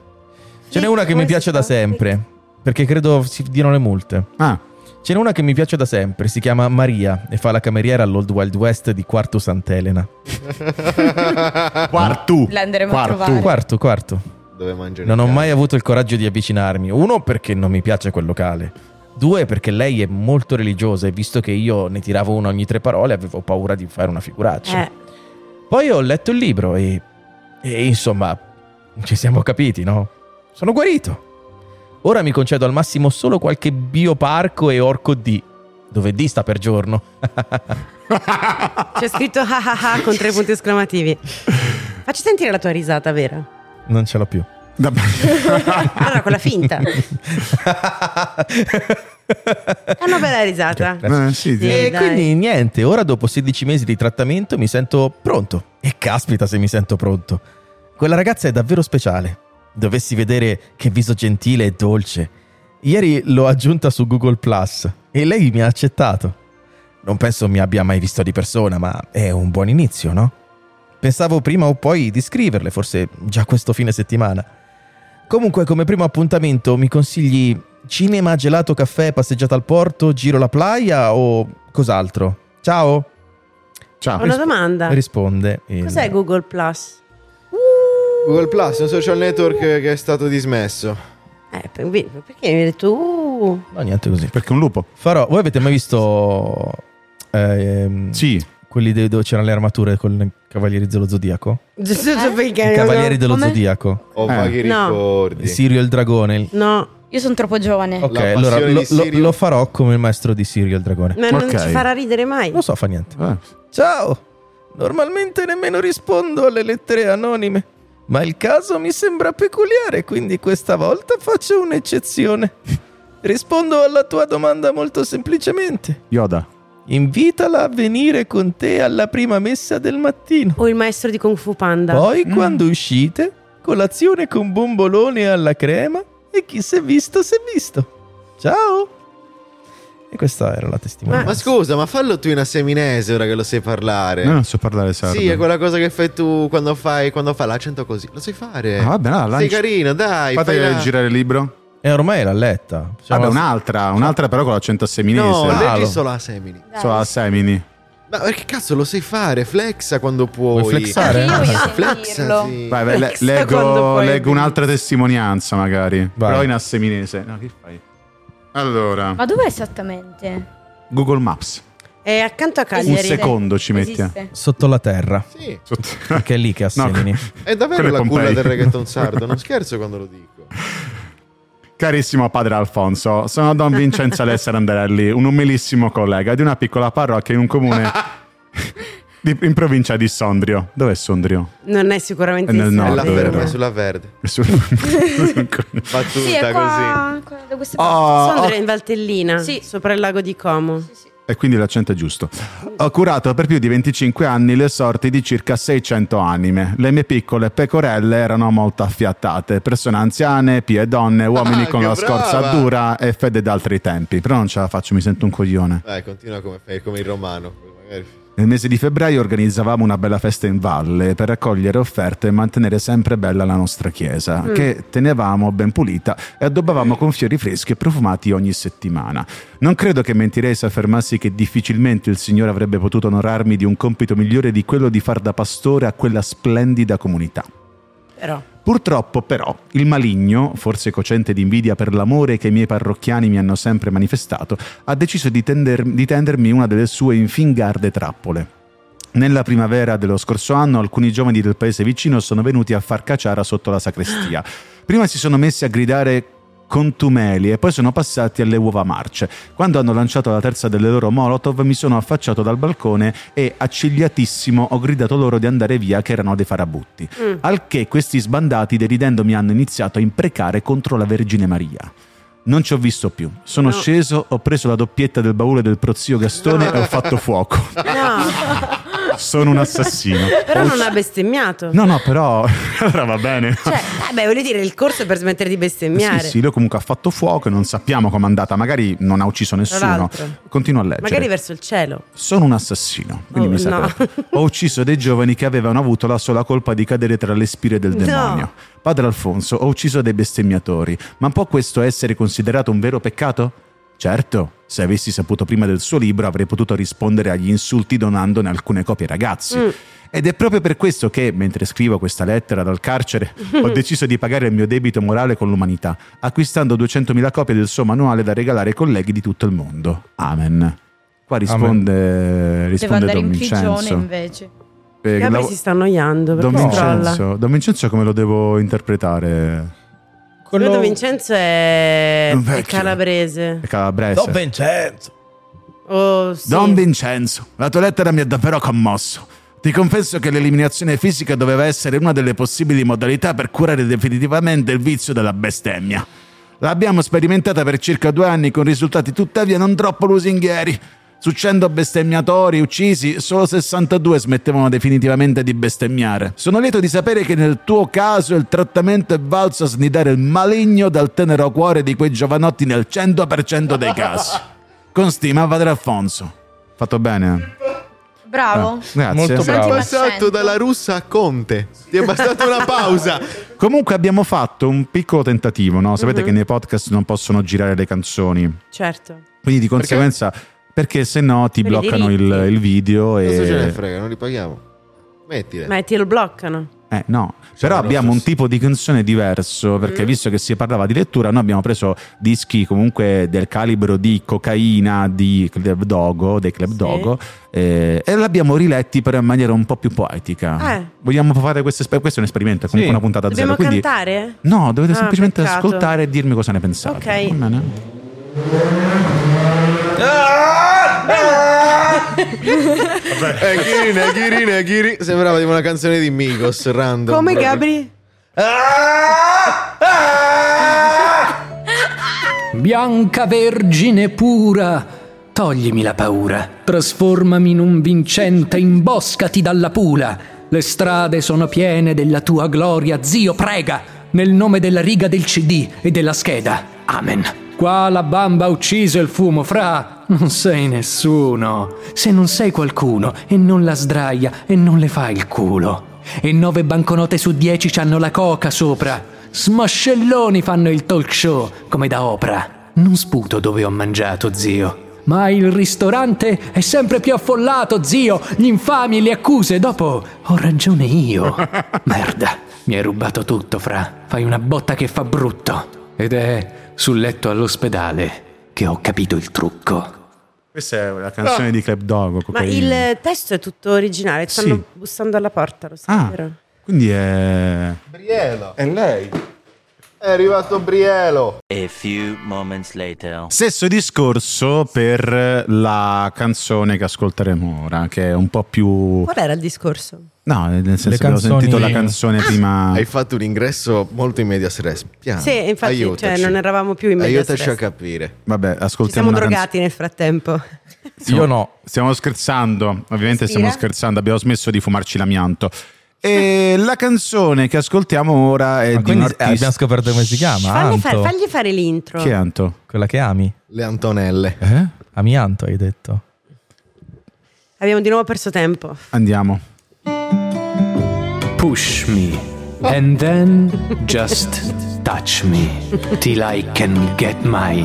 Speaker 1: ce n'è una che mi piace da sempre, perché credo si diano le multe.
Speaker 7: Ah,
Speaker 1: Ce n'è una che mi piace da sempre, si chiama Maria e fa la cameriera all'Old Wild West di Quarto Sant'Elena.
Speaker 7: quartu.
Speaker 4: La andremo a
Speaker 7: Quartu.
Speaker 4: trovare.
Speaker 1: Quarto, quarto.
Speaker 3: Dove mangiare?
Speaker 1: Non ho mai avuto il coraggio di avvicinarmi. Uno, perché non mi piace quel locale. Due, perché lei è molto religiosa e visto che io ne tiravo una ogni tre parole avevo paura di fare una figuraccia.
Speaker 2: Eh,
Speaker 1: Poi ho letto il libro e, e insomma ci siamo capiti, no? Sono guarito. Ora mi concedo al massimo solo qualche bioparco e orco D, dove D sta per giorno. <laughs>
Speaker 2: c'è scritto ah ah ah con tre punti esclamativi. Facci sentire la tua risata vera.
Speaker 1: Non ce l'ho più.
Speaker 7: Vabbè.
Speaker 3: <laughs>
Speaker 2: Allora, quella finta.
Speaker 1: <laughs>
Speaker 2: È una bella risata.
Speaker 7: Eh, sì, sì.
Speaker 2: Sì.
Speaker 1: E
Speaker 2: dai.
Speaker 1: quindi niente, ora dopo 16 mesi di trattamento mi sento pronto. E caspita se mi sento pronto. Quella ragazza è davvero speciale. Dovessi vedere che viso gentile e dolce. Ieri l'ho aggiunta su Google Plus e lei mi ha accettato. Non penso mi abbia mai visto di persona, ma è un buon inizio, no? Pensavo prima o poi di scriverle, forse già questo fine settimana. Comunque, come primo appuntamento, mi consigli cinema, gelato, caffè, passeggiata al porto, giro la playa o cos'altro? Ciao?
Speaker 7: Ciao.
Speaker 2: Ho una domanda.
Speaker 1: Risponde. il-
Speaker 2: Cos'è Google Plus?
Speaker 3: Google Plus è un social network che è stato dismesso.
Speaker 2: Eh, per- perché mi hai detto uh,
Speaker 1: No, niente così.
Speaker 7: Perché è un lupo?
Speaker 1: Farò, voi avete mai visto ehm,
Speaker 7: Sì.
Speaker 1: quelli de- dove c'erano le armature con i Cavalieri dello Zodiaco? I
Speaker 2: <laughs> perché
Speaker 1: Cavalieri dello
Speaker 4: Come?
Speaker 1: Zodiaco.
Speaker 3: Ho
Speaker 7: Eh.
Speaker 3: vaghi
Speaker 2: No.
Speaker 3: Oh, ricordi.
Speaker 1: Sirio il Dragone. il-
Speaker 2: No,
Speaker 4: Io sono troppo giovane.
Speaker 1: Ok,
Speaker 3: passione
Speaker 1: allora lo,
Speaker 3: di
Speaker 1: lo-
Speaker 3: Sirio.
Speaker 1: lo farò come il maestro di Sirio il Dragone.
Speaker 2: ma non
Speaker 7: Ok.
Speaker 2: ci farà ridere mai.
Speaker 1: Non so, fa niente.
Speaker 7: Eh.
Speaker 1: Ciao! Normalmente nemmeno rispondo alle lettere anonime, ma il caso mi sembra peculiare, quindi questa volta faccio un'eccezione. Rispondo alla tua domanda molto semplicemente.
Speaker 7: Yoda.
Speaker 1: Invitala a venire con te alla prima messa del mattino.
Speaker 2: O il maestro di Kung Fu Panda.
Speaker 1: Poi,
Speaker 7: Mm.
Speaker 1: quando uscite, colazione con bombolone alla crema e chi si è visto si è visto. Ciao! E questa era la testimonianza.
Speaker 3: Ma scusa, ma fallo tu in asseminese ora che lo sai parlare.
Speaker 7: No, non certo. so parlare sardo.
Speaker 3: Eh. Sì, è quella cosa che fai tu quando fai, quando fai l'accento così. Lo sai fare.
Speaker 7: Ah, vabbè, no,
Speaker 3: Sei
Speaker 7: lanci-
Speaker 3: carino, dai.
Speaker 7: Fate
Speaker 3: fai la-
Speaker 7: girare il libro?
Speaker 1: E Eh, ormai l'ha letta. Cioè, Facciamo
Speaker 7: Vabbè,
Speaker 1: la-
Speaker 7: un'altra, un'altra però con l'accento asseminese.
Speaker 3: No,
Speaker 7: Ah,
Speaker 1: Lalo.
Speaker 3: leggi solo a semini.
Speaker 4: Dai.
Speaker 9: Eh,
Speaker 7: so, assemini.
Speaker 3: Ma perché cazzo lo sai fare? Flexa quando puoi. Eh,
Speaker 1: Vuoi flexare?
Speaker 4: Anche io voglio
Speaker 3: <laughs> Flexa,
Speaker 4: sentirlo.
Speaker 3: sì.
Speaker 7: Vai, vai, le-
Speaker 2: Chissà quando
Speaker 7: leggo,
Speaker 2: puoi-
Speaker 7: leggo un'altra testimonianza magari,
Speaker 1: Vai.
Speaker 7: però in asseminese. No, che fai? Allora,
Speaker 4: Ma dov'è esattamente?
Speaker 7: Google Maps.
Speaker 2: È accanto a
Speaker 7: Un
Speaker 2: Cagliari.
Speaker 7: secondo ci metti. eh.
Speaker 4: Esiste.
Speaker 1: Sotto la terra.
Speaker 3: Sì.
Speaker 7: Sotto-
Speaker 1: Che è lì che assemini.
Speaker 7: No,
Speaker 3: È davvero
Speaker 7: Quello è
Speaker 3: la culla
Speaker 7: Pompei.
Speaker 3: del
Speaker 7: <laughs>
Speaker 3: reggaeton sardo, non scherzo quando lo dico.
Speaker 7: Carissimo padre Alfonso, sono
Speaker 3: <laughs>
Speaker 7: Don Vincenzo Alessio Randarelli, un umilissimo collega di una piccola parrocchia in
Speaker 3: <laughs>
Speaker 7: un comune di- in provincia di Sondrio. Dov'è Sondrio?
Speaker 2: Non è sicuramente
Speaker 7: Nel
Speaker 2: in
Speaker 3: è
Speaker 7: nord,
Speaker 2: Sardegna.
Speaker 3: la
Speaker 7: Eh, davvero.
Speaker 3: ferma, è sulla verde. <laughs>
Speaker 7: È sul- sul-
Speaker 3: Battuta
Speaker 4: Sì, è
Speaker 3: così.
Speaker 9: Ah,
Speaker 4: qua, qua da queste parti.
Speaker 7: Oh, ho-
Speaker 2: Sondrio in Valtellina,
Speaker 4: Sì.
Speaker 2: sopra il lago di Como.
Speaker 7: E quindi l'accento è giusto. Ho curato per più di 25 anni le sorti di circa 600 anime. Le mie piccole pecorelle erano molto affiattate, persone anziane, pie donne, uomini
Speaker 3: Ah,
Speaker 7: con
Speaker 3: che
Speaker 7: la scorza
Speaker 3: brava!
Speaker 7: dura e fede d'altri tempi. Però non ce la faccio, mi sento un coglione.
Speaker 3: Dai, continua come fai, come il romano. Magari.
Speaker 7: Nel mese di febbraio organizzavamo una bella festa in valle per raccogliere offerte e mantenere sempre bella la nostra chiesa,
Speaker 2: Mm.
Speaker 7: che tenevamo ben pulita e addobbavamo con fiori freschi e profumati ogni settimana. Non credo che mentirei se affermassi che difficilmente il Signore avrebbe potuto onorarmi di un compito migliore di quello di far da pastore a quella splendida comunità.
Speaker 2: Però.
Speaker 7: Purtroppo, però, il maligno, forse cocente di invidia per l'amore che i miei parrocchiani mi hanno sempre manifestato, ha deciso di, tender- di tendermi una delle sue infingarde trappole. Nella primavera dello scorso anno, alcuni giovani del paese vicino sono venuti a far caciara sotto la sacrestia. Prima si sono messi a gridare contumeli e poi sono passati alle uova marce. Quando hanno lanciato la terza delle loro molotov mi sono affacciato dal balcone e accigliatissimo ho gridato loro di andare via che erano dei farabutti.
Speaker 2: Mm.
Speaker 7: Al che questi sbandati deridendomi hanno iniziato a imprecare contro la Vergine Maria. Non ci ho visto più. Sono
Speaker 2: No.
Speaker 7: sceso, ho preso la doppietta del baule del prozio Gastone e ho fatto fuoco.
Speaker 2: No,
Speaker 7: Sono un assassino.
Speaker 2: <laughs> però
Speaker 7: Ho
Speaker 2: non
Speaker 7: ucc-
Speaker 2: ha bestemmiato.
Speaker 7: No, no, però <laughs> allora va bene.
Speaker 2: Cioè, eh beh, voglio dire, il corso è per smettere di bestemmiare.
Speaker 7: Sì, sì, lui comunque ha fatto fuoco e non sappiamo com'è andata. Magari non ha ucciso
Speaker 2: Tra
Speaker 7: nessuno.
Speaker 2: l'altro,
Speaker 7: Continua a leggere.
Speaker 2: magari verso il cielo.
Speaker 7: Sono un assassino, quindi
Speaker 2: Oh,
Speaker 7: mi
Speaker 2: no.
Speaker 7: sapete. Ho ucciso dei giovani che avevano avuto la sola colpa di cadere tra le spire del
Speaker 2: No.
Speaker 7: demonio. Padre Alfonso, ho ucciso dei bestemmiatori, ma può questo essere considerato un vero peccato? Certo, se avessi saputo prima del suo libro avrei potuto rispondere agli insulti donandone alcune copie ai ragazzi.
Speaker 2: Mm.
Speaker 7: Ed è proprio per questo che, mentre scrivo questa lettera dal carcere, ho deciso di pagare il mio debito morale con l'umanità, acquistando 200.000 copie del suo manuale da regalare ai colleghi di tutto il mondo. Amen. Qua risponde,
Speaker 9: Devo
Speaker 7: risponde
Speaker 9: andare
Speaker 7: Don
Speaker 9: in prigione
Speaker 7: Vincenzo.
Speaker 9: invece.
Speaker 7: Eh,
Speaker 2: Gabri
Speaker 7: la-
Speaker 2: si sta annoiando.
Speaker 7: Don,
Speaker 2: perché scrolla?
Speaker 7: Vincenzo. Don Vincenzo come lo devo interpretare?
Speaker 2: Quello Don Vincenzo è,
Speaker 7: Un
Speaker 2: è
Speaker 7: vecchio.
Speaker 2: calabrese.
Speaker 7: È calabrese.
Speaker 1: Don Vincenzo.
Speaker 2: Oh, sì.
Speaker 7: Don Vincenzo, la tua lettera mi ha davvero commosso. Ti confesso che l'eliminazione fisica doveva essere una delle possibili modalità per curare definitivamente il vizio della bestemmia. L'abbiamo sperimentata per circa due anni con risultati tuttavia non troppo lusinghieri. Su 100 bestemmiatori uccisi, solo 62 smettevano definitivamente di bestemmiare. Sono lieto di sapere che nel tuo caso il trattamento è valso a snidare il maligno dal tenero cuore di quei giovanotti nel 100% dei casi. Con stima, padre Alfonso. Fatto bene. eh. Ah,
Speaker 9: Bravo.
Speaker 7: Grazie.
Speaker 1: Molto
Speaker 9: Senti,
Speaker 3: È
Speaker 1: bravo.
Speaker 9: ma-
Speaker 3: passato
Speaker 9: l'accento.
Speaker 3: dalla russa a Conte. Ti è bastata una pausa.
Speaker 4: <laughs>
Speaker 7: Comunque abbiamo fatto un piccolo tentativo, no? Sapete
Speaker 2: Mhm.
Speaker 7: che nei podcast non possono girare le canzoni,
Speaker 2: Certo.
Speaker 7: quindi di conseguenza perché se no ti
Speaker 2: Per i
Speaker 7: bloccano il,
Speaker 2: diritti.
Speaker 7: il video
Speaker 3: Cosa ce ne
Speaker 7: e...
Speaker 3: frega? Non li paghiamo. Mettile.
Speaker 2: Ma te lo bloccano.
Speaker 7: Eh, no,
Speaker 3: Cioè,
Speaker 7: però
Speaker 3: non lo
Speaker 7: abbiamo
Speaker 3: so
Speaker 7: un
Speaker 3: se-
Speaker 7: tipo di canzone diverso perché
Speaker 2: Mm.
Speaker 7: visto che si parlava di lettura noi abbiamo preso dischi comunque del calibro di cocaina di Club Dogo, dei Club
Speaker 2: Sì.
Speaker 7: Dogo eh, e l'abbiamo riletti però in maniera un po' più poetica.
Speaker 2: Eh.
Speaker 7: Vogliamo fare questo, esper- questo è un esperimento, è comunque
Speaker 1: Sì.
Speaker 7: una puntata
Speaker 2: Dobbiamo
Speaker 7: zero, quindi
Speaker 2: cantare?
Speaker 7: No, dovete
Speaker 2: Ah,
Speaker 7: semplicemente
Speaker 2: peccato.
Speaker 7: ascoltare e dirmi cosa ne pensate.
Speaker 2: Ok.
Speaker 7: Va bene?
Speaker 3: Eh, Ghirine, Ghirine, Ghiri- Sembrava di una canzone di Migos, random.
Speaker 2: Come
Speaker 3: proprio.
Speaker 2: Gabri?
Speaker 5: Bianca Vergine pura, toglimi la paura, trasformami in un vincente, imboscati dalla pula. Le strade sono piene della tua gloria, zio, prega, nel nome della riga del CD e della scheda. Amen. Qua la bamba ha ucciso il fumo, fra. Non sei nessuno. Se non sei qualcuno e non la sdraia e non le fai il culo. E nove banconote su dieci c'hanno la coca sopra. Smascelloni fanno il talk show, come da opera. Non sputo dove ho mangiato, zio. Ma il ristorante è sempre più affollato, zio. Gli infami, le accuse. Dopo ho ragione io. Merda, mi hai rubato tutto, fra. Fai una botta che fa brutto. Ed è sul letto all'ospedale che ho capito il trucco.
Speaker 7: Questa è la canzone di Club Dogo.
Speaker 2: Ah. Ma
Speaker 7: Cocaina.
Speaker 2: il testo è tutto originale. Stanno
Speaker 7: Sì.
Speaker 2: bussando alla porta, lo sai,
Speaker 7: Ah,
Speaker 2: vero?
Speaker 7: quindi è...
Speaker 3: Brielo. È lei. È arrivato Brielo.
Speaker 8: A few moments later.
Speaker 7: Stesso discorso per la canzone che ascolteremo ora, che è un po' più...
Speaker 2: Qual era il discorso?
Speaker 7: No, nel senso
Speaker 1: Le
Speaker 7: che ho
Speaker 1: canzoni-
Speaker 7: sentito la canzone <coughs> prima...
Speaker 3: Hai fatto un ingresso molto in media stress. Piano.
Speaker 2: Sì, infatti, cioè,
Speaker 3: Aiutaci.
Speaker 2: non eravamo più in media
Speaker 3: Aiutaci
Speaker 2: stress.
Speaker 3: a capire.
Speaker 7: Vabbè, ascoltiamo
Speaker 2: Ci siamo
Speaker 7: una
Speaker 2: drogati
Speaker 7: canzone-
Speaker 2: nel frattempo.
Speaker 1: Io no.
Speaker 7: Stiamo scherzando, ovviamente
Speaker 2: Respira.
Speaker 7: stiamo scherzando, abbiamo smesso di fumarci l'amianto. <laughs> E la canzone che ascoltiamo ora
Speaker 1: Ma
Speaker 7: è di un
Speaker 1: quindi
Speaker 7: artista...
Speaker 1: abbiamo scoperto
Speaker 7: Eh,
Speaker 1: come si chiama.
Speaker 2: Fagli,
Speaker 1: Anto.
Speaker 2: fa- fagli fare l'intro.
Speaker 7: Chi è Anto?
Speaker 1: Quella che ami.
Speaker 3: Le Antonelle.
Speaker 7: Eh?
Speaker 1: Ami Anto, hai detto.
Speaker 2: Abbiamo di nuovo perso tempo.
Speaker 7: <laughs> Andiamo.
Speaker 5: Push me and then just touch me till I can get my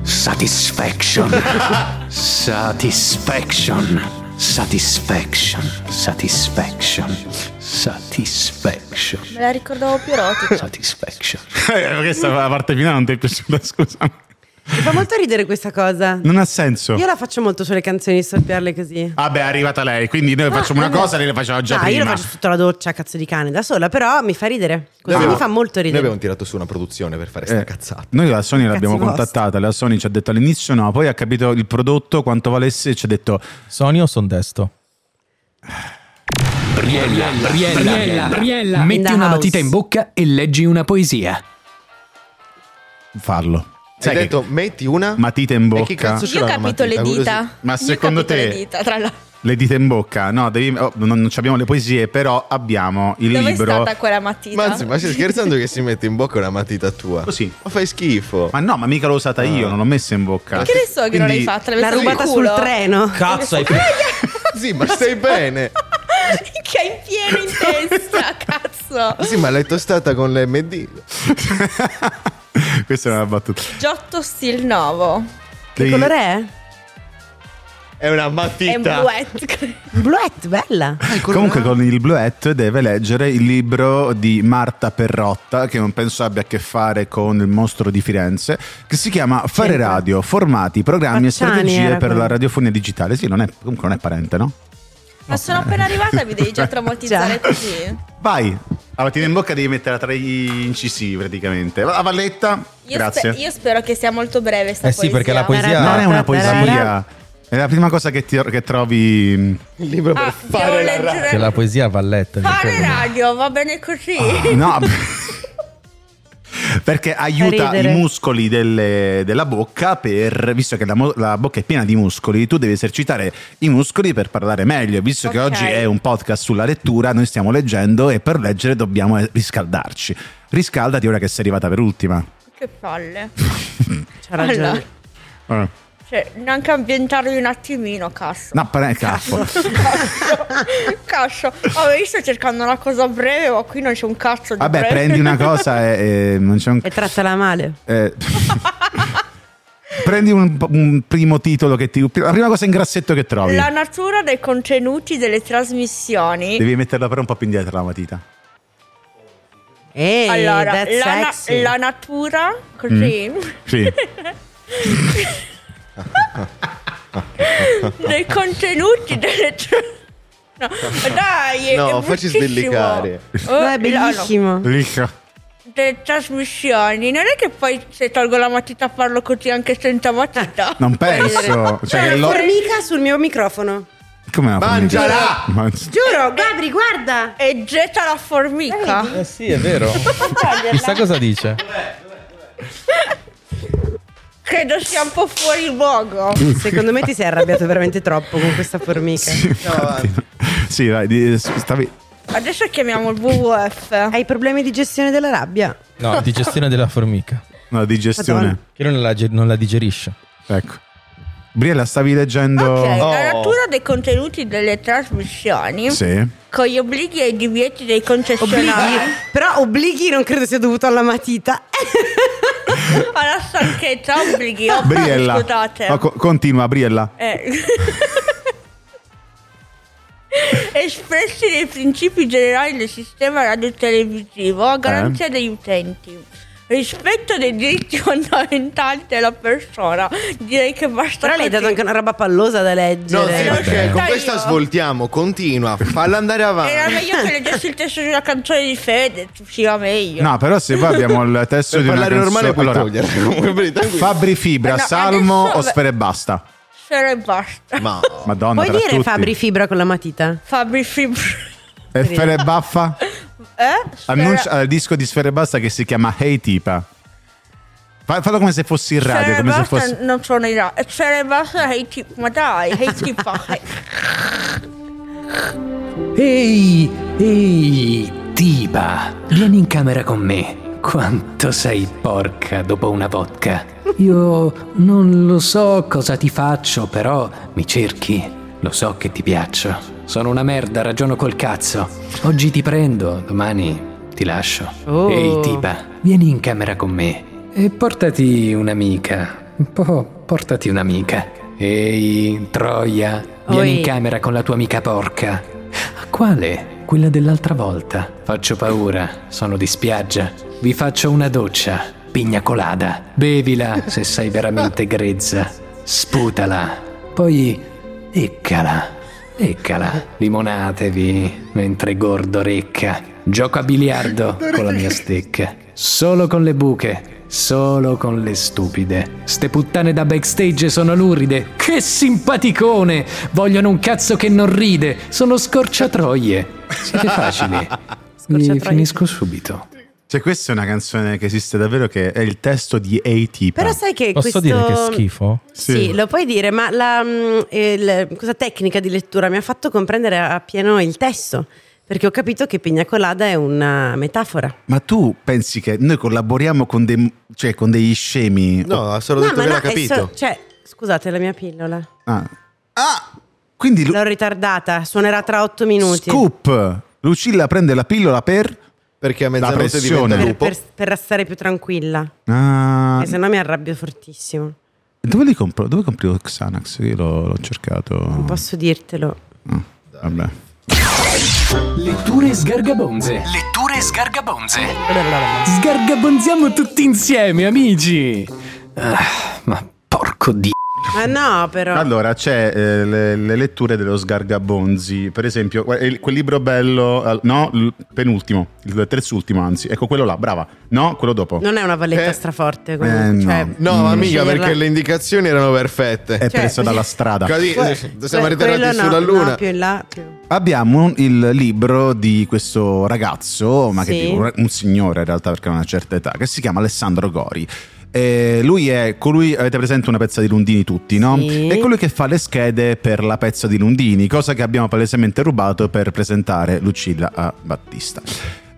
Speaker 5: satisfaction. Satisfaction. Satisfaction. Satisfaction. Satisfaction.
Speaker 9: Me la ricordavo più erotica.
Speaker 5: Satisfaction.
Speaker 7: Eh, Questa la parte finale non ti è piaciuta, <laughs> scusa.
Speaker 2: Mi fa molto ridere questa cosa.
Speaker 7: Non ha senso.
Speaker 2: Io la faccio molto sulle canzoni, storpiarle così.
Speaker 7: Vabbè, è arrivata lei, quindi noi facciamo una cosa, lei la faceva Ah, già
Speaker 2: no,
Speaker 7: prima.
Speaker 2: io lo faccio sotto la doccia, cazzo di cane, da sola, però mi fa ridere. Così
Speaker 3: abbiamo-
Speaker 2: mi fa molto
Speaker 3: Noi
Speaker 2: ridere.
Speaker 3: abbiamo tirato su una produzione per fare
Speaker 7: Eh,
Speaker 3: sta cazzata.
Speaker 7: Noi la Sony l'abbiamo
Speaker 2: vostri.
Speaker 7: contattata, la Sony ci ha detto all'inizio no, poi ha capito il prodotto, quanto valesse e ci ha detto
Speaker 1: Sony o son desto?
Speaker 5: Briella, Briella, Briella,
Speaker 2: In
Speaker 5: Metti
Speaker 2: the
Speaker 5: una
Speaker 2: house.
Speaker 5: matita in bocca e leggi una poesia.
Speaker 7: farlo. Sai
Speaker 3: Hai
Speaker 7: che-
Speaker 3: detto metti una
Speaker 7: matita in
Speaker 3: E
Speaker 7: bocca.
Speaker 3: chi cazzo ce
Speaker 9: Io ho
Speaker 3: l'ha la
Speaker 9: capito le
Speaker 3: matita? Quello sì.
Speaker 9: dita.
Speaker 7: <laughs> Ma
Speaker 9: Io ho
Speaker 7: secondo
Speaker 9: capito
Speaker 7: te-
Speaker 9: le dita, tra l'altro.
Speaker 7: Le dita in bocca, no, devi- oh, non, non abbiamo le poesie, però abbiamo il
Speaker 9: Dove
Speaker 7: libro.
Speaker 9: è stata quella mattina?
Speaker 3: Ma anzi, ma stai scherzando che si mette in bocca una matita tua?
Speaker 7: Così.
Speaker 3: Ma fai schifo.
Speaker 7: Ma no, ma mica l'ho usata io, non l'ho messa in bocca.
Speaker 9: Che ne so che non l'hai
Speaker 7: Quindi-
Speaker 9: fatta? L'hai
Speaker 2: L'ha
Speaker 9: messa nel
Speaker 2: rubata sul
Speaker 9: culo?
Speaker 2: treno.
Speaker 1: Cazzo, hai
Speaker 3: Sì, ma
Speaker 7: <laughs>
Speaker 3: stai bene.
Speaker 9: <laughs> che hai in pieno in
Speaker 7: <laughs>
Speaker 9: testa, cazzo.
Speaker 3: Sì, ma l'hai tostata con l'MD.
Speaker 7: <laughs> Questa era una battuta.
Speaker 9: Giotto Stilnovo.
Speaker 2: Che
Speaker 7: Devi-
Speaker 2: colore è?
Speaker 3: È una
Speaker 9: È un
Speaker 3: matita.
Speaker 9: bluette.
Speaker 7: <laughs>
Speaker 2: Bluette, bella.
Speaker 7: Comunque con il bluette deve leggere il libro di Marta Perrotta, che non penso abbia a che fare con il mostro di Firenze, che si chiama Fare
Speaker 2: Sempre.
Speaker 7: Radio, formati, programmi
Speaker 2: Facciani
Speaker 7: e strategie
Speaker 2: era
Speaker 7: per la
Speaker 2: quello.
Speaker 7: radiofonia digitale. Sì, non è, comunque non è parente, no?
Speaker 9: Ma sono appena arrivata e mi devi già traumatizzare così.
Speaker 7: Vai, la mattina in bocca devi metterla tra gli incisivi praticamente. La valletta,
Speaker 9: Io,
Speaker 7: grazie.
Speaker 9: spe- io spero che sia molto breve sta
Speaker 1: Eh sì, perché la
Speaker 9: poesia.
Speaker 1: poesia-
Speaker 7: No, non è una
Speaker 2: Tarara.
Speaker 7: poesia. È la prima cosa che, ti- che trovi. mm,
Speaker 3: Il libro per
Speaker 9: Ah, devo
Speaker 3: fare la ra-
Speaker 9: leggere
Speaker 1: Che la poesia va letta.
Speaker 9: Fare radio, va bene così.
Speaker 7: Ah, No. Perché aiuta
Speaker 2: ridere.
Speaker 7: i muscoli delle- della bocca per, visto che la, mo- la bocca è piena di muscoli, tu devi esercitare i muscoli per parlare meglio. Visto che
Speaker 9: Ok.
Speaker 7: oggi è un podcast sulla lettura, noi stiamo leggendo e per leggere dobbiamo eh, riscaldarci. Riscaldati ora che sei arrivata per ultima.
Speaker 9: Che palle.
Speaker 2: C'ha ragione.
Speaker 9: Allora. Cioè, neanche ambientarli un attimino, cazzo.
Speaker 7: No, però cazzo.
Speaker 9: Cazzo. Vabbè, io sto cercando una cosa breve, ma qui non c'è un cazzo di
Speaker 7: Vabbè,
Speaker 9: breve.
Speaker 7: prendi una cosa e, e non c'è un
Speaker 2: E trattala male.
Speaker 7: Eh, <laughs> prendi un, un primo titolo che ti. La prima cosa in grassetto che trovi.
Speaker 9: La natura dei contenuti delle trasmissioni.
Speaker 7: Devi metterla però un po' più indietro la matita.
Speaker 2: Ehi,
Speaker 9: allora,
Speaker 2: that's
Speaker 9: la, na-
Speaker 2: sexy.
Speaker 9: la natura, così,
Speaker 7: Sì.
Speaker 9: <laughs> dei contenuti delle tra- No, dai, è-
Speaker 3: No,
Speaker 9: è
Speaker 3: facci
Speaker 9: bruttissimo.
Speaker 3: sbellicare.
Speaker 9: Oh,
Speaker 2: No, è
Speaker 9: no,
Speaker 2: bellissimo.
Speaker 7: Ricca.
Speaker 9: no, delle trasmissioni. Non è che poi se tolgo la matita parlo così anche senza matita.
Speaker 7: Eh, Non penso. Cioè, che
Speaker 2: <laughs>
Speaker 7: lo-
Speaker 2: Formica sul mio microfono.
Speaker 7: Come la
Speaker 3: Mangiala!
Speaker 7: formica? Man-
Speaker 2: Giuro, Gabri, guarda.
Speaker 9: E getta la formica.
Speaker 1: Eh sì, è
Speaker 2: <laughs>
Speaker 1: vero. Chissà cosa dice.
Speaker 9: Credo sia un po' fuori luogo.
Speaker 2: Secondo me ti sei arrabbiato veramente troppo con questa formica.
Speaker 7: Sì, vai. di- Stavi.
Speaker 9: Adesso chiamiamo il WWF.
Speaker 2: Hai problemi di gestione della rabbia? <laughs>
Speaker 1: No, digestione della formica.
Speaker 7: No, digestione.
Speaker 1: Che non la, ge- non la digerisce.
Speaker 7: Ecco. Briella, stavi leggendo.
Speaker 9: Ok, la
Speaker 3: Oh.
Speaker 9: natura dei contenuti delle trasmissioni
Speaker 7: Sì.
Speaker 9: con gli obblighi e i divieti dei
Speaker 2: Obblighi?
Speaker 9: concessionari
Speaker 2: Però obblighi non credo sia dovuto alla matita. Eh,
Speaker 9: alla stanchezza, obblighi, oh,
Speaker 7: <laughs> Briella.
Speaker 9: scusate.
Speaker 7: Oh, co- continua, Briella.
Speaker 9: Eh. <laughs> Espressi nei principi generali del sistema radiotelevisivo
Speaker 7: Eh.
Speaker 9: a garanzia degli utenti. Rispetto dei diritti <laughs> fondamentali della persona, direi che basta.
Speaker 2: Però lei ha dato
Speaker 9: così.
Speaker 2: anche una roba pallosa da
Speaker 3: No,
Speaker 2: leggere.
Speaker 3: sì,
Speaker 9: Vabbè.
Speaker 3: perché con
Speaker 9: Dai,
Speaker 3: questa
Speaker 9: io.
Speaker 3: svoltiamo, continua, falla andare
Speaker 9: Era
Speaker 3: avanti.
Speaker 9: meglio che leggessi il testo di una canzone di Fede, usciva meglio.
Speaker 7: No, però se poi abbiamo il testo
Speaker 3: Per
Speaker 7: di una
Speaker 3: parlare normale puoi
Speaker 7: canzone- allora,
Speaker 3: toglierla, comunque, per- tranquillo.
Speaker 7: Fabri Fibra,
Speaker 9: Eh no,
Speaker 7: Salmo
Speaker 9: adesso-
Speaker 7: o Sfere e Basta?
Speaker 9: Sera e basta.
Speaker 3: Ma
Speaker 7: Madonna,
Speaker 2: Puoi
Speaker 7: tra
Speaker 2: dire
Speaker 7: tutti.
Speaker 2: Fabri Fibra con la matita?
Speaker 9: Fabri Fibra.
Speaker 7: E Sfere e Baffa?
Speaker 9: Eh? Sfera-
Speaker 7: Annuncia il disco di Sfere e Basta che si chiama Hey Tipa. Fa- Fallo come se fossi in
Speaker 9: Sfera
Speaker 7: radio,
Speaker 9: e
Speaker 7: come se
Speaker 9: basta
Speaker 7: fossi...
Speaker 9: non sono in radio. Sfera e basta è tipo, ma dai, è
Speaker 7: <laughs>
Speaker 9: tipo.
Speaker 5: Ehi, ehi, tipa, vieni in camera con me. Quanto sei porca dopo una vodka. Io non lo so cosa ti faccio, però mi cerchi. Lo so che ti piaccio. Sono una merda, ragiono col cazzo. Oggi ti prendo, domani ti lascio.
Speaker 2: Oh.
Speaker 5: Ehi, tipa, vieni in camera con me. E portati un'amica. Un po', portati un'amica. Ehi, Troia, vieni
Speaker 2: Oi.
Speaker 5: in camera con la tua amica porca. "Ah, Quale? Quella dell'altra volta. Faccio paura, sono di spiaggia. Vi faccio una doccia, pigna colada. Bevila se sei veramente grezza. Sputala. Poi eccala. Eccala. Limonatevi mentre gordo recca. Gioco a biliardo con la mia stecca. Solo con le buche. Solo con le stupide. Ste puttane da backstage sono luride. Che simpaticone! Vogliono un cazzo che non ride. Sono scorciatroie. Siete facili. Vi
Speaker 2: Scorciatroie.
Speaker 5: finisco subito.
Speaker 7: Cioè, questa è una canzone che esiste davvero, che è il testo di A-Tip.
Speaker 2: Però sai che
Speaker 1: Ah. Posso
Speaker 2: questo...
Speaker 1: dire che è schifo?
Speaker 2: Sì,
Speaker 7: Sì.
Speaker 2: lo puoi dire, ma la mm, eh, la- cosa tecnica di lettura mi ha fatto comprendere appieno il testo, perché ho capito che pigna colada è una metafora.
Speaker 7: Ma tu pensi che noi collaboriamo con, dei, cioè, con degli scemi?
Speaker 3: No, ha solo detto che l'ha
Speaker 2: è
Speaker 3: capito.
Speaker 2: so- cioè, scusate la mia pillola.
Speaker 7: Ah. Ah, Quindi Lu-
Speaker 2: L'ho ritardata, suonerà tra otto minuti.
Speaker 7: Scoop! Lucilla prende la pillola per.
Speaker 3: Perché a
Speaker 7: La
Speaker 3: mezzanotte diventa
Speaker 7: pressione.
Speaker 2: per,
Speaker 3: lupo.
Speaker 2: per- per stare più tranquilla,
Speaker 7: Ah,
Speaker 2: Eh, se no mi arrabbio fortissimo.
Speaker 7: dove li compro? Dove compri lo Xanax? Io l'ho, l'ho cercato.
Speaker 2: Non posso dirtelo.
Speaker 7: Vabbè.
Speaker 5: Letture sgargabonze. Letture sgargabonze. Sgargabonziamo tutti insieme, amici. Ah, ma porco di.
Speaker 2: Ma no, però.
Speaker 7: Allora, c'è eh, le, le letture dello Sgargabonzi, per esempio, que- il- quel libro bello, al- no, il penultimo, il terzultimo anzi, ecco quello là, brava, no, quello dopo.
Speaker 2: Non è una valletta
Speaker 3: Eh,
Speaker 2: straforte.
Speaker 7: eh,
Speaker 2: Comunque.
Speaker 7: no.
Speaker 2: cioè,
Speaker 3: No, ma
Speaker 2: mm.
Speaker 3: mica
Speaker 2: sceglierla-
Speaker 3: perché le indicazioni erano perfette.
Speaker 7: È
Speaker 2: cioè, <laughs>
Speaker 7: presa dalla strada.
Speaker 3: Così,
Speaker 2: Que-
Speaker 3: eh, siamo
Speaker 2: que-
Speaker 3: ritornati
Speaker 2: quello no,
Speaker 3: sulla luna.
Speaker 2: no, più in là, più-
Speaker 7: Abbiamo un- il libro di questo ragazzo, ma che
Speaker 2: Sì.
Speaker 7: dico, un- un signore in realtà perché ha una certa età, che si chiama Alessandro Gori. Eh, lui è colui, avete presente una pezza di Lundini tutti, no?
Speaker 2: Sì.
Speaker 7: È colui che fa le schede per la pezza di Lundini, cosa che abbiamo palesemente rubato per presentare Lucilla a Battista.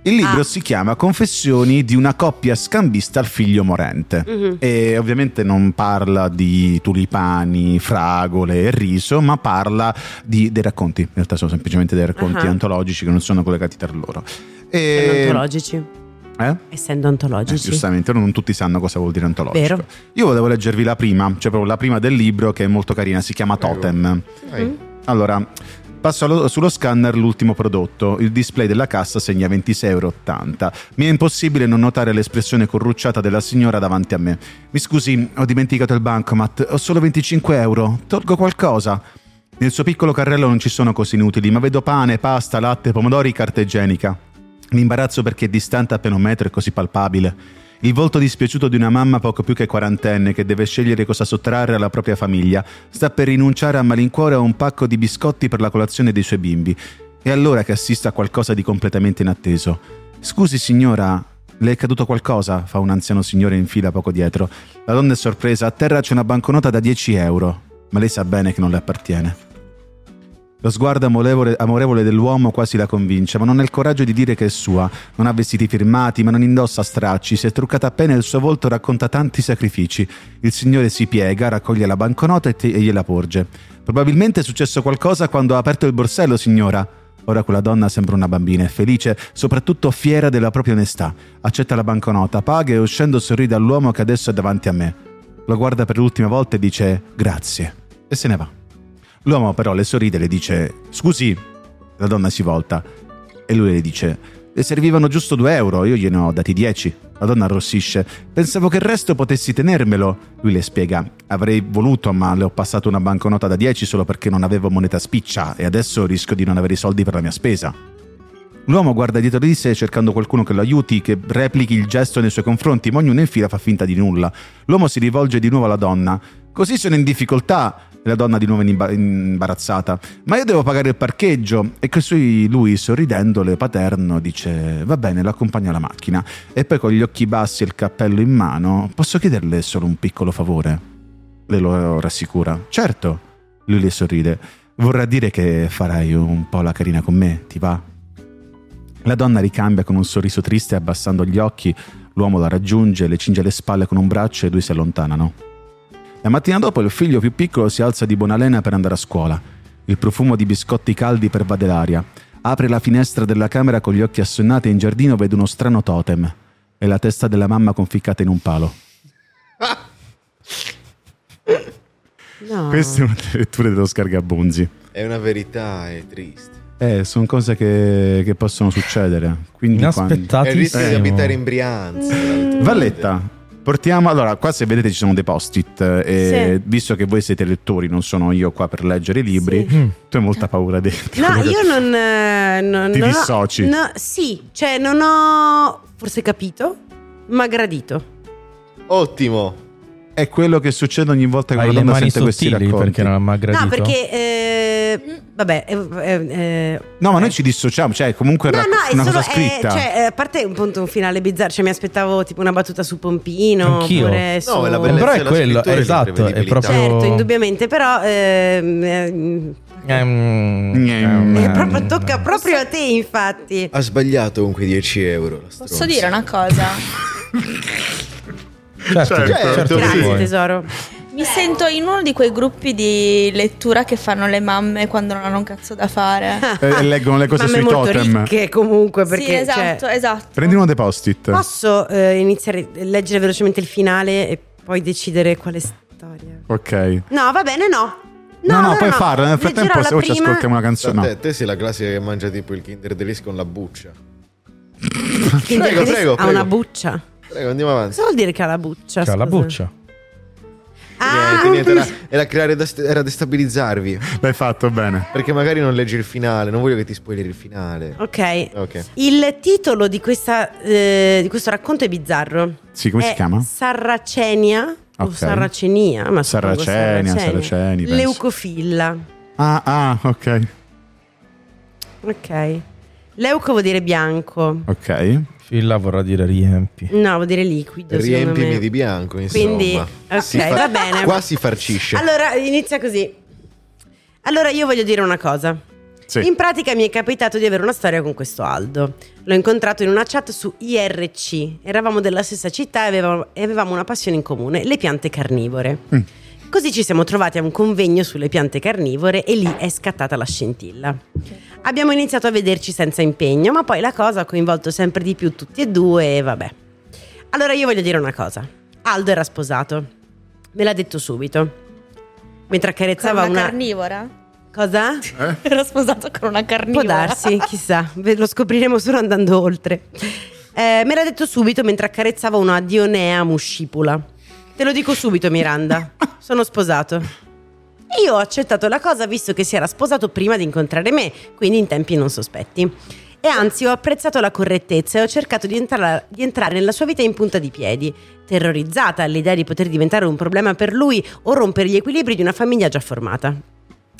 Speaker 7: Il libro
Speaker 2: Ah.
Speaker 7: si chiama Confessioni di una coppia scambista al figlio morente.
Speaker 2: Mhm.
Speaker 7: E ovviamente non parla di tulipani, fragole e riso, ma parla di- dei racconti. In realtà sono semplicemente dei racconti
Speaker 2: Ah.
Speaker 7: antologici che non sono collegati tra loro.
Speaker 2: Essendo
Speaker 7: E...
Speaker 2: antologici.
Speaker 7: Eh?
Speaker 2: Essendo
Speaker 7: Eh,
Speaker 2: antologici.
Speaker 7: giustamente, non tutti sanno cosa vuol dire antologico.
Speaker 2: Vero.
Speaker 7: Io volevo leggervi la prima, cioè proprio la prima del libro che è molto carina, si chiama
Speaker 3: Prego.
Speaker 7: Totem.
Speaker 3: Dai.
Speaker 7: Allora, passo allo- sullo scanner l'ultimo prodotto. Il display della cassa segna 26,80 euro. Mi è impossibile non notare l'espressione corrucciata della signora davanti a me. Mi scusi, ho dimenticato il bancomat. Ho solo 25 euro. Tolgo qualcosa. Nel suo piccolo carrello non ci sono cose inutili, ma vedo pane, pasta, latte, pomodori, carta igienica. L'imbarazzo perché è distante appena un metro è così palpabile. Il volto dispiaciuto di una mamma poco più che quarantenne che deve scegliere cosa sottrarre alla propria famiglia. Sta per rinunciare a malincuore a un pacco di biscotti per la colazione dei suoi bimbi. È allora che assista a qualcosa di completamente inatteso. Scusi signora, le è caduto qualcosa? fa un anziano signore in fila poco dietro. La donna è sorpresa, a terra c'è una banconota da 10 euro, ma lei sa bene che non le appartiene. Lo sguardo amorevole, amorevole dell'uomo quasi la convince, ma non ha il coraggio di dire che è sua. Non ha vestiti firmati, ma non indossa stracci. Si è truccata appena e il suo volto racconta tanti sacrifici. Il signore si piega, raccoglie la banconota e, te- e gliela porge. Probabilmente è successo qualcosa quando ha aperto il borsello, signora. Ora quella donna sembra una bambina, è felice, soprattutto fiera della propria onestà. Accetta la banconota, paga e uscendo sorride all'uomo che adesso è davanti a me. Lo guarda per l'ultima volta e dice grazie. E se ne va. L'uomo però le sorride e le dice scusi. La donna si volta e lui le dice le servivano giusto 2 euro, io gliene ho dati 10. La donna arrossisce. Pensavo che il resto potessi tenermelo. Lui le spiega. Avrei voluto, ma le ho passato una banconota da 10 solo perché non avevo moneta spiccia e adesso rischio di non avere i soldi per la mia spesa. L'uomo guarda dietro di sé cercando qualcuno che lo aiuti, che replichi il gesto nei suoi confronti, ma ognuno in fila fa finta di nulla. L'uomo si rivolge di nuovo alla donna. Così sono in difficoltà. E la donna di nuovo in imba- imbarazzata. Ma io devo pagare il parcheggio. E così lui, sorridendole, paterno, dice: Va bene, l'accompagno alla macchina. E poi con gli occhi bassi e il cappello in mano, posso chiederle solo un piccolo favore? Le lo rassicura. Certo. Lui le sorride. Vorrà dire che farai un po' la carina con me, ti va? La donna ricambia con un sorriso triste abbassando gli occhi, l'uomo la raggiunge, le cinge le spalle con un braccio e i due si allontanano. La mattina dopo il figlio più piccolo si alza di buona lena per andare a scuola. Il profumo di biscotti caldi pervade l'aria. Apre la finestra della camera con gli occhi assonnati e in giardino vede uno strano totem. È la testa della mamma conficcata in un palo.
Speaker 2: No.
Speaker 7: Questa è una delle letture dello scargabonzi.
Speaker 3: È una verità, è triste.
Speaker 7: Eh, sono cose che, che possono succedere. Quindi
Speaker 3: È
Speaker 7: quando-
Speaker 3: il rischio Eh, di
Speaker 1: Inaspettatissimo.
Speaker 3: abitare in Brianza. veramente.
Speaker 7: Valletta, portiamo. Allora, qua se vedete ci sono dei post-it. eh,
Speaker 2: Sì.
Speaker 7: Visto che voi siete lettori, non sono io qua per leggere i libri.
Speaker 2: Sì.
Speaker 1: Mm.
Speaker 7: Tu hai molta paura di. di
Speaker 2: No,
Speaker 7: quello che-
Speaker 2: io non, eh, non-
Speaker 7: Ti
Speaker 2: non ho-
Speaker 7: dissoci.
Speaker 2: no, sì, cioè non ho forse capito, ma gradito.
Speaker 3: Ottimo.
Speaker 7: È quello che succede ogni volta che
Speaker 1: Hai
Speaker 7: una
Speaker 1: le
Speaker 7: donna
Speaker 1: mani
Speaker 7: sente questi
Speaker 1: sottili
Speaker 7: racconti.
Speaker 1: perché non ha mai gradito.
Speaker 2: No, perché eh, vabbè, eh, eh, eh,
Speaker 7: No, ma noi ci dissociamo, cioè comunque è
Speaker 2: No,
Speaker 7: racco-
Speaker 2: no, è
Speaker 7: una
Speaker 2: solo
Speaker 7: cosa scritta.
Speaker 2: È, cioè, eh, a parte un punto un finale bizzarro, cioè mi aspettavo tipo una battuta su Pompino,
Speaker 1: Anch'io.
Speaker 2: oppure
Speaker 1: No,
Speaker 2: su-
Speaker 3: è la bellezza
Speaker 1: Però è
Speaker 3: dello
Speaker 1: quello,
Speaker 3: scrittore,
Speaker 1: esatto, è
Speaker 3: l'imprevedibilità.
Speaker 1: proprio...
Speaker 2: Certo, indubbiamente, però ehm, ehm,
Speaker 1: Ehm,
Speaker 7: Ehm,
Speaker 2: eh,
Speaker 1: ehm,
Speaker 2: proprio- tocca proprio a te,
Speaker 7: Ah,
Speaker 2: infatti.
Speaker 3: Ha sbagliato con quei 10 euro. La
Speaker 9: Posso dire una cosa?
Speaker 1: Certo,
Speaker 7: Certo,
Speaker 1: certo che
Speaker 2: Grazie,
Speaker 1: vuoi.
Speaker 2: tesoro.
Speaker 9: Mi sento in uno di quei gruppi di lettura che fanno le mamme quando non hanno un cazzo da fare.
Speaker 7: Eh, leggono le cose
Speaker 2: Mamme
Speaker 7: sui
Speaker 2: molto
Speaker 7: totem.
Speaker 2: ricche comunque Ah, perché
Speaker 9: sì, esatto,
Speaker 2: cioè,
Speaker 9: esatto.
Speaker 7: Prendi uno dei post-it.
Speaker 2: posso eh, iniziare a leggere velocemente il finale e poi decidere quale storia.
Speaker 7: Ok.
Speaker 2: No, va bene, no.
Speaker 7: No, no,
Speaker 2: allora
Speaker 7: puoi farlo. Nel frattempo,
Speaker 2: Leggerò
Speaker 7: se
Speaker 2: la
Speaker 7: vuoi, ci
Speaker 2: prima-
Speaker 7: ascoltiamo una
Speaker 3: Te,
Speaker 7: canzone. No.
Speaker 3: Cioè, te sei la classica che mangia tipo il Kinder Delice con la buccia.
Speaker 2: Kinder
Speaker 3: Prego,
Speaker 2: Delice
Speaker 3: prego,
Speaker 2: ha
Speaker 3: prego.
Speaker 2: una buccia.
Speaker 3: Prego, andiamo avanti.
Speaker 2: Cosa vuol dire che ha la buccia?
Speaker 1: C'ha la
Speaker 2: scusa?
Speaker 1: buccia.
Speaker 2: Ah,
Speaker 3: Niente, niente, era, era creare da- era destabilizzarvi.
Speaker 7: L'hai fatto bene.
Speaker 3: Perché magari non leggi il finale. Non voglio che ti spoileri il finale.
Speaker 2: ok.
Speaker 3: Ok.
Speaker 2: Il titolo di, questa, eh, di questo racconto è bizzarro.
Speaker 7: Sì, come
Speaker 2: È
Speaker 7: si chiama?
Speaker 2: Sarracenia o
Speaker 7: Ok.
Speaker 2: Sarracenia? Ma suppongo
Speaker 7: Sarracenia, Sarraceni, penso.
Speaker 2: Leucofilla.
Speaker 7: Ah, ah, ok.
Speaker 2: Ok. Leuco vuol dire bianco.
Speaker 7: Ok.
Speaker 1: Filla vorrà dire riempi.
Speaker 2: No, vuol dire liquido. secondo
Speaker 3: Riempimi
Speaker 2: me.
Speaker 3: di bianco, insomma.
Speaker 2: Quindi, ok,
Speaker 3: Si fa-
Speaker 2: va bene.
Speaker 3: Qua si farcisce.
Speaker 2: Allora, inizia così. Allora, io voglio dire una cosa.
Speaker 7: Sì.
Speaker 2: In pratica mi è capitato di avere una storia con questo Aldo. L'ho incontrato in una chat su IRC. Eravamo della stessa città e avevamo, e avevamo una passione in comune, le piante carnivore.
Speaker 7: Mm.
Speaker 2: Così ci siamo trovati a un convegno sulle piante carnivore e lì è scattata la scintilla. Abbiamo iniziato a vederci senza impegno, ma poi la cosa ha coinvolto sempre di più tutti e due e vabbè. Allora io voglio dire una cosa. Aldo era sposato. Me l'ha detto subito. Mentre
Speaker 9: Con
Speaker 2: accarezzava
Speaker 9: una,
Speaker 2: una...
Speaker 9: carnivora? <laughs>
Speaker 2: cosa?
Speaker 9: Ero sposato con una
Speaker 2: Può
Speaker 9: carnivora.
Speaker 2: darsi, chissà, ve lo scopriremo solo andando oltre. Eh, me l'ha detto subito mentre accarezzava una Dionea muscipola. Te lo dico subito, Miranda. Sono sposato. E io ho accettato la cosa visto che si era sposato prima di incontrare me, quindi in tempi non sospetti. E anzi, ho apprezzato la correttezza e ho cercato di, entrare- di entrare nella sua vita in punta di piedi, terrorizzata all'idea di poter diventare un problema per lui o rompere gli equilibri di una famiglia già formata.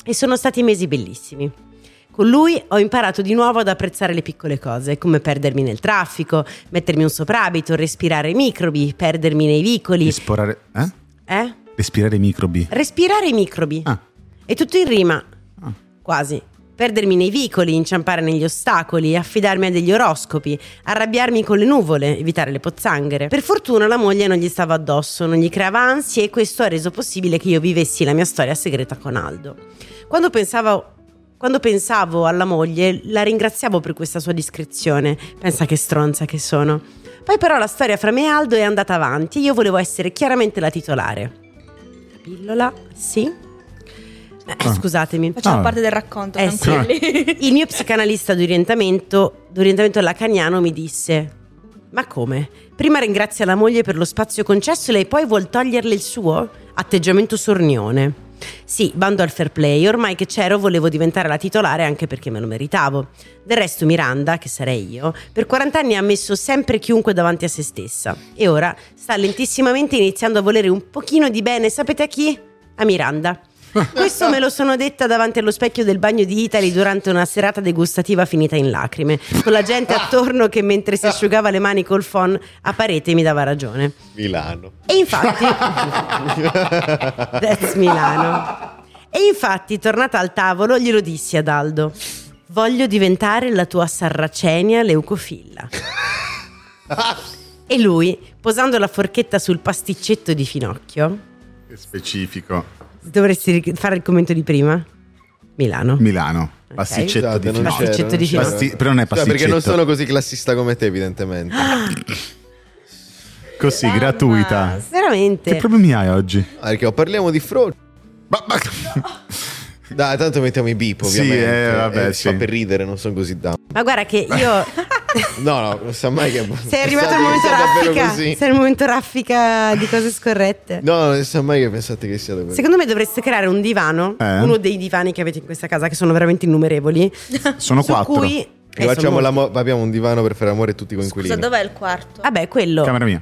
Speaker 2: E sono stati mesi bellissimi. Con lui ho imparato di nuovo ad apprezzare le piccole cose, come perdermi nel traffico, mettermi un soprabito, respirare i microbi, perdermi nei vicoli.
Speaker 7: Respirare, eh?
Speaker 2: Eh?
Speaker 7: Respirare i microbi.
Speaker 2: Respirare i microbi.
Speaker 7: Ah.
Speaker 2: E tutto in rima.
Speaker 7: Ah.
Speaker 2: Quasi. Perdermi nei vicoli, inciampare negli ostacoli, affidarmi a degli oroscopi, arrabbiarmi con le nuvole, evitare le pozzanghere. Per fortuna la moglie non gli stava addosso, non gli creava ansie e questo ha reso possibile che io vivessi la mia storia segreta con Aldo. Quando pensavo, quando pensavo alla moglie, la ringraziavo per questa sua discrezione. Pensa che stronza che sono. Poi però la storia fra me e Aldo è andata avanti e io volevo essere chiaramente la titolare. La pillola, sì. Eh,
Speaker 7: Ah.
Speaker 2: Scusatemi.
Speaker 9: Facciamo
Speaker 7: Ah.
Speaker 9: parte del racconto,
Speaker 2: Eh,
Speaker 9: tranquilli.
Speaker 2: Il mio psicanalista di orientamento, d'orientamento lacaniano mi disse: Ma come? Prima ringrazia la moglie per lo spazio concesso e lei poi vuol toglierle il suo? Atteggiamento sornione. Sì, bando al fair play, ormai che c'ero volevo diventare la titolare anche perché me lo meritavo. Del resto Miranda, che sarei io, per 40 anni ha messo sempre chiunque davanti a se stessa e ora sta lentissimamente iniziando a volere un pochino di bene, sapete a chi? A Miranda. Questo me lo sono detta davanti allo specchio del bagno di Italy durante una serata degustativa finita in lacrime, con la gente attorno che mentre si asciugava le mani col phon a parete mi dava ragione.
Speaker 3: Milano.
Speaker 2: E infatti, that's Milano. E infatti, tornata al tavolo, glielo dissi ad Aldo: Voglio diventare la tua sarracenia leucofilla. e lui, posando la forchetta sul pasticcetto di finocchio,
Speaker 7: Specifico.
Speaker 2: dovresti ri- fare il commento di prima. Milano.
Speaker 7: Milano. Pasticcetto
Speaker 3: Esatto,
Speaker 7: di
Speaker 3: non
Speaker 7: Finocchio.
Speaker 3: c'era,
Speaker 2: Pasticcetto di
Speaker 3: c'era.
Speaker 2: Finocchio.
Speaker 7: Pasti- però non
Speaker 3: Cioè,
Speaker 7: è
Speaker 3: perché non
Speaker 7: pasticcetto.
Speaker 3: sono così classista come te, evidentemente.
Speaker 2: Ah.
Speaker 7: Così, gratuita.
Speaker 2: Veramente.
Speaker 7: Che problemi hai oggi?
Speaker 3: Ah, Perché parliamo di frode.
Speaker 7: Ma- ma-
Speaker 3: Dai, tanto mettiamo i beep,
Speaker 7: Sì,
Speaker 3: ovviamente.
Speaker 7: eh, vabbè,
Speaker 3: Eh,
Speaker 7: sì.
Speaker 3: Fa per ridere, non sono così down.
Speaker 2: Ma guarda che
Speaker 3: <laughs>
Speaker 2: io...
Speaker 3: No, no, non sa mai che.
Speaker 2: Sei arrivato
Speaker 3: pensate
Speaker 2: al momento
Speaker 3: che sia davvero
Speaker 2: raffica.
Speaker 3: così.
Speaker 2: Sei al momento raffica di cose scorrette.
Speaker 3: No, non sa mai che pensate che sia davvero.
Speaker 2: Secondo me dovreste creare un divano,
Speaker 7: Eh?
Speaker 2: uno dei divani che avete in questa casa, che sono veramente innumerevoli.
Speaker 7: Sono
Speaker 2: su
Speaker 7: quattro.
Speaker 2: Cui... eh,
Speaker 3: E facciamo
Speaker 2: sono molti.
Speaker 3: l'amo- abbiamo un divano per fare amore tutti
Speaker 9: Scusa,
Speaker 3: coinquilini.
Speaker 9: dov'è il quarto?
Speaker 2: Vabbè, quello.
Speaker 7: Camera mia.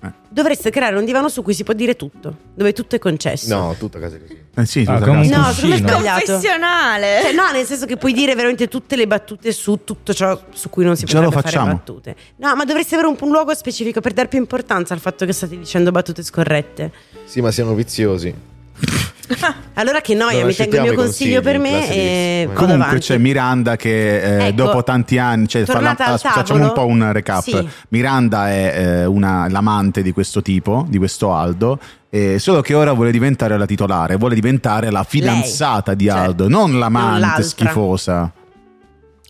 Speaker 7: Eh,
Speaker 2: Dovreste creare un divano su cui si può dire tutto, dove tutto è concesso.
Speaker 3: No, tutto case così.
Speaker 7: Eh sì,
Speaker 1: Ah,
Speaker 7: tutta
Speaker 1: comunque-
Speaker 7: casa.
Speaker 2: No, secondo me è
Speaker 1: Cuscino.
Speaker 2: sbagliato.
Speaker 9: Confessionale!
Speaker 2: Cioè, no, nel senso che puoi dire veramente tutte le battute su tutto ciò su cui non si
Speaker 7: Ce lo
Speaker 2: potrebbe fare
Speaker 7: facciamo.
Speaker 2: battute. No, ma dovreste avere un, un luogo specifico per dar più importanza al fatto che state dicendo battute scorrette.
Speaker 3: Sì, ma siamo viziosi.
Speaker 2: Allora che noia,
Speaker 3: No,
Speaker 2: mi tengo il mio
Speaker 3: accettiamo i
Speaker 2: consiglio
Speaker 3: consigli,
Speaker 2: per me
Speaker 3: classe
Speaker 2: e
Speaker 3: di-
Speaker 2: vado
Speaker 7: Comunque cioè,
Speaker 2: avanti.
Speaker 7: c'è Miranda che eh,
Speaker 2: Ecco,
Speaker 7: dopo tanti anni, cioè,
Speaker 2: tornata
Speaker 7: parla-
Speaker 2: al
Speaker 7: as- facciamo
Speaker 2: tavolo?
Speaker 7: un po' un recap.
Speaker 2: Sì.
Speaker 7: Miranda è eh, una- l'amante di questo tipo, di questo Aldo, eh, solo che ora vuole diventare la titolare, vuole diventare la fidanzata di
Speaker 2: certo.
Speaker 7: Aldo, non l'amante
Speaker 2: l'altra.
Speaker 7: schifosa.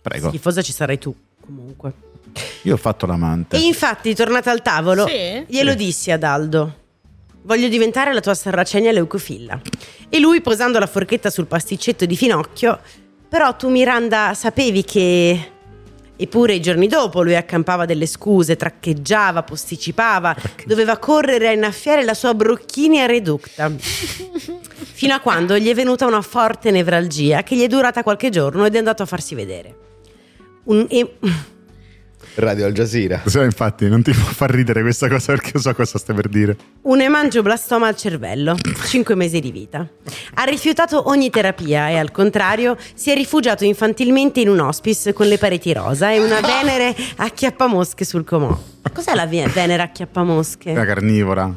Speaker 7: Prego,
Speaker 2: Schifosa ci sarai tu, comunque.
Speaker 7: io ho fatto l'amante.
Speaker 2: E infatti, tornata al tavolo,
Speaker 9: Sì?
Speaker 2: glielo dissi ad Aldo. Voglio diventare la tua sarracenia leucofilla. E lui, posando la forchetta sul pasticcetto di finocchio, però tu Miranda sapevi che... Eppure i giorni dopo lui accampava delle scuse, traccheggiava, posticipava, doveva correre a innaffiare la sua brocchinia reducta. Fino a quando gli è venuta una forte nevralgia che gli è durata qualche giorno ed è andato a farsi vedere. Un- e-
Speaker 3: Radio Al
Speaker 7: <laughs>
Speaker 3: Jazeera.
Speaker 7: Sì, infatti, non ti può far ridere questa cosa perché io so cosa stai per dire.
Speaker 2: Un emangioblastoma al cervello, 5 mesi di vita. Ha rifiutato ogni terapia e al contrario si è rifugiato infantilmente in un hospice con le pareti rosa e una venere acchiappamosche sul comò. Cos'è la ve- venere
Speaker 7: È una
Speaker 2: acchiappamosche?
Speaker 7: carnivora,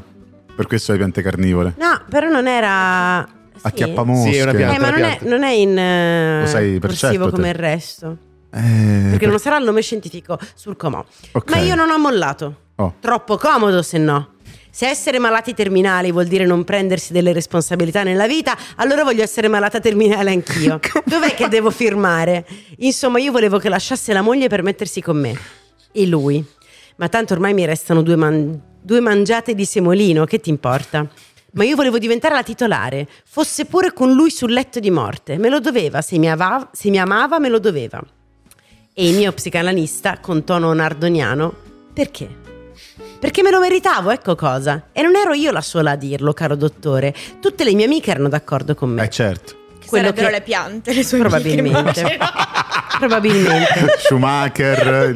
Speaker 7: per questo le piante carnivore.
Speaker 2: No, però non era... sì.
Speaker 7: Acchiappamosche.
Speaker 3: Sì, è una
Speaker 2: Eh,
Speaker 3: pianta.
Speaker 2: ma non è, non è in eh,
Speaker 7: Lo sai per
Speaker 2: corsivo
Speaker 7: certo te.
Speaker 2: come il resto.
Speaker 7: Eh,
Speaker 2: Perché
Speaker 7: per-
Speaker 2: non sarà il nome scientifico sul comò.
Speaker 7: ok.
Speaker 2: Ma io non ho mollato.
Speaker 7: Oh.
Speaker 2: Troppo comodo, se no. Se essere malati terminali vuol dire non prendersi delle responsabilità nella vita, allora voglio essere malata terminale
Speaker 7: <laughs>
Speaker 2: anch'io. Dov'è che devo firmare? Insomma, io volevo che lasciasse la moglie per mettersi con me. E lui. Ma tanto ormai mi restano due, man- due mangiate di semolino, che ti importa? Ma io volevo diventare la titolare, fosse pure con lui sul letto di morte. Me lo doveva, se mi, ava- se mi amava me lo doveva. E il mio psicanalista, con tono nardoniano, perché? Perché me lo meritavo, ecco cosa. E non ero io la sola a dirlo, caro dottore. Tutte le mie amiche erano d'accordo con <laughs> me.
Speaker 7: Eh, certo.
Speaker 9: Che
Speaker 2: quello
Speaker 9: sarebbero
Speaker 2: che-
Speaker 9: le piante, le sue
Speaker 2: Probabilmente.
Speaker 9: amiche,
Speaker 2: <laughs>
Speaker 9: immagino.
Speaker 2: Probabilmente.
Speaker 7: <laughs> Schumacher.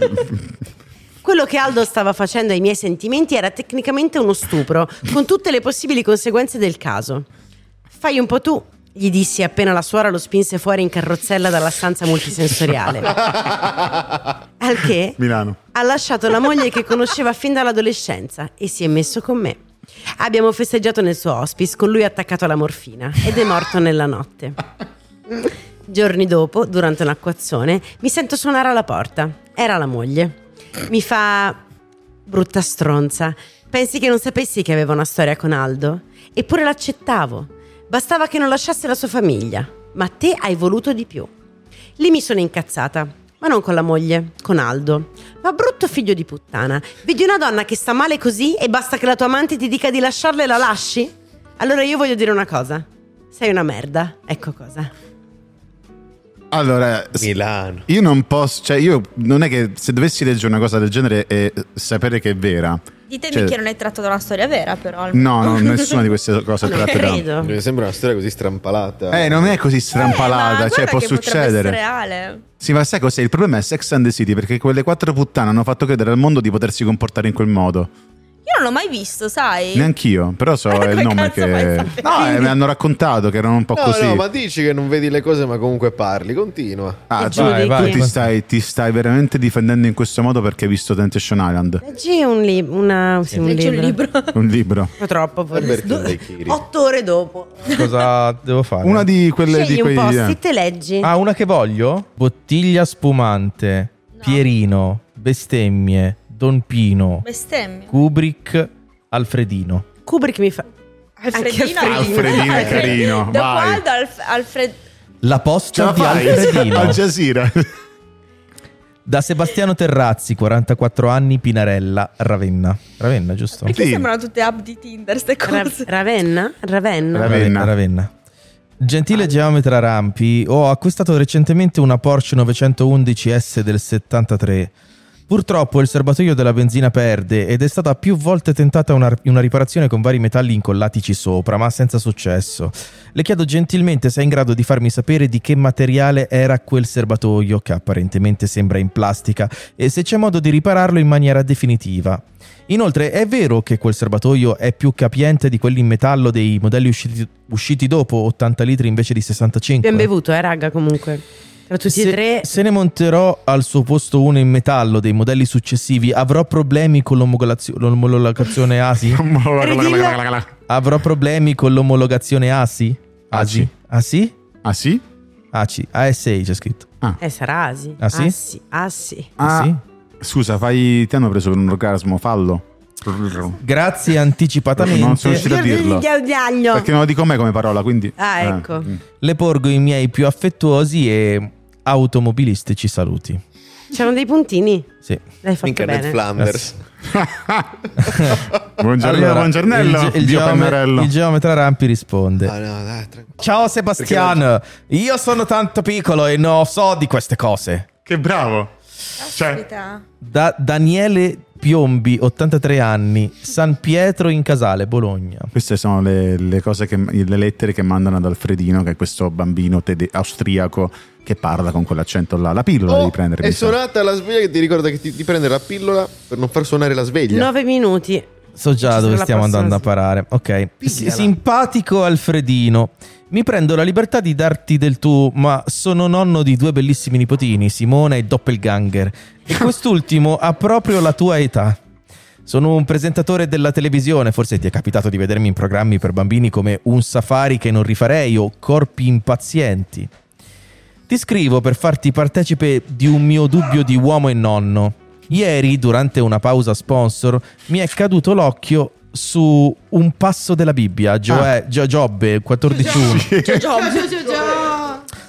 Speaker 2: Quello che Aldo stava facendo ai miei sentimenti era tecnicamente uno stupro, con tutte le possibili conseguenze del caso. Fai un po' tu, gli dissi appena la suora lo spinse fuori in carrozzella dalla stanza multisensoriale. Al che
Speaker 7: Milano.
Speaker 2: ha lasciato la moglie che conosceva fin dall'adolescenza e si è messo con me. Abbiamo festeggiato nel suo hospice, con lui attaccato alla morfina ed è morto nella notte. Giorni dopo, durante un acquazzone, mi sento suonare alla porta. Era la moglie. Mi fa. brutta stronza. Pensi che non sapessi che avevo una storia con Aldo? Eppure l'accettavo. Bastava che non lasciasse la sua famiglia. Ma te hai voluto di più. Lì mi sono incazzata, ma non con la moglie, con Aldo. Ma brutto figlio di puttana, vedi una donna che sta male così e basta che la tua amante ti dica di lasciarla e la lasci? Allora io voglio dire una cosa. Sei una merda, ecco cosa.
Speaker 7: Allora, s-
Speaker 3: Milano.
Speaker 7: io non posso, cioè io non è che se dovessi leggere una cosa del genere e sapere che è vera.
Speaker 9: Ditemi
Speaker 7: Cioè-
Speaker 9: che non è tratto da una storia vera, però. almeno.
Speaker 7: No, no, nessuna di queste cose è
Speaker 2: Non
Speaker 7: tratta da...
Speaker 2: credo.
Speaker 3: Mi sembra una storia così strampalata.
Speaker 7: Eh, non è così
Speaker 9: Eh, <laughs> ma
Speaker 7: strampalata,
Speaker 9: guarda
Speaker 7: cioè
Speaker 9: che
Speaker 7: può
Speaker 9: potrebbe
Speaker 7: succedere.
Speaker 9: essere reale.
Speaker 7: Sì, ma sai cos'è? Il problema è Sex and the City perché quelle quattro puttane hanno fatto credere al mondo di potersi comportare in quel modo.
Speaker 9: Io non l'ho mai visto, sai?
Speaker 7: Neanch'io,
Speaker 9: <laughs>
Speaker 7: però so
Speaker 9: Come
Speaker 7: il nome
Speaker 9: cazzo fai
Speaker 7: che...
Speaker 9: a
Speaker 7: No,
Speaker 9: sapere?
Speaker 7: eh, mi hanno raccontato che erano un po'
Speaker 3: No,
Speaker 7: così.
Speaker 3: no, ma dici che non vedi le cose, ma comunque parli. Continua.
Speaker 7: Ah,
Speaker 2: E
Speaker 7: tu-
Speaker 2: giudichi.
Speaker 7: tu ti stai, ti stai veramente difendendo in questo modo perché hai visto Temptation Island,
Speaker 2: Leggi un, li- una, sì, un
Speaker 9: Leggi
Speaker 2: libro.
Speaker 9: un libro. <laughs>
Speaker 7: un libro.
Speaker 2: Purtroppo.
Speaker 3: Alberto De Chiri.
Speaker 2: Otto ore dopo.
Speaker 1: Cosa devo fare?
Speaker 7: Una di quelle
Speaker 2: Scegli
Speaker 7: di
Speaker 2: un
Speaker 7: quei... eh.
Speaker 2: post-it e leggi.
Speaker 1: Ah, una che voglio? Bottiglia spumante, Pierino, bestemmie, Don Pino,
Speaker 9: Bestemmie.
Speaker 1: Kubrick, Alfredino.
Speaker 2: Kubrick mi fa...
Speaker 9: Alfredino,
Speaker 2: Alfredino.
Speaker 7: Alfredino è carino,
Speaker 9: Da
Speaker 7: vai.
Speaker 9: Alfred...
Speaker 1: La
Speaker 3: Ce
Speaker 1: posta
Speaker 3: la
Speaker 1: di
Speaker 3: fai? Al
Speaker 1: Alfredino. <laughs>
Speaker 3: Jazeera.
Speaker 1: Da Sebastiano Terrazzi, 44 anni, Pinarella, Ravenna. Ravenna, giusto?
Speaker 9: Perché
Speaker 3: Sì.
Speaker 9: sembrano tutte app di Tinder, ste
Speaker 2: Ra-
Speaker 9: cose?
Speaker 2: Ravenna? Ravenna?
Speaker 7: Ra- Ravenna.
Speaker 1: Ravenna. Gentile geometra Rampi, ho acquistato recentemente una Porsche 911 S del 73. Purtroppo il serbatoio della benzina perde ed è stata più volte tentata una, una riparazione con vari metalli incollatici sopra, ma senza successo. Le chiedo gentilmente se è in grado di farmi sapere di che materiale era quel serbatoio, che apparentemente sembra in plastica, e se c'è modo di ripararlo in maniera definitiva. Inoltre è vero che quel serbatoio è più capiente di quelli in metallo dei modelli usciti, usciti dopo 80 litri invece di 65?
Speaker 2: Abbiamo bevuto, eh, raga, comunque. Tra tutti
Speaker 1: se,
Speaker 2: e tre.
Speaker 1: se ne monterò al suo posto uno in metallo dei modelli successivi, avrò problemi con l'omologazio- l'omologazione
Speaker 7: <laughs>
Speaker 1: ASI? Avrò problemi con l'omologazione ASI?
Speaker 7: ASI.
Speaker 1: ASI?
Speaker 7: Ah sì?
Speaker 1: ASI? ASI c'è scritto.
Speaker 2: Eh, sarà Asi.
Speaker 1: Ah, sì?
Speaker 2: Assi, assi.
Speaker 7: Ah,
Speaker 1: Sì.
Speaker 7: Scusa, fai... ti hanno preso per un orgasmo, fallo.
Speaker 1: Grazie anticipatamente.
Speaker 7: Non sono riuscito a dirlo. Perché
Speaker 2: Perché...
Speaker 7: non lo dico a me come parola, quindi...
Speaker 2: Ah, ecco.
Speaker 7: mm. <laughs>
Speaker 1: Le porgo i miei più affettuosi e automobilistici saluti.
Speaker 2: C'erano dei puntini.
Speaker 1: Sì.
Speaker 2: L'hai fatto
Speaker 3: Minchia, Ned
Speaker 2: bene.
Speaker 3: Flanders.
Speaker 7: <laughs> Buongiorno,
Speaker 1: Allora,
Speaker 7: buongiornello.
Speaker 1: il, ge- il
Speaker 7: Dio
Speaker 1: geome-
Speaker 7: Pannarello.
Speaker 1: il geometra Rampi risponde.
Speaker 3: Ah, no, dai, tranquillo.
Speaker 1: Ciao Sebastiano, io sono tanto piccolo e non so di queste cose.
Speaker 7: Che bravo. Cioè,
Speaker 9: Caspita.
Speaker 1: Da Daniele Piombi, 83 anni, San Pietro in Casale, Bologna.
Speaker 7: queste sono le, le cose che, le lettere che mandano ad Alfredino, che è questo bambino tede- austriaco che parla con quell'accento là. La pillola
Speaker 3: Oh,
Speaker 7: devi prendere.
Speaker 3: è
Speaker 7: mi sa.
Speaker 3: suonata la sveglia che ti ricorda che ti, di prendere la pillola per non far suonare la sveglia.
Speaker 2: 9 minuti.
Speaker 1: So già
Speaker 2: Ci
Speaker 1: dove
Speaker 2: sarà
Speaker 1: stiamo
Speaker 2: la prossima
Speaker 1: andando a parare. Ok. S- Simpatico Alfredino. Mi prendo la libertà di darti del tu, ma sono nonno di due bellissimi nipotini, Simone e Doppelganger.
Speaker 2: <laughs>
Speaker 1: E quest'ultimo ha proprio la tua età. Sono un presentatore della televisione, forse ti è capitato di vedermi in programmi per bambini come Un safari che non rifarei o Corpi impazienti. Ti scrivo per farti partecipe di un mio dubbio di uomo e nonno. Ieri, durante una pausa sponsor, mi è caduto l'occhio su un passo della Bibbia, Gioè- Gio- Giobbe <laughs> 14.1.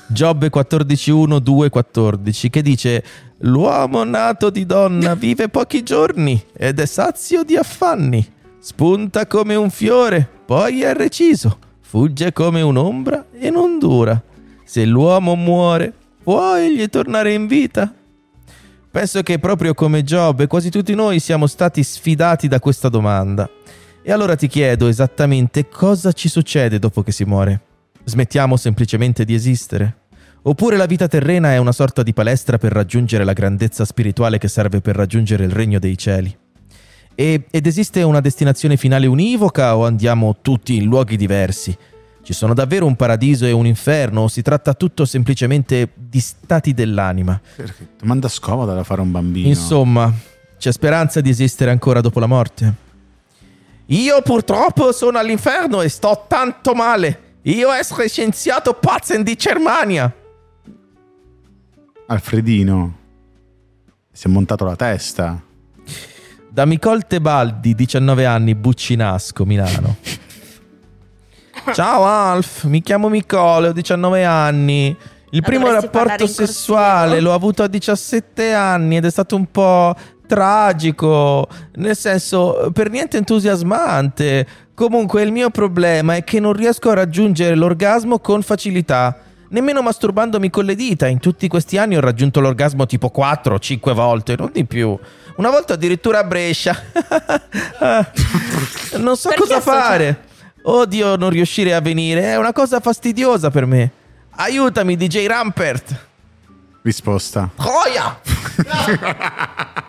Speaker 1: Giobbe 14.1, 2.14, che dice L'uomo nato di donna vive pochi giorni ed è sazio di affanni. Spunta come un fiore, poi è reciso. Fugge come un'ombra e non dura. Se l'uomo muore, può egli tornare in vita? Penso che proprio come Giobbe quasi tutti noi siamo stati sfidati da questa domanda. E allora ti chiedo esattamente cosa ci succede dopo che si muore? Smettiamo semplicemente di esistere? Oppure la vita terrena è una sorta di palestra per raggiungere la grandezza spirituale che serve per raggiungere il regno dei cieli? E- ed esiste una destinazione finale univoca o andiamo tutti in luoghi diversi? Ci sono davvero un paradiso e un inferno o si tratta tutto semplicemente di stati dell'anima?
Speaker 7: Perché Domanda scomoda da fare a un bambino.
Speaker 1: Insomma, c'è speranza di esistere ancora dopo la morte? Io purtroppo sono all'inferno e sto tanto male. Io essere scienziato pazzen di Germania.
Speaker 7: Alfredino. Si è montato la testa.
Speaker 1: Da Micol Tebaldi, 19 anni, Buccinasco, Milano. <laughs> Ciao Alf, mi chiamo Micole, ho 19 anni. Il primo
Speaker 9: Dovresti parlare
Speaker 1: rapporto
Speaker 9: in corsivo.
Speaker 1: sessuale l'ho avuto a 17 anni ed è stato un po' tragico, nel senso per niente entusiasmante. Comunque il mio problema è che non riesco a raggiungere l'orgasmo con facilità. Nemmeno masturbandomi con le dita, in tutti questi anni ho raggiunto l'orgasmo tipo 4 o 5 volte, non di più. Una volta addirittura a Brescia. <laughs> Ah. non so
Speaker 9: Perché
Speaker 1: cosa
Speaker 9: associa-
Speaker 1: fare. Odio non riuscire a venire, è una cosa fastidiosa per me. Aiutami DJ Rampert.
Speaker 7: Risposta.
Speaker 1: Troia!
Speaker 7: <laughs>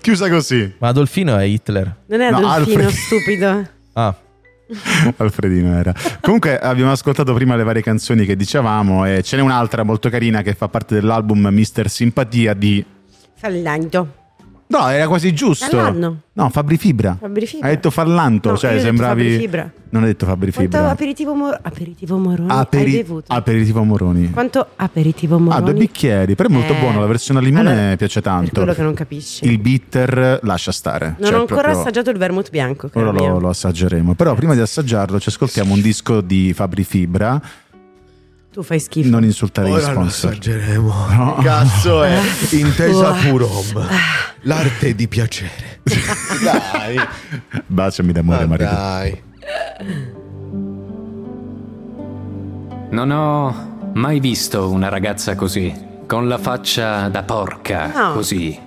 Speaker 7: Chiusa così.
Speaker 1: Ma Adolfino è Hitler.
Speaker 2: Non è
Speaker 7: No,
Speaker 2: Adolfino,
Speaker 7: Alfred.
Speaker 2: stupido.
Speaker 1: Ah,
Speaker 7: <laughs> Alfredino era. Comunque abbiamo ascoltato prima le varie canzoni che dicevamo e ce n'è un'altra molto carina che fa parte dell'album Mister Simpatia di...
Speaker 2: Fallando.
Speaker 7: No, era quasi giusto.
Speaker 2: Fallanno.
Speaker 7: No, Fabri Fibra.
Speaker 2: Fabri Fibra.
Speaker 7: Hai detto fallanto,
Speaker 2: No,
Speaker 7: cioè
Speaker 2: io ho detto
Speaker 7: sembravi...
Speaker 2: Fabri Fibra.
Speaker 7: Non ho detto Fabri
Speaker 2: Quanto
Speaker 7: Fibra. Ah,
Speaker 2: aperitivo, mor- aperitivo moroni
Speaker 7: Aperi-
Speaker 2: hai bevuto?
Speaker 7: Aperitivo Moroni.
Speaker 2: Quanto aperitivo
Speaker 7: Ah,
Speaker 2: moroni?
Speaker 7: due bicchieri, però è molto
Speaker 2: Eh,
Speaker 7: buono, la versione al limone
Speaker 2: allora,
Speaker 7: piace
Speaker 2: Per
Speaker 7: tanto.
Speaker 2: quello che non capisci.
Speaker 7: Il bitter lascia stare.
Speaker 2: Non
Speaker 7: cioè,
Speaker 2: ho ancora
Speaker 7: proprio-
Speaker 2: assaggiato il Eh. vermouth bianco. caro
Speaker 7: Ora
Speaker 2: mio.
Speaker 7: lo, lo assaggeremo, però prima di assaggiarlo ci ascoltiamo un disco di Fabri Fibra
Speaker 2: Tu fai schifo.
Speaker 7: Non insultare gli
Speaker 3: Ora lo
Speaker 7: sponsor.
Speaker 3: assaggeremo.
Speaker 7: No.
Speaker 3: Cazzo è intesa
Speaker 2: Uah.
Speaker 3: purom. Ah. L'arte di piacere. dai,
Speaker 7: <laughs> Baciami
Speaker 3: ma
Speaker 7: d'amore, marito.
Speaker 3: dai.
Speaker 5: Non ho mai visto una ragazza così, con la faccia da porca,
Speaker 2: No.
Speaker 5: così.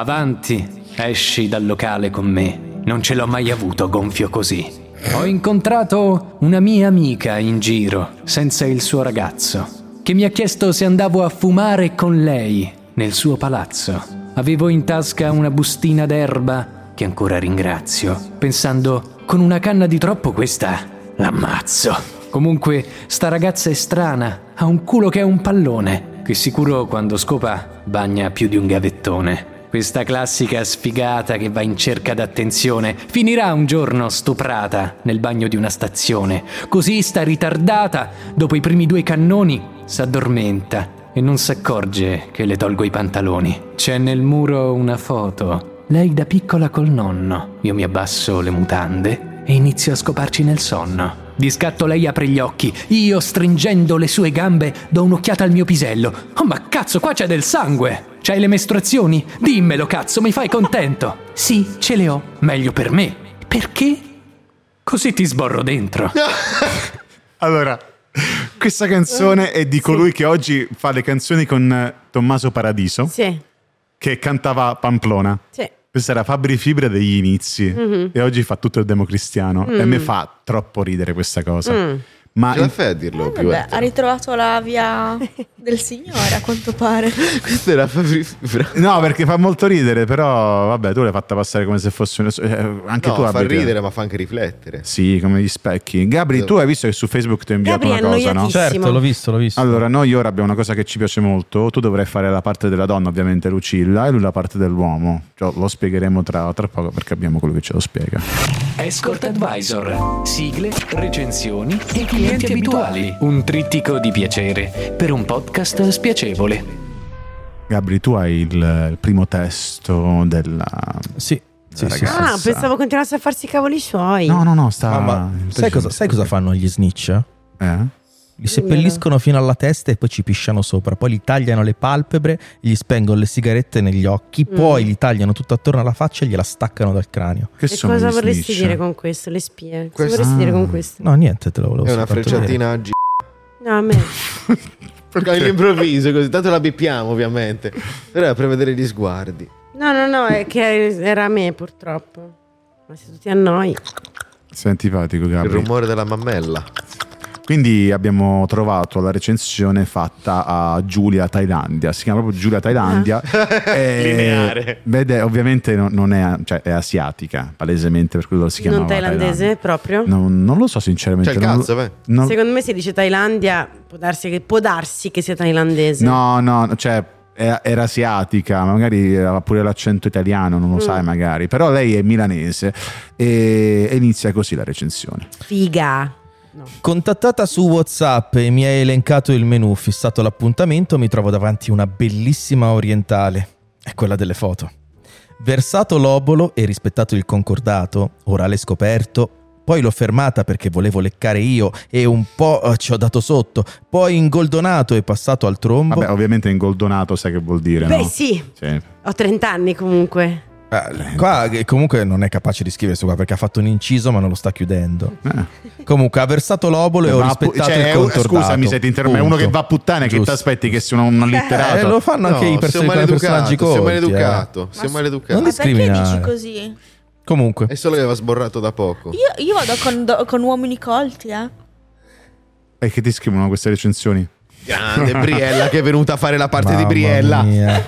Speaker 5: Avanti, esci dal locale con me. Non ce l'ho mai avuto gonfio così. Ho incontrato una mia amica in giro, senza il suo ragazzo, che mi ha chiesto se andavo a fumare con lei nel suo palazzo. Avevo in tasca una bustina d'erba, che ancora ringrazio, pensando con una canna di troppo questa L'ammazzo. Comunque, sta ragazza è strana, ha un culo che è un pallone, che sicuro quando scopa bagna più di un gavettone. Questa classica sfigata che va in cerca d'attenzione finirà un giorno stuprata nel bagno di una stazione. Così sta ritardata, dopo i primi due cannoni, s'addormenta e non s'accorge che le tolgo i pantaloni. C'è nel muro una foto. Lei da piccola col nonno. Io mi abbasso le mutande e inizio a scoparci nel sonno. Di scatto lei apre gli occhi. Io, stringendo le sue gambe, do un'occhiata al mio pisello. Oh, ma cazzo, qua c'è del sangue! C'hai le mestruazioni? Dimmelo, cazzo, mi fai contento! Sì, ce le ho. Meglio per me. Perché? Così ti sborro dentro.
Speaker 7: Allora, questa canzone è di colui che oggi fa le canzoni con eh, Tommaso Paradiso,
Speaker 2: Sì,
Speaker 7: che cantava Pamplona.
Speaker 2: sì.
Speaker 7: Questa era Fabri Fibra degli inizi
Speaker 2: Mhm.
Speaker 7: e oggi fa tutto il democristiano e a me
Speaker 2: Mm.
Speaker 7: fa troppo ridere questa cosa.
Speaker 2: Mm.
Speaker 7: Ma
Speaker 3: Ce la fai a dirlo
Speaker 9: Eh,
Speaker 3: più
Speaker 9: vabbè, ha
Speaker 3: etero?
Speaker 9: ritrovato la via del Signore, a quanto pare.
Speaker 3: Questa era Fabri Fibra.
Speaker 7: No, perché fa molto ridere, però vabbè, tu l'hai fatta passare come se fosse una... eh, anche
Speaker 3: No,
Speaker 7: tu
Speaker 3: fa
Speaker 7: abiti-
Speaker 3: ridere, ma fa anche riflettere.
Speaker 7: Sì, come gli specchi. Gabri, tu hai visto che su Facebook ti ho inviato
Speaker 2: Gabri,
Speaker 7: una cosa, no?
Speaker 2: annoiatissimo.
Speaker 1: Certo, l'ho visto, l'ho visto.
Speaker 7: Allora, noi ora abbiamo una cosa che ci piace molto. Tu dovrai fare la parte della donna, ovviamente, Lucilla, e lui la parte dell'uomo. Cioè, lo spiegheremo tra, tra poco perché abbiamo quello che ce lo spiega.
Speaker 5: Escort Advisor, sigle, recensioni e clienti abituali. Un trittico di piacere per un podcast spiacevole.
Speaker 7: Gabri, tu hai il, il primo testo della.
Speaker 1: Sì, sì, sì,
Speaker 7: Ragazzi.
Speaker 1: sì.
Speaker 2: Ah, pensavo continuasse a farsi i cavoli suoi.
Speaker 7: No, no, no, sta.
Speaker 1: Ah, ma sai cosa, sai cosa fanno gli snitch?
Speaker 7: Eh?
Speaker 1: Li seppelliscono fino alla testa e poi ci pisciano sopra. Poi li tagliano le palpebre, gli spengono le sigarette negli occhi,
Speaker 2: Mm.
Speaker 1: poi li tagliano tutto attorno alla faccia e gliela staccano dal cranio.
Speaker 7: Che
Speaker 2: E
Speaker 7: sono
Speaker 2: cosa
Speaker 7: gli
Speaker 2: vorresti
Speaker 7: snitch?
Speaker 2: dire con questo? Le spie? Cosa
Speaker 3: Questo-
Speaker 2: vorresti dire
Speaker 7: Ah.
Speaker 2: con questo?
Speaker 1: No, niente, te lo volevo
Speaker 3: È una
Speaker 1: soltanto dire.
Speaker 3: frecciatina a G.
Speaker 2: No, a me.
Speaker 3: Perché all'improvviso, così tanto la bippiamo ovviamente. Però è per vedere gli sguardi.
Speaker 2: No, no, no, è che era a me purtroppo. Ma se tu ti annoi.
Speaker 7: Sei antipatico,
Speaker 3: Il
Speaker 7: Gabri.
Speaker 3: rumore della mammella.
Speaker 7: Quindi abbiamo trovato la recensione fatta a Giulia Thailandia. Si chiama proprio Giulia Thailandia.
Speaker 3: <laughs>
Speaker 7: E-
Speaker 3: Ah. Lineare.
Speaker 7: Ed è- ovviamente no- non è, cioè, è asiatica, palesemente, per quello si chiama.
Speaker 2: Non thailandese proprio?
Speaker 7: Non, non lo so, sinceramente.
Speaker 3: C'è Cioè, il
Speaker 7: non lo-
Speaker 3: cazzo, beh.
Speaker 7: non-
Speaker 2: Secondo me se dice Thailandia può darsi che, può darsi che sia thailandese.
Speaker 7: No, no, cioè era, era asiatica, ma magari aveva pure l'accento italiano,
Speaker 2: Mm.
Speaker 7: non lo sai magari, però lei è milanese e, e inizia così la recensione.
Speaker 2: Figa. No.
Speaker 1: Contattata su WhatsApp e mi ha elencato il menù, fissato l'appuntamento, mi trovo davanti una bellissima orientale. È quella delle foto. Versato l'obolo e rispettato il concordato, orale scoperto, poi l'ho fermata perché volevo leccare io e un po' eh, ci ho dato sotto, poi ingoldonato e passato al trombo.
Speaker 7: Vabbè, ovviamente ingoldonato sai che vuol dire,
Speaker 2: Beh
Speaker 7: no?
Speaker 2: sì,
Speaker 7: Sì. Eh.
Speaker 2: ho 30 anni comunque.
Speaker 1: Eh, qua eh, comunque non è capace di scriversi qua perché ha fatto un inciso ma non lo sta chiudendo.
Speaker 7: Eh.
Speaker 1: Comunque ha versato l'obolo e ho
Speaker 7: Ma
Speaker 1: rispettato
Speaker 7: pu- cioè,
Speaker 1: il
Speaker 7: è un-
Speaker 1: concordato.
Speaker 7: Scusami se ti interrompo, è uno
Speaker 1: Punto.
Speaker 7: che va a puttane che ti
Speaker 1: Giusto.
Speaker 7: aspetti che sia un, un
Speaker 1: Eh,
Speaker 7: allitterato.
Speaker 1: lo fanno anche
Speaker 3: No,
Speaker 1: i perso-
Speaker 3: sei un
Speaker 1: personaggi
Speaker 3: maleducato, sei un
Speaker 1: colti, eh.
Speaker 3: maleducato, sei un
Speaker 9: Ma-
Speaker 3: maleducato.
Speaker 1: Non
Speaker 9: Ma perché
Speaker 1: discriminare.
Speaker 9: dici così?
Speaker 1: Comunque.
Speaker 3: È solo che aveva sborrato da poco.
Speaker 9: Io, io vado con, do- con uomini colti, eh.
Speaker 7: E che ti scrivono queste recensioni?
Speaker 3: Grande Briella che è venuta a fare la parte di
Speaker 1: Mamma
Speaker 3: Briella. <laughs>
Speaker 1: mia.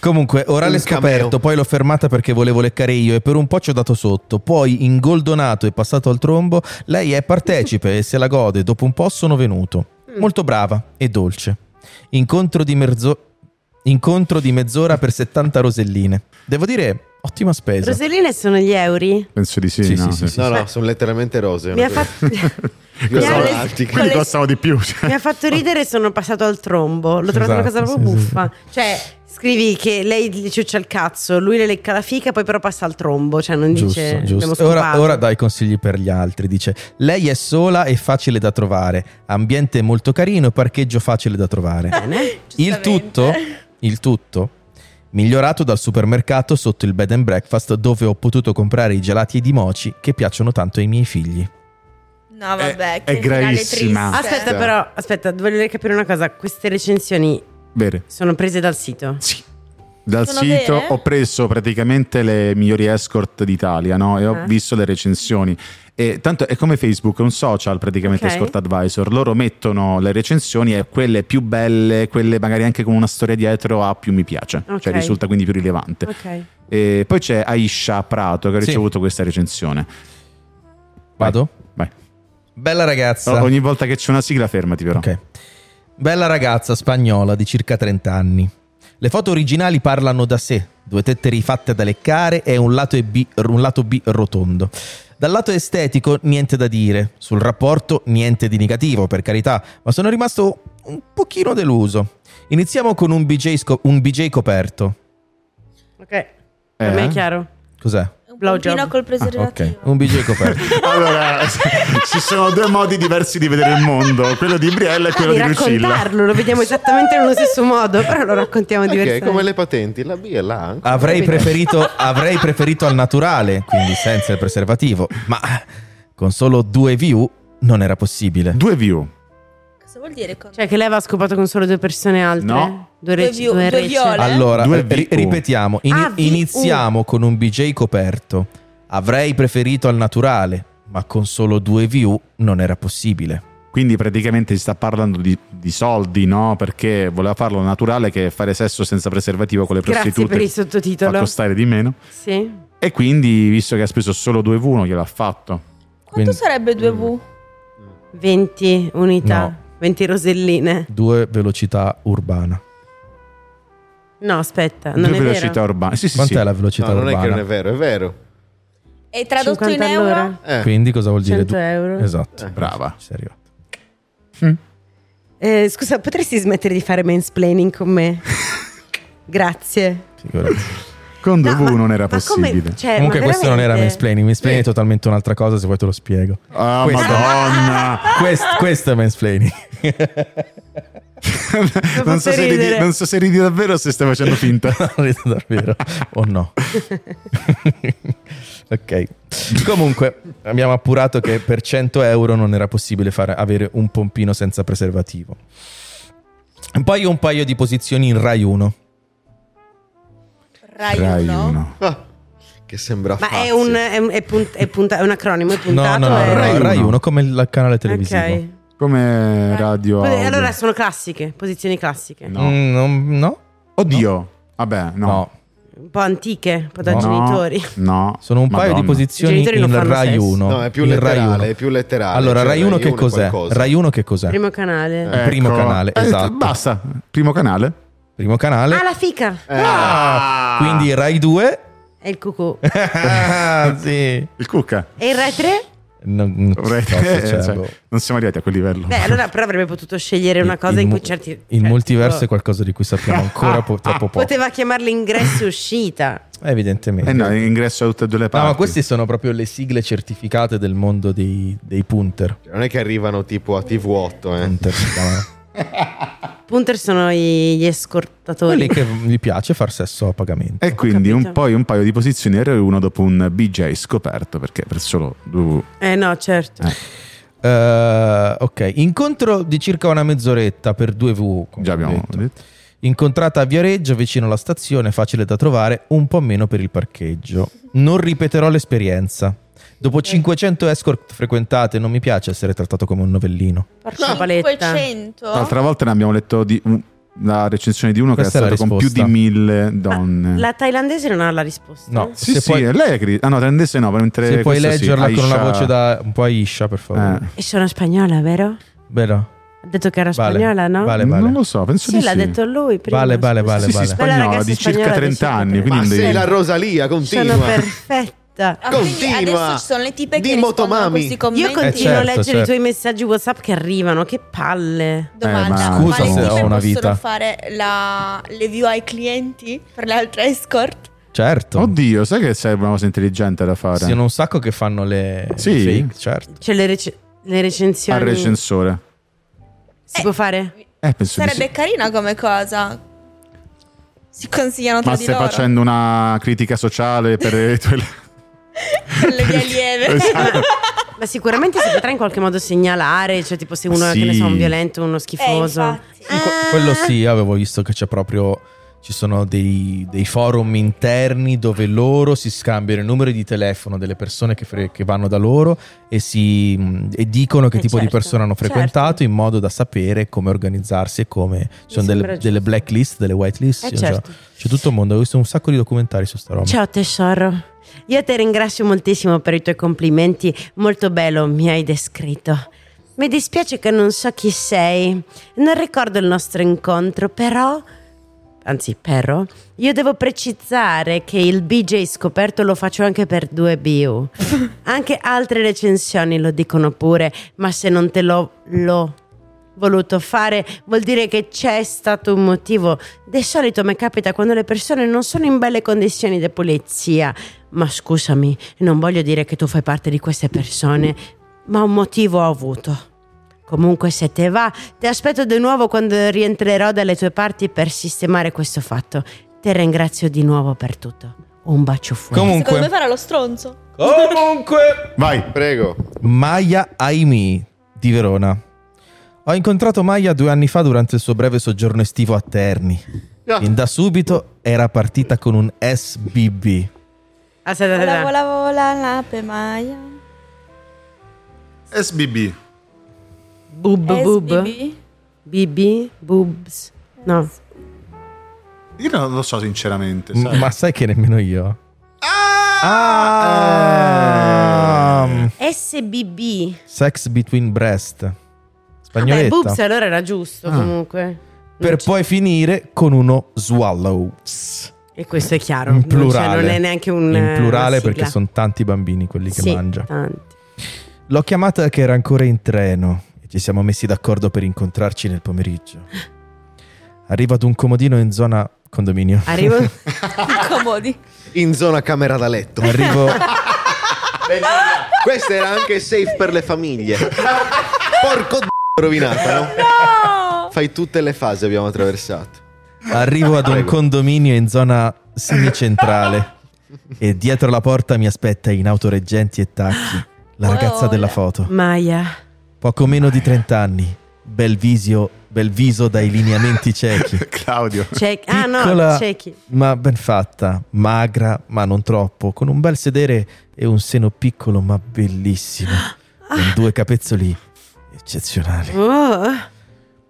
Speaker 1: Comunque, orale
Speaker 3: Un cameo.
Speaker 1: scoperto, poi l'ho fermata perché volevo leccare io e per un po' ci ho dato sotto, poi ingoldonato e passato al trombo, lei è partecipe e se la gode, dopo un po' sono venuto.
Speaker 2: Mm.
Speaker 1: Molto brava e dolce. Incontro di, merzo- Incontro di mezz'ora per 70 roselline. Devo dire, Ottima spesa.
Speaker 2: Roselline sono gli euri?
Speaker 7: Penso di sì.
Speaker 1: Sì,
Speaker 7: no?
Speaker 1: sì, sì, sì.
Speaker 3: No, no, sono letteralmente rose.
Speaker 2: Mi ha fatto...
Speaker 3: Io
Speaker 2: mi ha
Speaker 3: sono
Speaker 2: le-
Speaker 3: alti,
Speaker 2: con
Speaker 7: Quindi
Speaker 2: le-
Speaker 7: costano di più. cioè.
Speaker 2: <laughs> Mi ha fatto ridere e sono passato al trombo. L'ho trovato una cosa
Speaker 1: Esatto,
Speaker 2: proprio
Speaker 1: sì, sì.
Speaker 2: buffa. Cioè, scrivi che lei gli ciuccia il cazzo, lui le lecca la fica, poi però passa al trombo. Cioè, non dice.
Speaker 1: Giusto,
Speaker 2: "Abbiamo
Speaker 1: giusto. E Ora,
Speaker 2: scopato".
Speaker 1: ora dai consigli per gli altri. Dice: Lei è sola e facile da trovare. Ambiente molto carino, parcheggio facile da trovare.
Speaker 2: Bene.
Speaker 1: Il
Speaker 9: Giustamente.
Speaker 1: tutto, il tutto migliorato dal supermercato sotto il bed and breakfast dove ho potuto comprare i gelati di moci che piacciono tanto ai miei figli.
Speaker 9: No, vabbè,
Speaker 7: È-
Speaker 9: che
Speaker 7: è
Speaker 9: finale
Speaker 7: gravissima.
Speaker 9: triste.
Speaker 2: Aspetta, però, aspetta, voglio capire una cosa. Queste recensioni
Speaker 7: Bene.
Speaker 2: sono prese dal sito.
Speaker 7: Sì. Dal
Speaker 9: Sono
Speaker 7: sito
Speaker 9: vere?
Speaker 7: ho preso praticamente le migliori escort d'Italia no? e ho
Speaker 2: Eh.
Speaker 7: visto le recensioni. E tanto è come Facebook, è un social praticamente
Speaker 2: Ok.
Speaker 7: Escort Advisor. Loro mettono le recensioni e quelle più belle, quelle magari anche con una storia dietro, a più mi piace.
Speaker 2: Ok.
Speaker 7: Cioè risulta quindi più rilevante.
Speaker 2: Ok.
Speaker 7: E poi c'è Aisha Prato che ha
Speaker 1: Sì.
Speaker 7: ricevuto questa recensione. Vai,
Speaker 1: Vado?
Speaker 7: vai.
Speaker 1: Bella ragazza.
Speaker 7: O- ogni volta che c'è una sigla, fermati però.
Speaker 1: Ok. Bella ragazza spagnola di circa 30 anni. Le foto originali parlano da sé, due tette rifatte da leccare e un lato, e B, un lato B rotondo. Dal lato estetico niente da dire, sul rapporto niente di negativo per carità, ma sono rimasto un pochino deluso. Iniziamo con un BJ, sco- un BJ coperto.
Speaker 2: Ok.
Speaker 1: Eh?
Speaker 2: Per me è chiaro.
Speaker 1: Cos'è?
Speaker 9: Un
Speaker 2: Blowjob.
Speaker 9: pompino col preservativo.
Speaker 1: ok. Un BJ coperto.
Speaker 7: Ah, Allora, <laughs> ci sono due modi diversi di vedere il mondo, quello di Briella e quello
Speaker 2: Ah, Di
Speaker 7: di Lucilla.
Speaker 2: raccontarlo, lo vediamo esattamente nello stesso modo, però lo raccontiamo
Speaker 3: Perché
Speaker 2: diversamente.
Speaker 3: come le patenti, la B è là anche.
Speaker 1: Avrei
Speaker 3: Capito?
Speaker 1: preferito, avrei preferito al naturale, quindi senza il preservativo, ma con solo due view non era possibile.
Speaker 7: Due view.
Speaker 9: Cosa vuol dire? Con...
Speaker 2: Cioè, che lei aveva scopato con solo due persone altre?
Speaker 7: No.
Speaker 2: Due,
Speaker 9: Due
Speaker 2: reci-
Speaker 9: view-
Speaker 2: due
Speaker 9: due
Speaker 2: reci-
Speaker 9: viole.
Speaker 1: Allora,
Speaker 7: Due
Speaker 1: ri-
Speaker 7: VU.
Speaker 1: ripetiamo, ini-
Speaker 2: Ah, VU.
Speaker 1: iniziamo con un BJ coperto. Avrei preferito al naturale, ma con solo due view non era possibile.
Speaker 7: Quindi praticamente si sta parlando di, di soldi, no? Perché voleva farlo naturale che fare sesso senza preservativo con le
Speaker 2: Grazie
Speaker 7: prostitute
Speaker 2: per il
Speaker 7: fa
Speaker 2: sottotitolo.
Speaker 7: costare di meno.
Speaker 2: Sì.
Speaker 7: E quindi, visto che ha speso solo 2V, non gliel'ha fatto.
Speaker 9: Quanto
Speaker 1: Quindi-
Speaker 9: sarebbe 2V?
Speaker 2: 20 unità,
Speaker 1: No.
Speaker 2: 20 roselline.
Speaker 1: Due velocità urbana.
Speaker 2: No, aspetta, non
Speaker 7: Due
Speaker 2: è
Speaker 7: velocità
Speaker 2: vero.
Speaker 7: urbane. Sì, sì,
Speaker 1: Quant'è
Speaker 7: sì.
Speaker 1: la velocità
Speaker 3: No, non è che
Speaker 1: urbana?
Speaker 3: non è vero, è vero.
Speaker 9: E tradotto
Speaker 2: 50
Speaker 9: in euro?
Speaker 2: all'ora.
Speaker 3: Eh.
Speaker 1: Quindi cosa vuol dire?
Speaker 2: 100
Speaker 1: Du-
Speaker 2: euro.
Speaker 1: Esatto.
Speaker 3: Eh.
Speaker 7: Brava.
Speaker 1: Ci sei arrivato.
Speaker 2: Eh, scusa, potresti smettere di fare mansplaining con
Speaker 7: <laughs>
Speaker 2: me? Grazie.
Speaker 1: Figurati.
Speaker 7: Con
Speaker 2: No,
Speaker 7: 2V
Speaker 2: ma-
Speaker 7: non era
Speaker 2: ma come-
Speaker 7: possibile.
Speaker 2: cioè,
Speaker 1: Comunque
Speaker 2: Eh, ma
Speaker 1: questo non era
Speaker 2: veramente?
Speaker 1: mansplaining, mansplaining è totalmente un'altra cosa, se vuoi te lo spiego.
Speaker 7: Ah,
Speaker 1: Questo-
Speaker 2: <laughs>
Speaker 7: madonna.
Speaker 1: Quest- questo è mansplaining.
Speaker 7: non, so
Speaker 2: fatto
Speaker 7: se ridi,
Speaker 2: ridere.
Speaker 7: non so se ridi davvero o se stai facendo finta.
Speaker 1: <laughs> Non rido davvero, o no? <laughs> ok. Comunque, abbiamo appurato che per 100 euro non era possibile fare, avere un pompino senza preservativo. Poi un paio di posizioni in Rai 1.
Speaker 9: Rai
Speaker 7: Rai
Speaker 9: 1.
Speaker 7: uno.
Speaker 3: Ah, che sembra
Speaker 2: Ma
Speaker 3: Fazio.
Speaker 2: è un, è, un- è punt- è punta- è un acronimo, è
Speaker 1: No,
Speaker 2: puntato.
Speaker 1: no, no,
Speaker 2: è-
Speaker 1: Rai,
Speaker 7: Rai
Speaker 1: 1.
Speaker 7: Uno.
Speaker 1: come il canale televisivo.
Speaker 2: Ok.
Speaker 7: Come radio.
Speaker 2: Poi-
Speaker 7: audio.
Speaker 2: Allora sono classiche, posizioni classiche.
Speaker 7: No.
Speaker 1: Mm, non- no?
Speaker 7: Oddio. Vabbè, no.
Speaker 1: No.
Speaker 2: Un po' antiche, un po' da
Speaker 1: No.
Speaker 2: genitori.
Speaker 7: No.
Speaker 1: Sono un paio di
Speaker 7: Madonna.
Speaker 1: posizioni
Speaker 2: I genitori non
Speaker 1: in
Speaker 2: fanno
Speaker 1: Rai
Speaker 2: sesso.
Speaker 1: 1.
Speaker 3: No, è più
Speaker 1: in Rai
Speaker 3: letterale,
Speaker 1: 1.
Speaker 3: è più letterale.
Speaker 1: Allora,
Speaker 3: Cioè,
Speaker 1: Rai 1 che
Speaker 3: è
Speaker 1: cos'è?
Speaker 3: qualcosa.
Speaker 1: Rai 1 che cos'è?
Speaker 2: Primo canale.
Speaker 1: Eh. primo canale,
Speaker 7: Eh,
Speaker 1: esatto.
Speaker 7: Basta, primo canale.
Speaker 1: Primo canale. Ah,
Speaker 2: Ah, la fica!
Speaker 3: Eh,
Speaker 1: Quindi Rai 2.
Speaker 2: È il cucù.
Speaker 1: Ah, <laughs> sì.
Speaker 7: Il cucca.
Speaker 2: E il Rai 3?
Speaker 1: Non, non so
Speaker 7: Dovrei-
Speaker 1: se c'è,
Speaker 7: eh, cioè,
Speaker 1: boh.
Speaker 7: non siamo arrivati a quel livello.
Speaker 2: Beh, allora però avrebbe potuto scegliere una
Speaker 1: Il-
Speaker 2: cosa
Speaker 1: il
Speaker 2: in
Speaker 1: mu-
Speaker 2: cui certi...
Speaker 1: Il
Speaker 2: cioè,
Speaker 1: multiverso è
Speaker 2: tipo,
Speaker 1: qualcosa di cui
Speaker 2: <laughs>
Speaker 1: sappiamo ancora po- troppo poco.
Speaker 2: Poteva chiamarla ingresso e uscita.
Speaker 1: Evidentemente.
Speaker 7: Eh no, ingresso da tutte e due le
Speaker 1: No,
Speaker 7: parti.
Speaker 1: ma queste sono proprio le sigle certificate del mondo dei, dei
Speaker 7: Eh.
Speaker 1: punter.
Speaker 3: Non è che arrivano tipo a TV8, eh.
Speaker 1: Punter si chiamano.
Speaker 2: <laughs> Punter sono i- gli
Speaker 1: Quelli
Speaker 2: escortatori.
Speaker 1: che gli piace far sesso a pagamento.
Speaker 7: E quindi un,
Speaker 2: capito.
Speaker 7: poi un paio di posizioni R1 dopo un BJ scoperto perché per solo due
Speaker 2: Eh no, certo.
Speaker 1: Eh, ok, incontro di circa una mezz'oretta per 2V. come
Speaker 7: già abbiamo
Speaker 1: detto.
Speaker 7: detto.
Speaker 1: Incontrata a Viareggio, vicino alla stazione, facile da trovare, un po' meno per il parcheggio. Non ripeterò l'esperienza. Dopo 500 escort frequentate, non mi piace essere trattato come un novellino.
Speaker 2: Porca paletta.
Speaker 9: 500?
Speaker 7: L'altra volta ne abbiamo letto di un- la recensione di uno
Speaker 1: Questa
Speaker 7: che
Speaker 1: è
Speaker 7: è
Speaker 1: la
Speaker 7: stato con più
Speaker 1: risposta.
Speaker 7: di mille donne.
Speaker 2: La thailandese non ha la risposta.
Speaker 1: No,
Speaker 7: Sì,
Speaker 1: se
Speaker 7: sì,
Speaker 1: puoi,
Speaker 7: è lei è cri- Ah no, tendesse no, mentre
Speaker 1: se puoi
Speaker 7: questa sì,
Speaker 1: leggerla con una
Speaker 7: Aisha-
Speaker 1: voce da un po' Aisha, per favore.
Speaker 7: Eh,
Speaker 2: E sono spagnola, vero?
Speaker 1: Vero?
Speaker 2: Ha detto che era
Speaker 1: Vale,
Speaker 2: spagnola, no?
Speaker 1: vale, vale.
Speaker 7: Non lo so, penso
Speaker 2: Sì,
Speaker 7: di
Speaker 2: l'ha
Speaker 7: sì.
Speaker 2: detto lui prima.
Speaker 1: Vale, vale, vale,
Speaker 7: Sì, sì,
Speaker 1: vale.
Speaker 2: Bella
Speaker 7: spagnola
Speaker 2: ragazza
Speaker 7: di circa
Speaker 2: spagnola che
Speaker 7: 30
Speaker 2: si
Speaker 7: anni.
Speaker 2: chiama-
Speaker 7: Quindi
Speaker 3: Ma
Speaker 7: non
Speaker 3: sei
Speaker 7: devi-
Speaker 3: la Rosalia,
Speaker 2: Sono
Speaker 3: continua.
Speaker 2: perfetta.
Speaker 9: Ah, quindi
Speaker 3: Continua.
Speaker 9: Adesso ci sono le tipe
Speaker 3: Di
Speaker 9: che rispondono a
Speaker 3: Motomami.
Speaker 9: questi commenti.
Speaker 2: Eh, certo. Io
Speaker 7: Eh,
Speaker 2: continuo a
Speaker 1: certo,
Speaker 2: leggere i
Speaker 1: certo.
Speaker 2: tuoi messaggi WhatsApp che arrivano. Che palle.
Speaker 9: Domanda,
Speaker 7: Eh, ma-
Speaker 1: Scusa
Speaker 9: ma le
Speaker 1: se
Speaker 9: tipe
Speaker 1: ho una
Speaker 9: possono
Speaker 1: vita.
Speaker 9: fare la... le view ai clienti per le altre escort?
Speaker 1: Certo.
Speaker 7: Oddio, sai che sarebbe una cosa intelligente da fare?
Speaker 1: Siano un sacco che fanno le
Speaker 7: Sì.
Speaker 1: le fake, certo.
Speaker 2: Cioè, le, rec- le recensioni.
Speaker 7: Al recensore.
Speaker 2: si può fare?
Speaker 7: Eh, penso di
Speaker 9: Sarebbe
Speaker 7: sì.
Speaker 9: carina come cosa. Si consigliano tra
Speaker 7: Ma
Speaker 9: di
Speaker 7: stai
Speaker 9: loro. <laughs>
Speaker 7: facendo una critica sociale per i tuoi...
Speaker 9: Per le mie lieve. Eh,
Speaker 7: Esatto.
Speaker 2: Ma sicuramente si potrà in qualche modo segnalare, cioè tipo se uno è
Speaker 7: Sì.
Speaker 2: che ne so, un violento, uno
Speaker 9: Eh,
Speaker 2: schifoso.
Speaker 9: infatti.
Speaker 1: Que- quello sì, avevo visto che c'è proprio. Ci sono dei, dei forum interni dove loro si scambiano i numeri di telefono delle persone che, fre- che vanno da loro e, si, mh, e dicono che
Speaker 2: Eh,
Speaker 1: tipo di
Speaker 2: certo,
Speaker 1: persone hanno
Speaker 2: certo.
Speaker 1: frequentato in modo da sapere come organizzarsi e come. Ci sono
Speaker 2: sembra
Speaker 1: delle,
Speaker 2: giusto.
Speaker 1: delle blacklist, delle whitelist.
Speaker 2: Eh,
Speaker 1: cioè,
Speaker 2: certo. Cioè,
Speaker 1: C'è tutto il mondo. Ho visto un sacco di documentari su sta roba.
Speaker 2: Ciao tesoro, io ti ringrazio moltissimo per i tuoi complimenti, molto bello mi hai descritto. Mi dispiace che non so chi sei, non ricordo il nostro incontro, però... Anzi, però, io devo precisare che il BJ scoperto lo faccio anche per 2BU.
Speaker 9: <laughs>
Speaker 2: Anche altre recensioni lo dicono pure, ma se non te l'ho, l'ho voluto fare vuol dire che c'è stato un motivo. Di solito mi capita quando le persone non sono in belle condizioni di pulizia. Ma scusami, non voglio dire che tu fai parte di queste persone, ma un motivo ho avuto. Comunque se te va, ti aspetto di nuovo quando rientrerò dalle tue parti per sistemare questo fatto. Ti ringrazio di nuovo per tutto. Un bacio fuori.
Speaker 9: Secondo me
Speaker 1: Comunque,
Speaker 9: farà lo stronzo.
Speaker 1: comunque,
Speaker 7: Vai.
Speaker 3: Prego.
Speaker 1: Maya Aimi di Verona. Ho incontrato Maya due anni fa durante il suo breve soggiorno estivo a Terni.
Speaker 3: No.
Speaker 1: Fin da subito era partita con un SBB.
Speaker 2: Aspetta,
Speaker 9: Vola,
Speaker 2: aspetta.
Speaker 9: vola, vola, l'ape maia.
Speaker 7: SBB.
Speaker 2: Bub, bub.
Speaker 9: SBB? <laughs>
Speaker 2: BB, boobs. No.
Speaker 7: Io non lo so sinceramente.
Speaker 1: M-
Speaker 7: sai.
Speaker 1: Ma sai che nemmeno io. Ah!
Speaker 7: Eh.
Speaker 2: SBB.
Speaker 1: Sex between breast.
Speaker 2: Beh,
Speaker 1: Spagnoletta.
Speaker 2: boobs allora era giusto comunque.
Speaker 1: Ah. per
Speaker 2: Non c-
Speaker 1: poi finire con uno swallow.
Speaker 2: E questo è chiaro.
Speaker 1: In
Speaker 2: non c'è-
Speaker 1: plurale.
Speaker 2: Non, è neanche un. eh,
Speaker 1: In plurale
Speaker 2: una sigla.
Speaker 1: perché sono tanti bambini quelli che
Speaker 2: Sì,
Speaker 1: mangia.
Speaker 2: tanti.
Speaker 1: L'ho chiamata che era ancora in treno e ci siamo messi d'accordo per incontrarci nel pomeriggio. Arrivo ad un comodino in zona condominio.
Speaker 2: Arrivo. <laughs>
Speaker 9: Comodi.
Speaker 3: In zona camera da
Speaker 1: <laughs>
Speaker 3: letto.
Speaker 1: Arrivo,
Speaker 3: Bellissima. Questa era anche safe per le famiglie. Porco d- rovinata, no? Fai tutte le fasi abbiamo attraversato.
Speaker 1: arrivo ad un
Speaker 3: Prego.
Speaker 1: condominio in zona semicentrale e dietro la porta mi aspetta in autoreggenti e tacchi la ragazza
Speaker 9: Paola.
Speaker 1: della foto.
Speaker 2: Maya.
Speaker 1: Poco meno di 30 anni, bel visio, bel viso dai lineamenti ciechi.
Speaker 7: <laughs> Claudio.
Speaker 2: Check. Ah
Speaker 1: Piccola-
Speaker 2: no, ciechi.
Speaker 1: ma ben fatta, magra ma non troppo, con un bel sedere e un seno piccolo ma bellissimo,
Speaker 2: Ah.
Speaker 1: con due capezzoli eccezionali.
Speaker 2: Oh.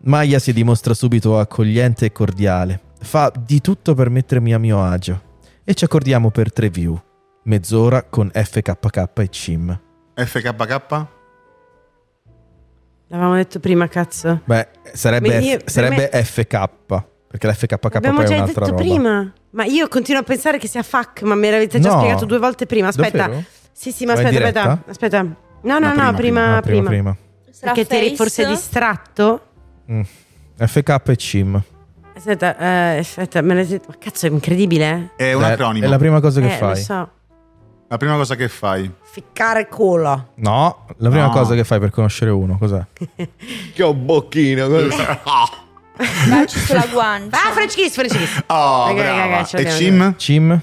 Speaker 1: Maya si dimostra subito accogliente e cordiale, fa di tutto per mettermi a mio agio e ci accordiamo per tre view, mezz'ora con FKK e Cim.
Speaker 7: FKK?
Speaker 2: L'avevamo detto prima, cazzo.
Speaker 1: Beh, sarebbe,
Speaker 2: Beh, io-
Speaker 1: F-
Speaker 2: per
Speaker 1: sarebbe
Speaker 2: me-
Speaker 1: FK, perché la FKK
Speaker 2: Abbiamo
Speaker 1: poi è
Speaker 2: già
Speaker 1: un'altra roba.
Speaker 2: detto prima. Ma io continuo a pensare che sia fuck, ma me l'avete già
Speaker 1: No.
Speaker 2: spiegato due volte prima. Aspetta.
Speaker 1: Davvero?
Speaker 2: Sì, sì, ma
Speaker 1: Ma in
Speaker 2: aspetta, aspetta,
Speaker 1: diretta?
Speaker 2: aspetta. No, no, no, prima, prima.
Speaker 1: Ah, prima, prima.
Speaker 9: Sarà
Speaker 2: Perché ti eri
Speaker 9: face?
Speaker 2: forse distratto.
Speaker 1: Mm. FK e Cim.
Speaker 2: Aspetta, eh, aspetta, me l'hai detto. Ma cazzo, è incredibile. eh?
Speaker 7: È un
Speaker 1: Beh,
Speaker 7: acronimo.
Speaker 1: È la prima cosa che
Speaker 2: eh,
Speaker 1: fai.
Speaker 2: Lo so.
Speaker 7: La prima cosa che fai.
Speaker 2: Ficcare culo.
Speaker 1: No, la prima
Speaker 7: No.
Speaker 1: cosa che fai per conoscere uno, cos'è?
Speaker 3: Che ho bocchino.
Speaker 9: Baci sulla guancia.
Speaker 2: Ah, French kiss, French kiss.
Speaker 7: Oh,
Speaker 2: Raga,
Speaker 7: brava.
Speaker 2: raga, ce
Speaker 7: e
Speaker 2: l'abbiamo
Speaker 7: Cim?
Speaker 1: Cim?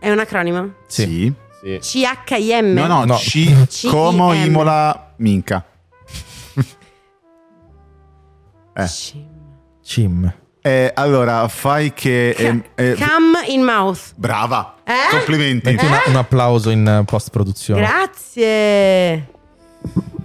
Speaker 2: È un acronimo?
Speaker 1: Sì.
Speaker 3: Sì.
Speaker 2: CHIM.
Speaker 7: No, no,
Speaker 1: No.
Speaker 7: C,
Speaker 2: C-I-M.
Speaker 7: Como Imola Minca. eh.
Speaker 2: Cim.
Speaker 1: Cim.
Speaker 7: Eh, allora, fai che... ehm, eh,
Speaker 2: Come in mouth.
Speaker 7: brava.
Speaker 2: Eh?
Speaker 7: Complimenti.
Speaker 1: Metti una- un applauso in eh, post-produzione.
Speaker 2: Grazie.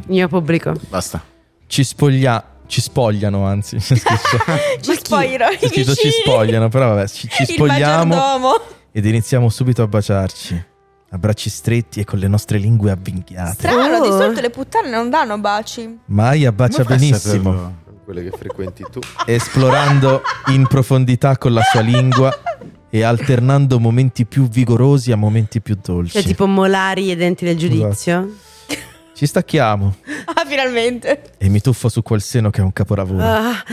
Speaker 2: Mio pubblico. Cioè,
Speaker 7: Basta.
Speaker 1: ci spoglia... Ci spogliano, anzi. <laughs> C'è
Speaker 9: Ci spogliano i
Speaker 1: scritto ci
Speaker 9: vicini.
Speaker 1: spogliano, però vabbè, ci, ci
Speaker 9: Il
Speaker 1: spogliamo
Speaker 9: maggiordomo.
Speaker 1: ed iniziamo subito a baciarci. a bracci stretti e con le nostre lingue avvinghiate.
Speaker 9: Strano, di
Speaker 2: Oh.
Speaker 9: solito le puttane non danno baci.
Speaker 1: Maya bacia
Speaker 7: Come fai a
Speaker 1: benissimo,
Speaker 7: saperlo?
Speaker 3: Quelle che frequenti tu.
Speaker 1: esplorando in profondità con la sua lingua e alternando momenti più vigorosi a momenti più dolci.
Speaker 2: Cioè, tipo molari e denti del giudizio.
Speaker 1: Ci stacchiamo
Speaker 9: Ah, finalmente.
Speaker 1: e mi tuffo su quel seno che è un capolavoro,
Speaker 2: Ah,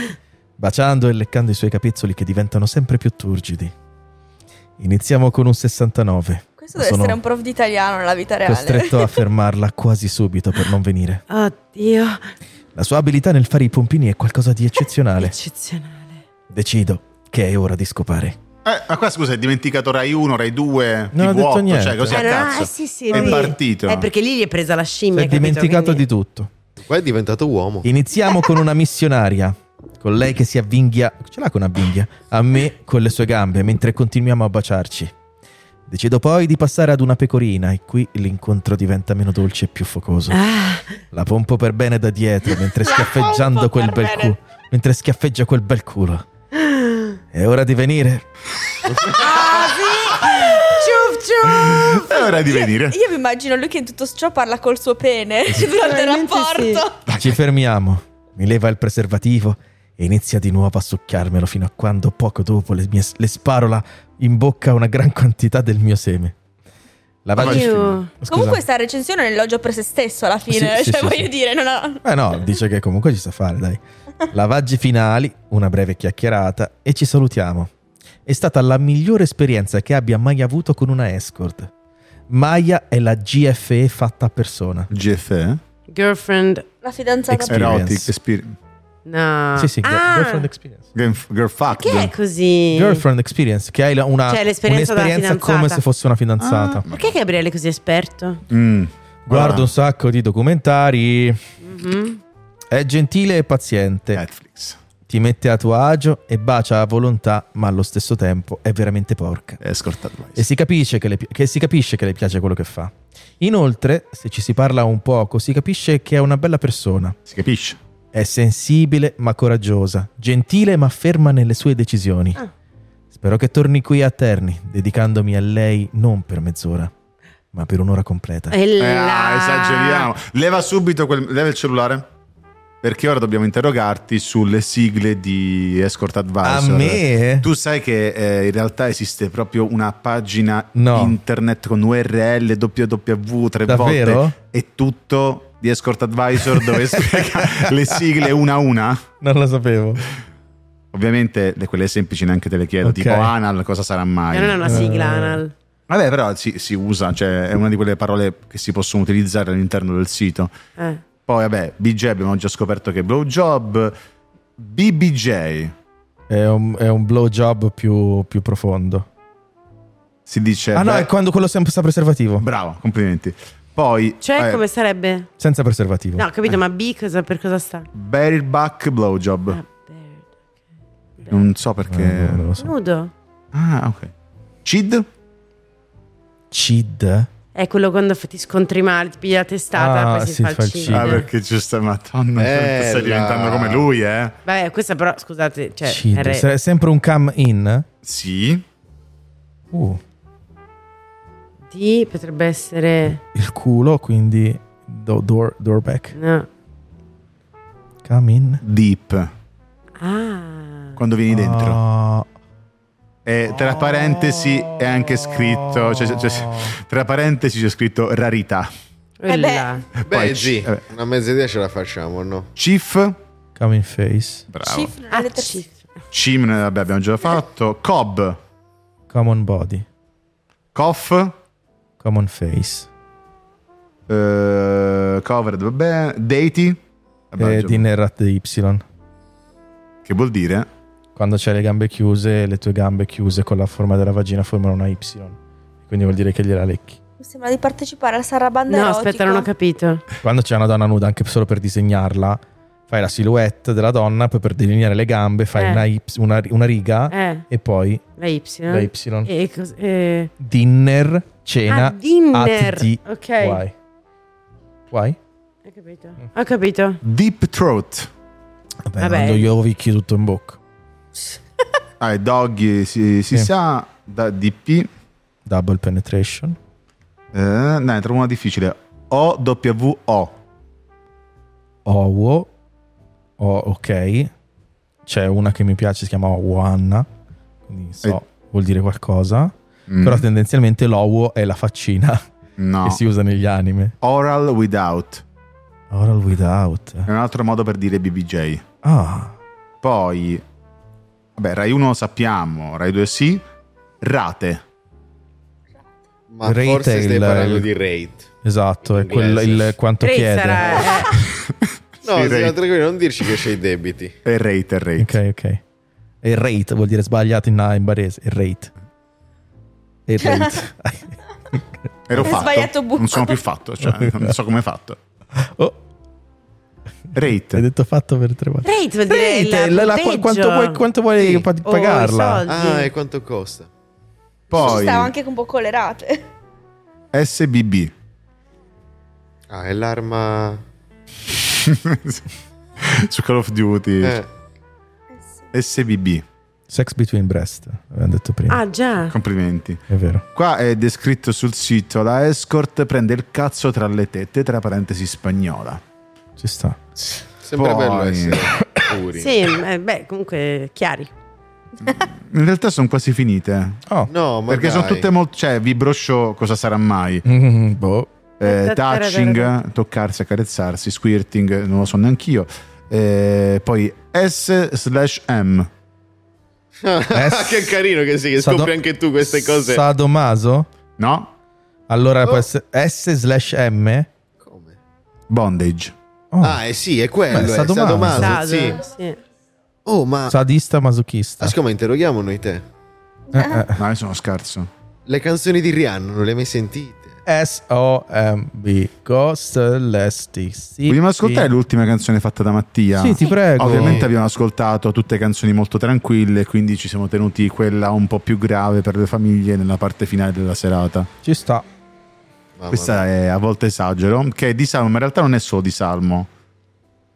Speaker 1: baciando e leccando i suoi capezzoli che diventano sempre più turgidi. Iniziamo con un 69.
Speaker 9: Questo
Speaker 1: ma sono
Speaker 9: deve essere un prof di italiano nella vita reale.
Speaker 1: costretto
Speaker 9: <laughs>
Speaker 1: a fermarla quasi subito per non venire.
Speaker 2: Ah, oddio.
Speaker 1: La sua abilità nel fare i pompini è qualcosa di eccezionale.
Speaker 9: Ecco.
Speaker 2: Eccezionale.
Speaker 1: Decido che è ora di scopare.
Speaker 7: Eh, ma qua scusa, hai dimenticato Rai 1, Rai 2,
Speaker 1: Non ho detto
Speaker 7: TV8,
Speaker 1: niente.
Speaker 7: cioè così a
Speaker 2: Eh, no,
Speaker 7: cazzo.
Speaker 2: ah, sì, sì,
Speaker 7: è
Speaker 2: sì.
Speaker 7: partito.
Speaker 2: Eh, perché lì gli è presa la
Speaker 1: Si
Speaker 2: scimmia.
Speaker 1: è
Speaker 2: capito?
Speaker 1: dimenticato
Speaker 2: Quindi-
Speaker 1: di tutto.
Speaker 3: Qua è diventato uomo.
Speaker 1: Iniziamo con una missionaria, con lei che si avvinghia, ce l'ha con una vinghia, a me con le sue gambe, mentre continuiamo a baciarci. Decido poi di passare ad una pecorina e qui l'incontro diventa meno dolce e più focoso.
Speaker 2: Ah,
Speaker 1: La pompo per bene da dietro mentre
Speaker 9: La
Speaker 1: schiaffeggiando
Speaker 9: pompo
Speaker 1: quel
Speaker 9: per
Speaker 1: bel
Speaker 9: bene.
Speaker 1: culo. Mentre schiaffeggia quel bel culo. È ora di venire.
Speaker 2: ciuf, ciuf.
Speaker 7: È ora di venire.
Speaker 9: Io vi immagino lui che in tutto ciò parla col suo pene <laughs> durante il
Speaker 2: probabilmente
Speaker 9: rapporto.
Speaker 1: Ci fermiamo. Mi leva il preservativo e inizia di nuovo a succhiarmelo fino a quando poco dopo le, mie- le sparo la- in bocca una gran quantità del mio seme. La
Speaker 7: Vai,
Speaker 1: vagina.
Speaker 2: Io-
Speaker 1: Scusa.
Speaker 9: Comunque sta recensione è un elogio per se stesso alla fine,
Speaker 1: Sì, sì,
Speaker 9: cioè
Speaker 1: sì,
Speaker 9: voglio
Speaker 1: sì.
Speaker 9: dire, non ha...
Speaker 1: Eh no, dice che comunque ci sa fare, dai. Lavaggi finali, una breve chiacchierata e ci salutiamo. È stata la migliore esperienza che abbia mai avuto con una escort. Maya è la GFE fatta a persona.
Speaker 7: GFE?
Speaker 2: Girlfriend.
Speaker 9: La fidanzata
Speaker 1: Experience.
Speaker 7: eh? Erotic, Experience.
Speaker 2: No.
Speaker 1: Sì, sì,
Speaker 2: Ah,
Speaker 1: girlfriend experience.
Speaker 7: Girl, girl fucked.
Speaker 2: Perché è così?
Speaker 1: Girlfriend experience, che hai la- una,
Speaker 2: Cioè, l'esperienza della
Speaker 1: un'esperienza come
Speaker 2: fidanzata.
Speaker 1: se fosse una fidanzata.
Speaker 2: Perché Gabriele è così esperto?
Speaker 7: Mm.
Speaker 1: Guardo un
Speaker 7: Ah,
Speaker 1: sacco di documentari.
Speaker 2: Mhm.
Speaker 1: È gentile e paziente.
Speaker 7: Eh. Netflix.
Speaker 1: Ti mette a tuo agio e bacia a volontà, ma allo stesso tempo è veramente porca.
Speaker 7: Escort
Speaker 1: E
Speaker 7: advice.
Speaker 1: si capisce che le, pi- che si capisce che le piace quello che fa. Inoltre, se ci si parla un poco, si capisce che è una bella persona.
Speaker 7: Si capisce?
Speaker 1: È sensibile ma coraggiosa, gentile ma ferma nelle sue decisioni.
Speaker 2: Ah.
Speaker 1: Spero che torni qui a Terni, dedicandomi a lei non per mezz'ora, ma per un'ora completa.
Speaker 2: E
Speaker 7: Eh, ah,
Speaker 2: là.
Speaker 7: esageriamo. Leva subito quel, leva il cellulare. Perché ora dobbiamo interrogarti sulle sigle di Escort
Speaker 1: a
Speaker 7: Advisor.
Speaker 1: me?
Speaker 7: Tu sai che eh, in realtà esiste proprio una pagina
Speaker 1: No.
Speaker 7: internet con URL www tre
Speaker 1: Davvero?
Speaker 7: volte e tutto di Escort Advisor
Speaker 1: <laughs>
Speaker 7: dove spiega le sigle una a una.
Speaker 1: Non lo sapevo.
Speaker 7: Ovviamente le- quelle semplici neanche te le chiedo,
Speaker 1: Ok.
Speaker 7: tipo anal, cosa sarà mai?
Speaker 2: Eh, Non è una sigla, Anal.
Speaker 7: Vabbè, però si, si usa, cioè è una di quelle parole che si possono utilizzare all'interno del sito.
Speaker 2: Eh.
Speaker 7: Poi, vabbè, BJ abbiamo già scoperto che è blowjob, BBJ
Speaker 1: È un, è un blowjob più, più profondo.
Speaker 7: si dice.
Speaker 1: ah no,
Speaker 7: beh-
Speaker 1: è quando quello senza preservativo.
Speaker 7: Bravo, complimenti. Poi,
Speaker 2: Cioè,
Speaker 7: eh,
Speaker 2: come sarebbe?
Speaker 1: Senza preservativo.
Speaker 2: No, ho capito, ma B cosa, per cosa sta?
Speaker 7: Barrel back blowjob.
Speaker 2: Ah, per-
Speaker 7: Non so
Speaker 1: Eh,
Speaker 7: perché.
Speaker 1: no, non lo so.
Speaker 2: Nudo.
Speaker 7: Ah, ok. Cid?
Speaker 1: Cid?
Speaker 2: È quello quando f- ti scontri male, ti piglia la testata,
Speaker 1: Ah,
Speaker 2: poi si,
Speaker 1: si
Speaker 2: fa il Eh, cid.
Speaker 7: Ah, perché c'è sta Madonna.
Speaker 3: Bella.
Speaker 7: Stai diventando come lui, eh?
Speaker 2: Vabbè, questa però, scusate, cioè,
Speaker 1: Cid.
Speaker 2: è re-
Speaker 1: Sarà sempre un come in?
Speaker 7: Sì.
Speaker 1: Uh,
Speaker 2: D potrebbe essere...
Speaker 1: il culo, quindi do- door, door back.
Speaker 2: No.
Speaker 1: Come in.
Speaker 7: Deep.
Speaker 2: Ah.
Speaker 7: Quando vieni dentro.
Speaker 1: Ah.
Speaker 7: E tra parentesi è anche scritto. Cioè, cioè, cioè, tra parentesi c'è scritto rarità.
Speaker 2: E
Speaker 9: Eh beh.
Speaker 2: là.
Speaker 7: Poi
Speaker 3: Beh,
Speaker 7: eh.
Speaker 3: G,
Speaker 7: vabbè.
Speaker 3: una mezza idea ce la facciamo, no?
Speaker 7: Chief.
Speaker 1: Come in face.
Speaker 7: Bravo.
Speaker 9: Cif-
Speaker 2: Ah,
Speaker 9: le ter-
Speaker 2: cif.
Speaker 7: Cim, vabbè, abbiamo già fatto. Cobb.
Speaker 1: Common body.
Speaker 7: Coff.
Speaker 1: Common face.
Speaker 7: eh, covered, vabbè. Deity. Vabbè,
Speaker 1: Eh,
Speaker 7: Ah, già-
Speaker 1: dinner at the Y.
Speaker 7: Che vuol dire?
Speaker 1: Quando c'hai le gambe chiuse, le tue gambe chiuse con la forma della vagina formano una Y. Quindi vuol dire che gliela lecchi.
Speaker 9: Mi sembra di partecipare alla sarabanda
Speaker 2: No,
Speaker 9: erotica.
Speaker 2: aspetta, non ho capito.
Speaker 1: Quando c'è una donna nuda, anche solo per disegnarla, fai la silhouette della donna, poi per delineare le gambe fai
Speaker 2: Eh.
Speaker 1: una, y- una, una riga
Speaker 2: Eh,
Speaker 1: e poi
Speaker 2: la Y.
Speaker 1: Ah. la Y.
Speaker 2: E cos- eh,
Speaker 1: Dinner, cena,
Speaker 2: ah, dinner.
Speaker 1: at the
Speaker 2: Ok.
Speaker 1: Why? Why?
Speaker 2: Ho capito. Ho capito.
Speaker 7: Deep Throat.
Speaker 1: Vabbè,
Speaker 2: Vabbè.
Speaker 1: quando io ovicchio tutto in bocca.
Speaker 7: Ah, e Doggy si, si
Speaker 1: Sì.
Speaker 7: sa da DP.
Speaker 1: Double penetration.
Speaker 7: eh, Eh, dai, trovo una difficile. O-W-O.
Speaker 1: Owo. Oh, ok. C'è una che mi piace, si chiama Owanna. Quindi so, vuol dire qualcosa.
Speaker 7: Eh. Mm.
Speaker 1: Però tendenzialmente l'owo è la faccina <laughs>
Speaker 7: No.
Speaker 1: che si usa negli anime.
Speaker 7: Oral without.
Speaker 1: Oral without.
Speaker 7: È un altro modo per dire BBJ.
Speaker 1: Ah.
Speaker 7: Poi, vabbè, Rai 1 lo sappiamo, Rai 2 sì. Rate.
Speaker 3: Ma
Speaker 1: Rate è
Speaker 3: forse stai
Speaker 1: il-
Speaker 3: parlando
Speaker 1: il-
Speaker 3: di rate.
Speaker 1: Esatto, è
Speaker 3: In
Speaker 1: quello
Speaker 3: inglese.
Speaker 1: il quanto
Speaker 2: Ray
Speaker 1: chiede.
Speaker 2: sarà- eh,
Speaker 3: No,
Speaker 7: Sì,
Speaker 3: sì,
Speaker 7: rate.
Speaker 3: tranquillo, non dirci che c'hai i debiti.
Speaker 7: E rate, e rate.
Speaker 1: Ok, ok. E rate vuol dire sbagliato in, in barese. E rate.
Speaker 2: <laughs>
Speaker 1: E rate. <laughs>
Speaker 7: Ero
Speaker 9: Hai
Speaker 7: fatto.
Speaker 9: sbagliato buco.
Speaker 7: Non sono più
Speaker 9: <laughs>
Speaker 7: fatto, cioè, non so come hai fatto.
Speaker 1: oh, hai
Speaker 7: Rate.
Speaker 1: detto fatto per tre volte.
Speaker 2: Rate vuol dire il
Speaker 1: Rate, la- la-
Speaker 2: punteggio.
Speaker 1: quanto vuoi, quanto vuoi
Speaker 7: Sì.
Speaker 1: pa-
Speaker 2: O i
Speaker 1: pagarla?
Speaker 2: soldi.
Speaker 3: Ah,
Speaker 7: ecco.
Speaker 3: e quanto costa?
Speaker 9: Ci
Speaker 7: Poi,
Speaker 9: stavo anche un po' Eh, colerate.
Speaker 7: SBB.
Speaker 3: Ah, è l'arma...
Speaker 7: <laughs> Su Call of Duty.
Speaker 3: Eh,
Speaker 7: SBB.
Speaker 1: Sex between breast, avevamo detto prima.
Speaker 2: Ah, già.
Speaker 7: Complimenti.
Speaker 1: È vero.
Speaker 7: Qua è descritto sul sito, la escort prende il cazzo tra le tette, tra parentesi spagnola.
Speaker 1: Ci sta.
Speaker 3: sembra
Speaker 7: Poi-
Speaker 3: bello essere puri.
Speaker 2: Sì, eh, beh, comunque, chiari.
Speaker 7: In realtà sono quasi finite.
Speaker 1: Oh.
Speaker 3: No, ma
Speaker 7: perché
Speaker 3: dai.
Speaker 7: sono tutte molto... Cioè, vibro show, cosa sarà mai?
Speaker 1: Mm, <laughs> boh.
Speaker 7: Eh, touching, toccarsi, accarezzarsi, squirting, non lo so neanch'io. Eh, poi S slash M.
Speaker 3: <laughs> Ah, che carino che sì, che
Speaker 1: Eh, Sado-
Speaker 3: scopri anche tu queste cose.
Speaker 1: Sadomaso?
Speaker 7: No?
Speaker 1: Allora può
Speaker 3: Oh.
Speaker 1: essere S slash M?
Speaker 3: Come?
Speaker 7: Bondage.
Speaker 1: Oh.
Speaker 3: Ah, eh sì, è quello,
Speaker 1: Beh,
Speaker 3: è
Speaker 1: sadomaso.
Speaker 3: sadomaso,
Speaker 2: Sado,
Speaker 3: sì.
Speaker 2: sì.
Speaker 3: Oh, ma...
Speaker 1: Sadista masochista.
Speaker 3: Ascolta, ma interroghiamo noi te.
Speaker 1: Eh, eh.
Speaker 7: No, io sono scarso.
Speaker 3: Le canzoni di Rihanna non le hai mai sentite?
Speaker 1: S-O-M-B Celestis
Speaker 7: Vogliamo ascoltare l'ultima canzone fatta da Mattia?
Speaker 1: Sì, ti prego.
Speaker 7: Ovviamente abbiamo ascoltato tutte canzoni molto tranquille, quindi ci siamo tenuti quella un po' più grave per le famiglie nella parte finale della serata.
Speaker 1: Ci sta.
Speaker 3: Mamma
Speaker 7: Questa è a volte esagero, che è di Salmo, ma in realtà non è solo di Salmo,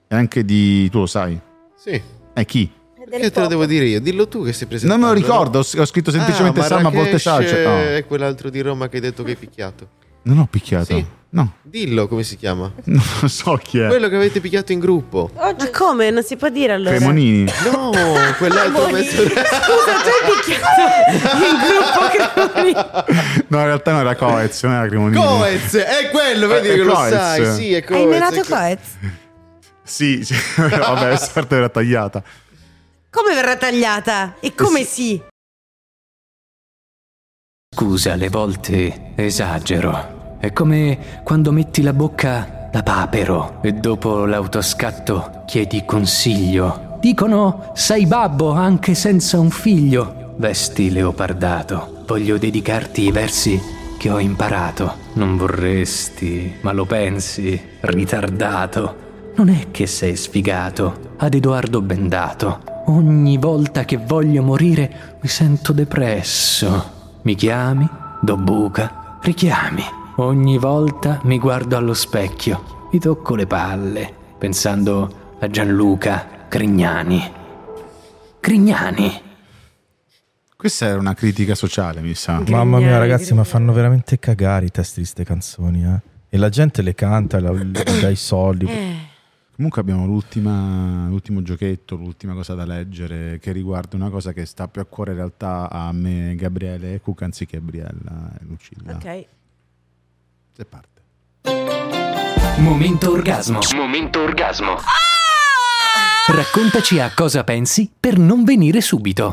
Speaker 7: è anche di... tu lo sai?
Speaker 3: mia. Sì.
Speaker 7: È chi?
Speaker 9: È del
Speaker 3: Perché te lo
Speaker 9: pop.
Speaker 3: devo dire io? Dillo tu che sei
Speaker 7: Non
Speaker 3: presentato.
Speaker 7: me lo ricordo,
Speaker 3: no?
Speaker 7: ho ho scritto semplicemente
Speaker 3: Ah,
Speaker 7: Salmo a volte
Speaker 3: Marrakesh
Speaker 7: esagero. No,
Speaker 3: è quell'altro di Roma che hai detto che hai picchiato.
Speaker 7: non ho picchiato.
Speaker 3: Sì.
Speaker 7: No, <laughs>
Speaker 3: Dillo come si chiama.
Speaker 7: non lo so chi è.
Speaker 3: Quello che avete picchiato in gruppo.
Speaker 9: Oggi
Speaker 2: Ma come? Non si può dire allora?
Speaker 3: <laughs>
Speaker 7: Cremonini.
Speaker 3: No,
Speaker 9: <laughs>
Speaker 3: quell'altro mezzo.
Speaker 2: Scusa, tu hai picchiato il gruppo Cremoni.
Speaker 7: No, in realtà non era Coez, non era
Speaker 3: <laughs>
Speaker 7: Cremonini.
Speaker 3: Coez, è quello, vedi
Speaker 7: Eh, è
Speaker 3: che lo
Speaker 7: Coez.
Speaker 3: sai. Sì, è Coez.
Speaker 9: Hai menato
Speaker 3: è que-
Speaker 9: Coez?
Speaker 7: Sì, <laughs> sì. vabbè, la sorte era tagliata.
Speaker 2: Come verrà tagliata?
Speaker 7: Eh
Speaker 2: E come sì?
Speaker 5: Scusa, le volte esagero. È come quando metti la bocca da papero e dopo l'autoscatto chiedi consiglio. Dicono sei babbo anche senza un figlio. Vesti leopardato. Voglio dedicarti i versi che ho imparato. Non vorresti, ma lo pensi, ritardato. Non è che sei sfigato, ad Edoardo bendato. Ogni volta che voglio morire mi sento depresso. Mi chiami, do buca, richiami. Ogni volta mi guardo allo specchio, mi tocco le palle, pensando a Gianluca Crignani. Crignani.
Speaker 7: Questa era una critica sociale, mi sa.
Speaker 1: Mamma mia
Speaker 2: Grignani,
Speaker 1: ragazzi, ma
Speaker 2: grignani.
Speaker 1: fanno veramente cagare i testi di queste canzoni, eh. E la gente le canta, la- gli dà i soldi.
Speaker 9: Eh,
Speaker 2: Eh,
Speaker 7: Comunque abbiamo l'ultima, l'ultimo giochetto, l'ultima cosa da leggere che riguarda una cosa che sta più a cuore in realtà a me, Gabriele e Cuca, anziché Gabriella e Lucilla.
Speaker 2: Ok.
Speaker 7: Se parte.
Speaker 5: Momento orgasmo. Momento orgasmo.
Speaker 1: Ah!
Speaker 5: Raccontaci a cosa pensi per non venire subito.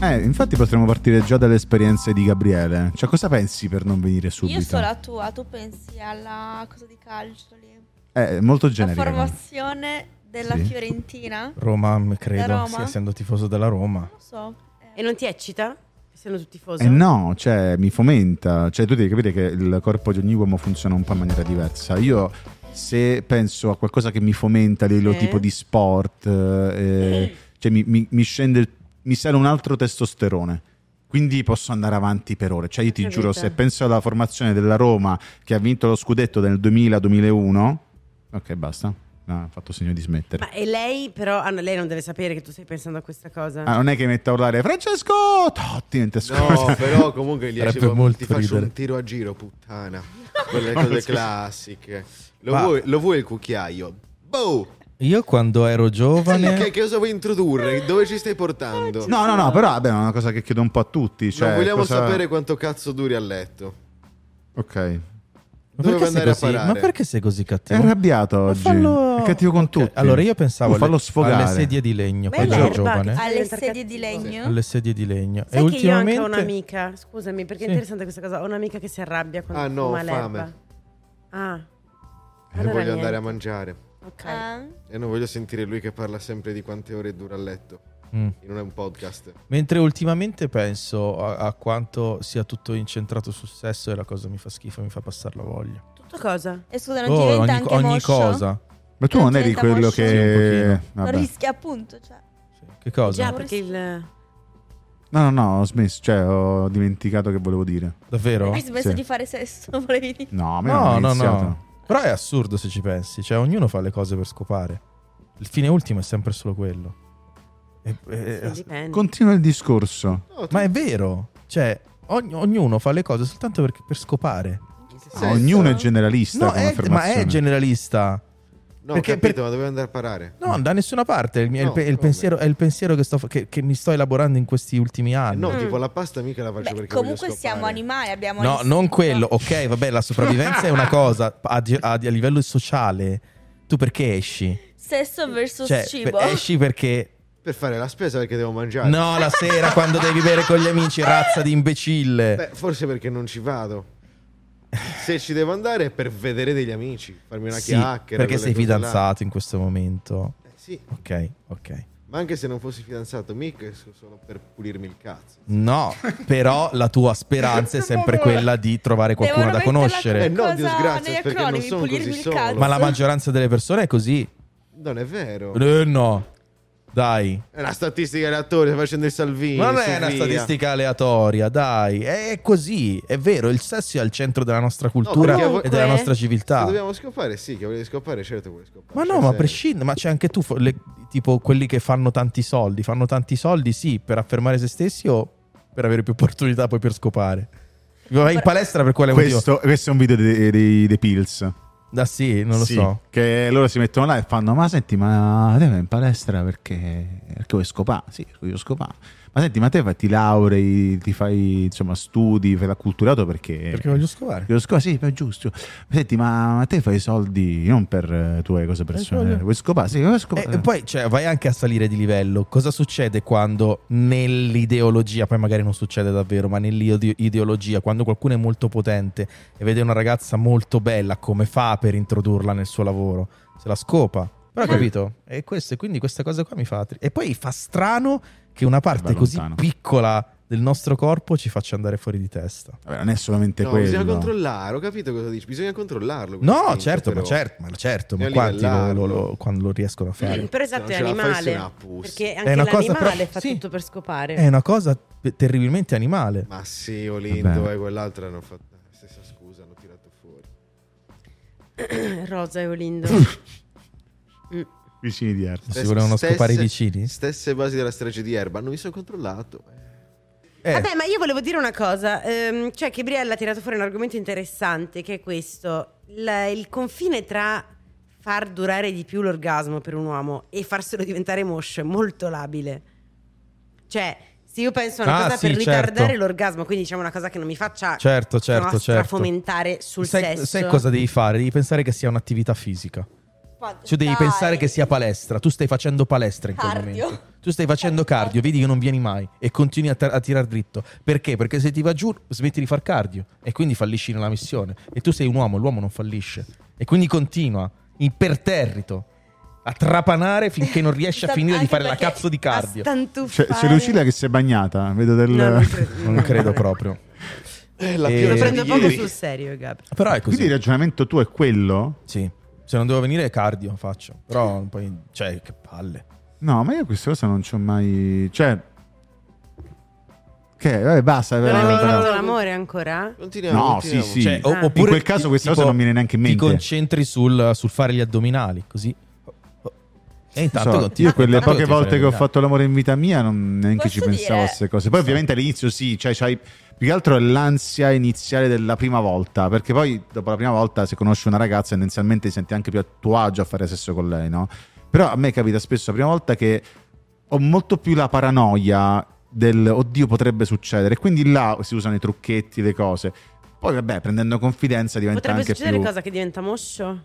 Speaker 7: Eh, infatti potremmo partire già dalle esperienze di Gabriele. Cioè, cosa pensi per non venire subito?
Speaker 9: Io so la tua, tu pensi alla cosa di calcio lì.
Speaker 7: Eh, molto
Speaker 9: La
Speaker 7: generica. comunque.
Speaker 9: formazione della
Speaker 7: Sì.
Speaker 9: Fiorentina?
Speaker 1: Roma, m- credo,
Speaker 9: Da Roma?
Speaker 1: sì, essendo tifoso della Roma.
Speaker 9: Non so. eh,
Speaker 2: E non ti eccita? Essendo tutti tifoso?
Speaker 7: Eh no, cioè, mi fomenta. Cioè, tu devi capire che il corpo di ogni uomo funziona un po' in maniera diversa. Io, se penso a qualcosa che mi fomenta, a livello
Speaker 2: Eh.
Speaker 7: tipo di sport, eh, cioè, mi, mi- mi scende, il- mi sale un altro testosterone. Quindi posso andare avanti per ore. Cioè, io ti
Speaker 2: Che
Speaker 7: giuro,
Speaker 2: vita.
Speaker 7: se penso alla formazione della Roma che ha vinto lo scudetto del 2000-2001, ok, basta. No, ha fatto segno di smettere.
Speaker 2: Ma e lei però, ah, no, lei non deve sapere che tu stai pensando a questa cosa.
Speaker 7: Ah, non è che mette a urlare Francesco Totti mentre
Speaker 3: No,
Speaker 7: <laughs> scusa.
Speaker 3: però comunque gli
Speaker 7: Farebbe
Speaker 3: dicevo,
Speaker 7: molto
Speaker 3: ti faccio
Speaker 7: ridere.
Speaker 3: un tiro a giro,
Speaker 9: <laughs>
Speaker 3: puttana. Quelle
Speaker 7: No,
Speaker 3: cose
Speaker 7: scusa.
Speaker 3: classiche. Lo,
Speaker 1: Ma-
Speaker 3: vuoi, lo vuoi il cucchiaio? Boh!
Speaker 1: Io quando ero
Speaker 3: Che,
Speaker 1: giovane...
Speaker 3: che cosa vuoi introdurre? Dove ci stai portando?
Speaker 7: No, no, no, però vabbè, è una cosa che chiedo un po' a tutti. Cioè,
Speaker 3: non vogliamo
Speaker 7: cosa-
Speaker 3: sapere quanto cazzo duri a letto.
Speaker 1: Eh,
Speaker 7: Ok.
Speaker 1: Ma
Speaker 3: Dove
Speaker 1: perché,
Speaker 3: vuoi
Speaker 1: sei
Speaker 3: andare a
Speaker 1: così?
Speaker 3: parare?
Speaker 1: Ma perché sei così
Speaker 7: È
Speaker 1: cattivo?
Speaker 7: arrabbiato oggi.
Speaker 1: fallo-
Speaker 7: È cattivo con
Speaker 1: Ok,
Speaker 7: tutti.
Speaker 1: Allora io pensavo
Speaker 7: Oh,
Speaker 1: alle,
Speaker 7: fallo sfogare.
Speaker 1: alle sedie di legno
Speaker 2: Ma
Speaker 1: quando
Speaker 2: è
Speaker 1: ero
Speaker 2: l'erba che-
Speaker 1: giovane.
Speaker 9: Alle
Speaker 2: diventa
Speaker 9: sedie di legno?
Speaker 1: Alle sedie di legno.
Speaker 2: Sai
Speaker 1: e
Speaker 2: che io ho anche
Speaker 1: ultimamente...
Speaker 2: un'amica, scusami perché è
Speaker 1: Sì.
Speaker 2: interessante questa cosa, ho un'amica che si arrabbia quando
Speaker 3: Ah, no,
Speaker 2: fuma l'erba.
Speaker 3: fame.
Speaker 2: Ah.
Speaker 3: E
Speaker 2: Allora
Speaker 3: voglio andare
Speaker 2: niente.
Speaker 3: a mangiare.
Speaker 2: Ok.
Speaker 9: Ah.
Speaker 3: E non voglio sentire lui che parla sempre di quante ore dura a letto.
Speaker 1: Mm.
Speaker 3: In un podcast.
Speaker 1: Mentre ultimamente penso a, a quanto sia tutto incentrato sul sesso e la cosa mi fa schifo, mi fa passare la voglia.
Speaker 2: Tutto cosa?
Speaker 9: E scusa, non
Speaker 1: Oh,
Speaker 9: ti diventa
Speaker 1: ogni,
Speaker 9: anche
Speaker 1: ogni
Speaker 9: moscio?
Speaker 1: cosa.
Speaker 7: Ma tu
Speaker 9: Non
Speaker 7: non eri
Speaker 9: diventa
Speaker 7: quello
Speaker 9: moscio?
Speaker 1: Sì,
Speaker 7: che.
Speaker 1: un
Speaker 9: Non
Speaker 7: Vabbè.
Speaker 9: rischi appunto, cioè.
Speaker 1: Sì. Che cosa?
Speaker 2: Già perché il
Speaker 3: Eh,
Speaker 7: No, no, no, ho smesso. Cioè, ho dimenticato che volevo dire.
Speaker 1: Davvero?
Speaker 9: Hai smesso
Speaker 7: Sì.
Speaker 9: di fare sesso, <laughs> volevi dire.
Speaker 7: No, a me non
Speaker 1: No,
Speaker 7: è
Speaker 1: no,
Speaker 7: iniziato.
Speaker 1: no. Però è assurdo se ci pensi, cioè ognuno fa le cose per scopare. Il fine ultimo è sempre solo quello. E- e-
Speaker 2: sì, dipende.
Speaker 7: Continua il discorso.
Speaker 3: No, tu-
Speaker 1: ma è vero, cioè ogn- ognuno fa le cose soltanto perché- per scopare.
Speaker 7: Ah,
Speaker 3: Senza-
Speaker 7: ognuno è generalista.
Speaker 1: No,
Speaker 7: come
Speaker 1: è- ma
Speaker 7: affermazione.
Speaker 1: è generalista.
Speaker 3: No,
Speaker 1: perché-
Speaker 3: ho capito,
Speaker 1: per-
Speaker 3: ma dovevo andare a parare.
Speaker 1: No, da nessuna parte. È il, mio- è il
Speaker 3: No,
Speaker 1: pe- è il
Speaker 3: come?
Speaker 1: pensiero, è il pensiero che, sto fa- che- che mi sto elaborando in questi ultimi
Speaker 3: Eh,
Speaker 1: anni.
Speaker 3: No,
Speaker 9: Mm.
Speaker 3: tipo la pasta mica la faccio
Speaker 9: Beh,
Speaker 3: perché
Speaker 9: comunque
Speaker 3: voglio
Speaker 9: siamo
Speaker 3: scopare.
Speaker 9: animali, abbiamo
Speaker 1: No,
Speaker 9: l'istinto.
Speaker 1: non quello. Ok, vabbè, la sopravvivenza è una cosa. A, di- a di- a livello sociale, tu perché esci?
Speaker 9: Sesso versus
Speaker 1: Cioè,
Speaker 9: cibo.
Speaker 1: per- esci perché
Speaker 3: Per fare la spesa perché devo mangiare.
Speaker 1: No, la sera quando devi bere con gli amici, razza di imbecille.
Speaker 3: Eh. Beh, Eh, forse perché non ci vado. Se ci devo andare è per vedere degli amici, farmi una
Speaker 1: Sì,
Speaker 3: chiacchiera.
Speaker 1: perché
Speaker 3: quelle
Speaker 1: sei
Speaker 3: cose là.
Speaker 1: fidanzato in questo momento.
Speaker 3: Eh, sì,
Speaker 1: Ok, ok.
Speaker 3: ma anche se non fossi fidanzato, mica so- solo per pulirmi il cazzo.
Speaker 1: No, però la tua speranza è sempre quella di trovare qualcuno da
Speaker 9: Devono
Speaker 1: conoscere.
Speaker 9: metterla
Speaker 3: Eh no, Dio
Speaker 9: cosa
Speaker 3: sgrazia,
Speaker 9: negli
Speaker 3: perché non
Speaker 9: acronimi,
Speaker 3: sono
Speaker 9: pulirmi
Speaker 3: così
Speaker 9: il
Speaker 3: solo.
Speaker 9: cazzo.
Speaker 1: Ma la maggioranza delle persone è così.
Speaker 3: Non è vero.
Speaker 1: Eh, no. Dai.
Speaker 3: È una statistica aleatoria, stai facendo il Salvini.
Speaker 1: Ma non
Speaker 3: su
Speaker 1: è una
Speaker 3: via.
Speaker 1: statistica aleatoria, dai. È così, è vero, il sesso è al centro della nostra cultura
Speaker 3: perché vo- Eh?
Speaker 1: e della nostra
Speaker 3: Se
Speaker 1: civiltà.
Speaker 3: dobbiamo scopare, sì, che volevi scopare, certo vuoi scopare.
Speaker 1: Ma no,
Speaker 3: Cioè,
Speaker 1: ma a
Speaker 3: se-
Speaker 1: prescindere, ma c'è anche tu, fo- le- tipo quelli che fanno tanti soldi, fanno tanti soldi sì per affermare se stessi o per avere più opportunità poi per scopare. Vai in palestra per quale motivo?
Speaker 7: Questo, questo è un video dei, dei- dei Pills.
Speaker 1: Da sì, non lo
Speaker 7: Sì,
Speaker 1: so.
Speaker 7: Che loro si mettono là e fanno: Ma senti, ma te vai in palestra perché, perché vuoi scopare? Sì, perché voglio scopare. Ma senti, ma te fai- ti laurei, ti fai insomma studi, fai l'acculturato perché.
Speaker 1: Perché voglio scopare.
Speaker 7: Io lo scopo, sì, è giusto. Ma Senti, ma, ma te fai i soldi non per eh, tue cose personali,
Speaker 1: voglio-
Speaker 7: vuoi scopare? Sì, vuoi scopare.
Speaker 1: E e poi cioè, vai anche a salire di livello. Cosa succede quando nell'ideologia, poi magari non succede davvero, ma nell'ideologia, quando qualcuno è molto potente e vede una ragazza molto bella, come fa per introdurla nel suo lavoro? Se la scopa. Però
Speaker 7: Sì.
Speaker 1: capito? E questo, e quindi questa cosa qua mi fa... tri- e poi fa strano che una parte
Speaker 7: Va
Speaker 1: così
Speaker 7: lontano.
Speaker 1: piccola del nostro corpo ci faccia andare fuori di testa.
Speaker 7: Vabbè, non è solamente
Speaker 3: No, bisogna
Speaker 7: quello.
Speaker 3: controllare, ho capito cosa dici, bisogna controllarlo.
Speaker 1: No,
Speaker 3: questo
Speaker 1: certo, ma
Speaker 3: però.
Speaker 1: certo, ma certo, ma
Speaker 3: Bisogna
Speaker 1: quanti lo,
Speaker 3: livellarlo.
Speaker 1: lo- lo- quando lo riescono a fare?
Speaker 2: Però esatto,
Speaker 3: Se
Speaker 2: è
Speaker 3: non ce la fai, sei una
Speaker 2: animale.
Speaker 3: pussy.
Speaker 2: Perché
Speaker 1: È
Speaker 2: anche
Speaker 1: una cosa,
Speaker 2: l'animale
Speaker 1: però-
Speaker 2: fa
Speaker 1: sì.
Speaker 2: tutto per scopare.
Speaker 1: È una cosa pe- terribilmente animale.
Speaker 3: Ma sì, Olindo
Speaker 7: Vabbè.
Speaker 3: e quell'altra hanno fatto la stessa scusa, hanno tirato fuori.
Speaker 1: Eh.
Speaker 2: Rosa e Olindo.
Speaker 1: <laughs>
Speaker 7: Vicini di Erta.
Speaker 1: Si volevano
Speaker 3: Stesse-
Speaker 1: scopare i vicini?
Speaker 3: Stesse basi della strage di Erba, non mi sono controllato.
Speaker 1: Eh,
Speaker 2: Vabbè, ma io volevo dire una cosa. ehm, cioè, che Briella ha tirato fuori un argomento interessante che è questo: il, il confine tra far durare di più l'orgasmo per un uomo e farselo diventare moscio è molto labile. Cioè, se io penso a una
Speaker 1: Ah,
Speaker 2: cosa
Speaker 1: sì,
Speaker 2: per
Speaker 1: certo.
Speaker 2: ritardare l'orgasmo, quindi diciamo una cosa che non mi
Speaker 9: Ah,
Speaker 2: faccia
Speaker 1: certo, certo, certo.
Speaker 2: fomentare sul
Speaker 1: sai,
Speaker 2: sesso.
Speaker 1: sai cosa devi fare? Devi pensare che sia un'attività fisica.
Speaker 9: Ma
Speaker 1: Cioè devi
Speaker 9: dai.
Speaker 1: pensare che sia palestra. Tu stai facendo palestra in quel
Speaker 9: Cardio.
Speaker 1: momento. Tu stai facendo cardio, vedi che non vieni mai e continui a, tar- a tirare dritto. Perché? Perché se ti va giù smetti di far cardio e quindi fallisci nella missione. E tu sei un uomo, l'uomo non fallisce. E quindi continua, imperterrito, a trapanare finché non riesci a
Speaker 9: Sta-
Speaker 1: finire di
Speaker 9: anche
Speaker 1: fare la
Speaker 9: perché
Speaker 1: cazzo di cardio.
Speaker 7: C'è, c'è Cioè, Lucilla che si è bagnata. Vedo del.
Speaker 2: No, non credo,
Speaker 1: Non credo proprio.
Speaker 3: la
Speaker 1: Eh,
Speaker 3: pioggia
Speaker 2: Lo
Speaker 1: Eh,
Speaker 2: prendo
Speaker 3: di
Speaker 2: poco
Speaker 3: ieri.
Speaker 2: sul serio, Gab.
Speaker 1: Però è così.
Speaker 7: Quindi il ragionamento tuo è quello?
Speaker 1: Sì. Se non devo venire cardio faccio. Però poi. Cioè, che palle.
Speaker 7: No, ma io questa cosa non ci ho mai. Cioè. Che, vabbè, basta.
Speaker 2: Non
Speaker 7: eh,
Speaker 2: hai mai
Speaker 3: no,
Speaker 7: però-
Speaker 3: no,
Speaker 2: fatto
Speaker 3: no.
Speaker 2: l'amore ancora?
Speaker 3: Continuiamo.
Speaker 7: No, sì,
Speaker 3: continuiamo. oh,
Speaker 7: sì.
Speaker 1: Cioè, o-
Speaker 2: Ah.
Speaker 1: oppure
Speaker 7: In quel caso
Speaker 1: ti-
Speaker 7: questa
Speaker 1: tipo,
Speaker 7: cosa non mi viene neanche in mente.
Speaker 1: Ti concentri sul, sul fare gli addominali, così. E intanto
Speaker 7: So,
Speaker 1: continua.
Speaker 7: Io quelle
Speaker 1: Intanto
Speaker 7: poche
Speaker 1: continua.
Speaker 7: volte che ho fatto l'amore in vita mia non neanche
Speaker 9: Posso
Speaker 7: ci pensavo a
Speaker 9: dire-
Speaker 7: queste cose. Poi ovviamente all'inizio sì, cioè c'hai più che altro è l'ansia iniziale della prima volta, perché poi dopo la prima volta se conosci una ragazza tendenzialmente ti senti anche più a tuo agio a fare sesso con lei, no? Però a me capita spesso la prima volta che ho molto più la paranoia del oddio potrebbe succedere, quindi là si usano i trucchetti, le cose. Poi vabbè, prendendo confidenza diventa
Speaker 2: Potrebbe
Speaker 7: anche
Speaker 2: succedere
Speaker 7: più
Speaker 2: cosa che diventa moscio?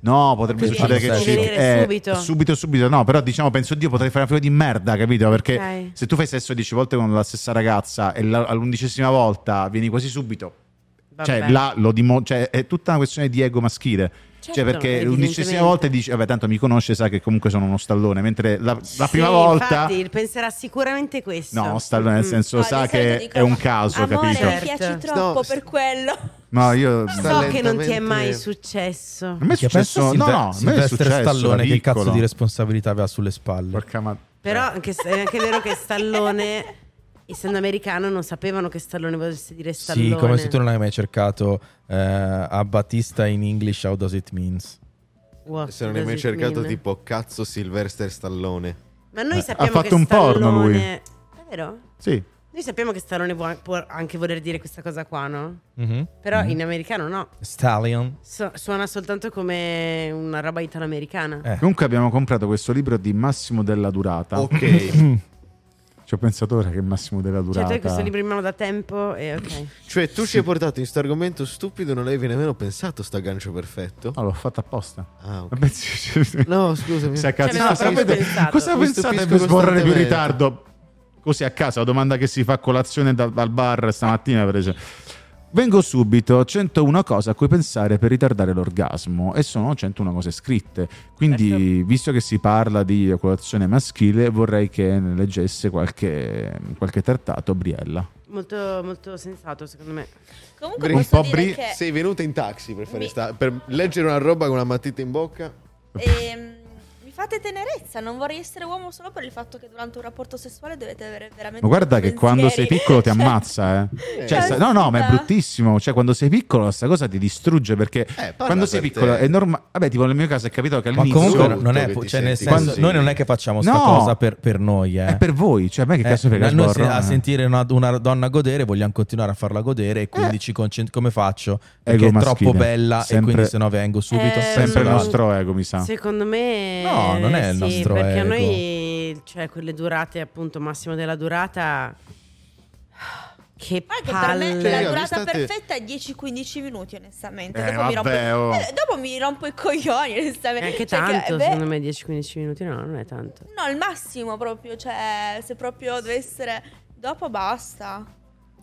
Speaker 7: No, potrebbe
Speaker 2: Quindi
Speaker 7: succedere che
Speaker 2: posso
Speaker 7: ci Eh,
Speaker 2: venire subito?
Speaker 7: subito, subito, no, però diciamo penso Dio potrei fare una figura di merda, capito? Perché
Speaker 2: Ok.
Speaker 7: se tu fai sesso dieci volte con la stessa ragazza e la- all'undicesima volta vieni quasi subito, cioè
Speaker 2: Vabbè.
Speaker 7: là lo dimo- cioè, è tutta una questione di ego maschile. cioè,
Speaker 2: Certo,
Speaker 7: perché l'undicesima
Speaker 2: evidentemente.
Speaker 7: volta dici, vabbè, tanto mi conosce, sa che comunque sono uno stallone, mentre la, la prima
Speaker 2: Sì,
Speaker 7: volta,
Speaker 2: Infatti, penserà sicuramente questo.
Speaker 7: no, stallone nel
Speaker 2: Mm.
Speaker 7: senso,
Speaker 9: No, Ah, di
Speaker 7: sa
Speaker 9: solito
Speaker 7: che
Speaker 9: dicono,
Speaker 7: è un caso,
Speaker 9: Amore,
Speaker 7: capito?
Speaker 9: mi piaci
Speaker 2: Certo.
Speaker 9: troppo
Speaker 3: No,
Speaker 9: per quello.
Speaker 7: No, io.
Speaker 2: So che non ti è
Speaker 3: lentamente-
Speaker 2: mai successo.
Speaker 7: A me è
Speaker 1: Perché pensa
Speaker 7: successo, no,
Speaker 1: Silve-
Speaker 7: no, a me è
Speaker 1: Silvestre
Speaker 7: successo. da
Speaker 1: Stallone che cazzo
Speaker 7: piccolo.
Speaker 1: di responsabilità aveva sulle spalle.
Speaker 7: Porca ma-
Speaker 2: Però anche se- è anche vero che Stallone, <laughs> essendo americano, non sapevano che Stallone volesse dire Stallone.
Speaker 1: Sì, come se tu non hai mai cercato eh, a Battista in English How Does It Means.
Speaker 2: What
Speaker 3: Se non hai mai
Speaker 2: does it
Speaker 3: cercato
Speaker 2: mean?
Speaker 3: tipo cazzo Sylvester Stallone.
Speaker 2: Ma noi
Speaker 7: Eh, Ha
Speaker 2: sappiamo
Speaker 7: fatto
Speaker 2: che
Speaker 7: un
Speaker 2: Stallone...
Speaker 7: porno lui.
Speaker 2: Davvero?
Speaker 7: Sì.
Speaker 2: Noi sappiamo che Stallone vuo- può anche voler dire questa cosa qua, no?
Speaker 7: Mhm.
Speaker 2: Però
Speaker 7: Mm-hmm.
Speaker 2: in americano no.
Speaker 1: Stallion.
Speaker 2: So- suona soltanto come una roba italo-americana. Certo
Speaker 1: Eh.
Speaker 7: Comunque abbiamo comprato questo libro di Massimo della Durata.
Speaker 3: Ok.
Speaker 7: Ci ho pensato ora che Massimo della
Speaker 2: Cioè, tu
Speaker 7: Durata.
Speaker 2: hai questo libro in mano da tempo e ok.
Speaker 3: cioè, tu ci hai portato in sto argomento stupido, non avevi nemmeno pensato sto gancio perfetto.
Speaker 7: No, Ah, l'ho fatto apposta.
Speaker 3: Ah, ok.
Speaker 7: Vabbè, sì, sì.
Speaker 3: No, scusami.
Speaker 7: Se a caso-
Speaker 2: Ci avevamo
Speaker 7: Ah,
Speaker 2: proprio
Speaker 7: sapete-
Speaker 2: pensato.
Speaker 7: Cosa
Speaker 3: Mi
Speaker 7: pensate
Speaker 3: stupisco
Speaker 7: per sborrare più in
Speaker 3: costantemente.
Speaker 7: ritardo? Così a casa, la domanda che si fa a colazione dal, dal bar stamattina, per esempio. Vengo subito, 101 cose a cui pensare per ritardare l'orgasmo e sono 101 cose scritte. Quindi,
Speaker 2: Certo.
Speaker 7: visto che si parla di colazione maschile, vorrei che ne leggesse qualche, qualche trattato, Briella.
Speaker 2: Molto, molto sensato, secondo me.
Speaker 9: <laughs> Comunque
Speaker 3: Bri-
Speaker 7: Un
Speaker 9: posso
Speaker 7: po'
Speaker 9: dire
Speaker 7: bri-
Speaker 9: che
Speaker 3: Sei venuta in taxi per, fare
Speaker 9: Mi-
Speaker 3: sta- per leggere una roba con una matita in bocca?
Speaker 9: ehm, mi fate tenerezza, non vorrei essere uomo solo per il fatto che durante un rapporto sessuale dovete avere veramente
Speaker 7: Ma guarda che
Speaker 9: pensieri.
Speaker 7: quando sei piccolo ti
Speaker 9: <laughs> Cioè-
Speaker 7: ammazza, eh.
Speaker 3: Eh.
Speaker 7: Cioè, sa- no, no, ma è bruttissimo. Cioè, quando sei piccolo, questa cosa ti distrugge perché
Speaker 3: Eh, parla
Speaker 7: quando sei
Speaker 3: per te.
Speaker 7: piccolo è normale. Vabbè, tipo nel mio caso è capito che
Speaker 1: Ma
Speaker 7: all'inizio
Speaker 1: comunque
Speaker 3: brutto
Speaker 1: non è,
Speaker 3: che ti
Speaker 1: cioè, nel
Speaker 3: senti
Speaker 1: senso,
Speaker 3: così.
Speaker 1: noi non è che facciamo sta
Speaker 7: No.
Speaker 1: cosa per, per noi, eh.
Speaker 7: è per voi. Cioè, a me che
Speaker 1: Eh,
Speaker 7: cazzo frega
Speaker 1: ma noi se-
Speaker 7: sborro,
Speaker 1: a
Speaker 7: eh.
Speaker 1: sentire una, una donna godere vogliamo continuare a farla godere e quindi
Speaker 7: Eh.
Speaker 1: ci concent- come faccio? Perché
Speaker 7: Ego
Speaker 1: è
Speaker 7: maschile.
Speaker 1: troppo bella
Speaker 7: Sempre-
Speaker 1: e quindi se no vengo subito.
Speaker 2: Eh,
Speaker 7: Sempre il
Speaker 1: no.
Speaker 7: nostro ego, mi sa.
Speaker 2: Secondo me
Speaker 1: No, non è il
Speaker 2: sì,
Speaker 1: nostro
Speaker 2: perché a
Speaker 1: ego.
Speaker 2: noi cioè quelle durate appunto massimo della durata che
Speaker 9: Ma anche per
Speaker 2: palle.
Speaker 9: me
Speaker 3: Cioè,
Speaker 9: la
Speaker 3: io-
Speaker 9: durata
Speaker 3: avvistate-
Speaker 9: perfetta è 10-15 minuti, onestamente.
Speaker 7: Eh,
Speaker 9: dopo, mi rompo...
Speaker 7: vabbè, oh.
Speaker 9: eh, dopo mi rompo i coglioni, onestamente.
Speaker 2: Neanche
Speaker 9: Cioè, che-
Speaker 2: tanto,
Speaker 9: beh,
Speaker 2: secondo me 10-15 minuti no, non è tanto.
Speaker 9: No, il massimo proprio, cioè, se proprio deve essere... Dopo basta.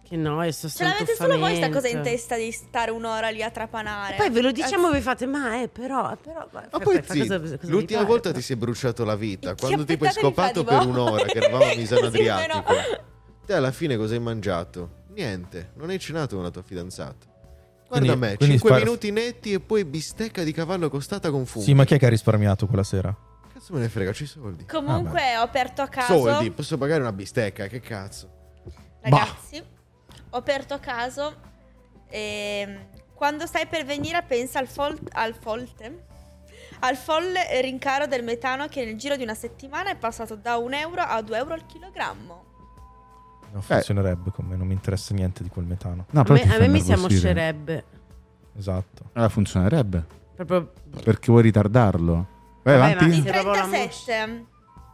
Speaker 2: Che no, è
Speaker 9: Ce
Speaker 2: sostanzialmente.
Speaker 9: l'avete solo voi sta cosa in testa di stare un'ora lì a trapanare.
Speaker 2: Poi ve lo diciamo e vi fate, ma eh, però, però.
Speaker 3: Ma poi zitto, l'ultima volta ti sei bruciato la vita, quando tipo hai scopato per un'ora che eravamo a Misano Adriatico. Te alla fine cosa hai mangiato? Niente, non hai cenato con la tua fidanzata. Guarda
Speaker 1: Quindi-
Speaker 3: me,
Speaker 1: quindi
Speaker 3: 5
Speaker 1: far-
Speaker 3: minuti netti e poi bistecca di cavallo costata con fumo.
Speaker 1: Sì, ma chi è che ha risparmiato quella sera?
Speaker 3: Cazzo me ne frega, ci soldi.
Speaker 9: Comunque ho aperto a caso.
Speaker 3: Soldi, posso pagare una bistecca, che cazzo.
Speaker 9: Ragazzi, ho aperto a caso. ehm, quando stai per venire, pensa al, fol- al folte. Al folle rincaro del metano che nel giro di una settimana è passato da 1 euro a 2 euro al chilogrammo.
Speaker 7: Eh.
Speaker 1: Non funzionerebbe con me, non mi interessa niente di quel metano.
Speaker 7: No,
Speaker 2: A
Speaker 7: però ti
Speaker 2: me,
Speaker 7: fa
Speaker 2: a me mi si
Speaker 7: innervosire.
Speaker 2: ammoscerebbe.
Speaker 1: Esatto.
Speaker 7: Allora funzionerebbe
Speaker 2: Proprio.
Speaker 7: perché vuoi ritardarlo. Vai
Speaker 2: Vabbè,
Speaker 7: avanti.
Speaker 2: ma-
Speaker 9: Il
Speaker 2: Sì, proprio la
Speaker 9: 37.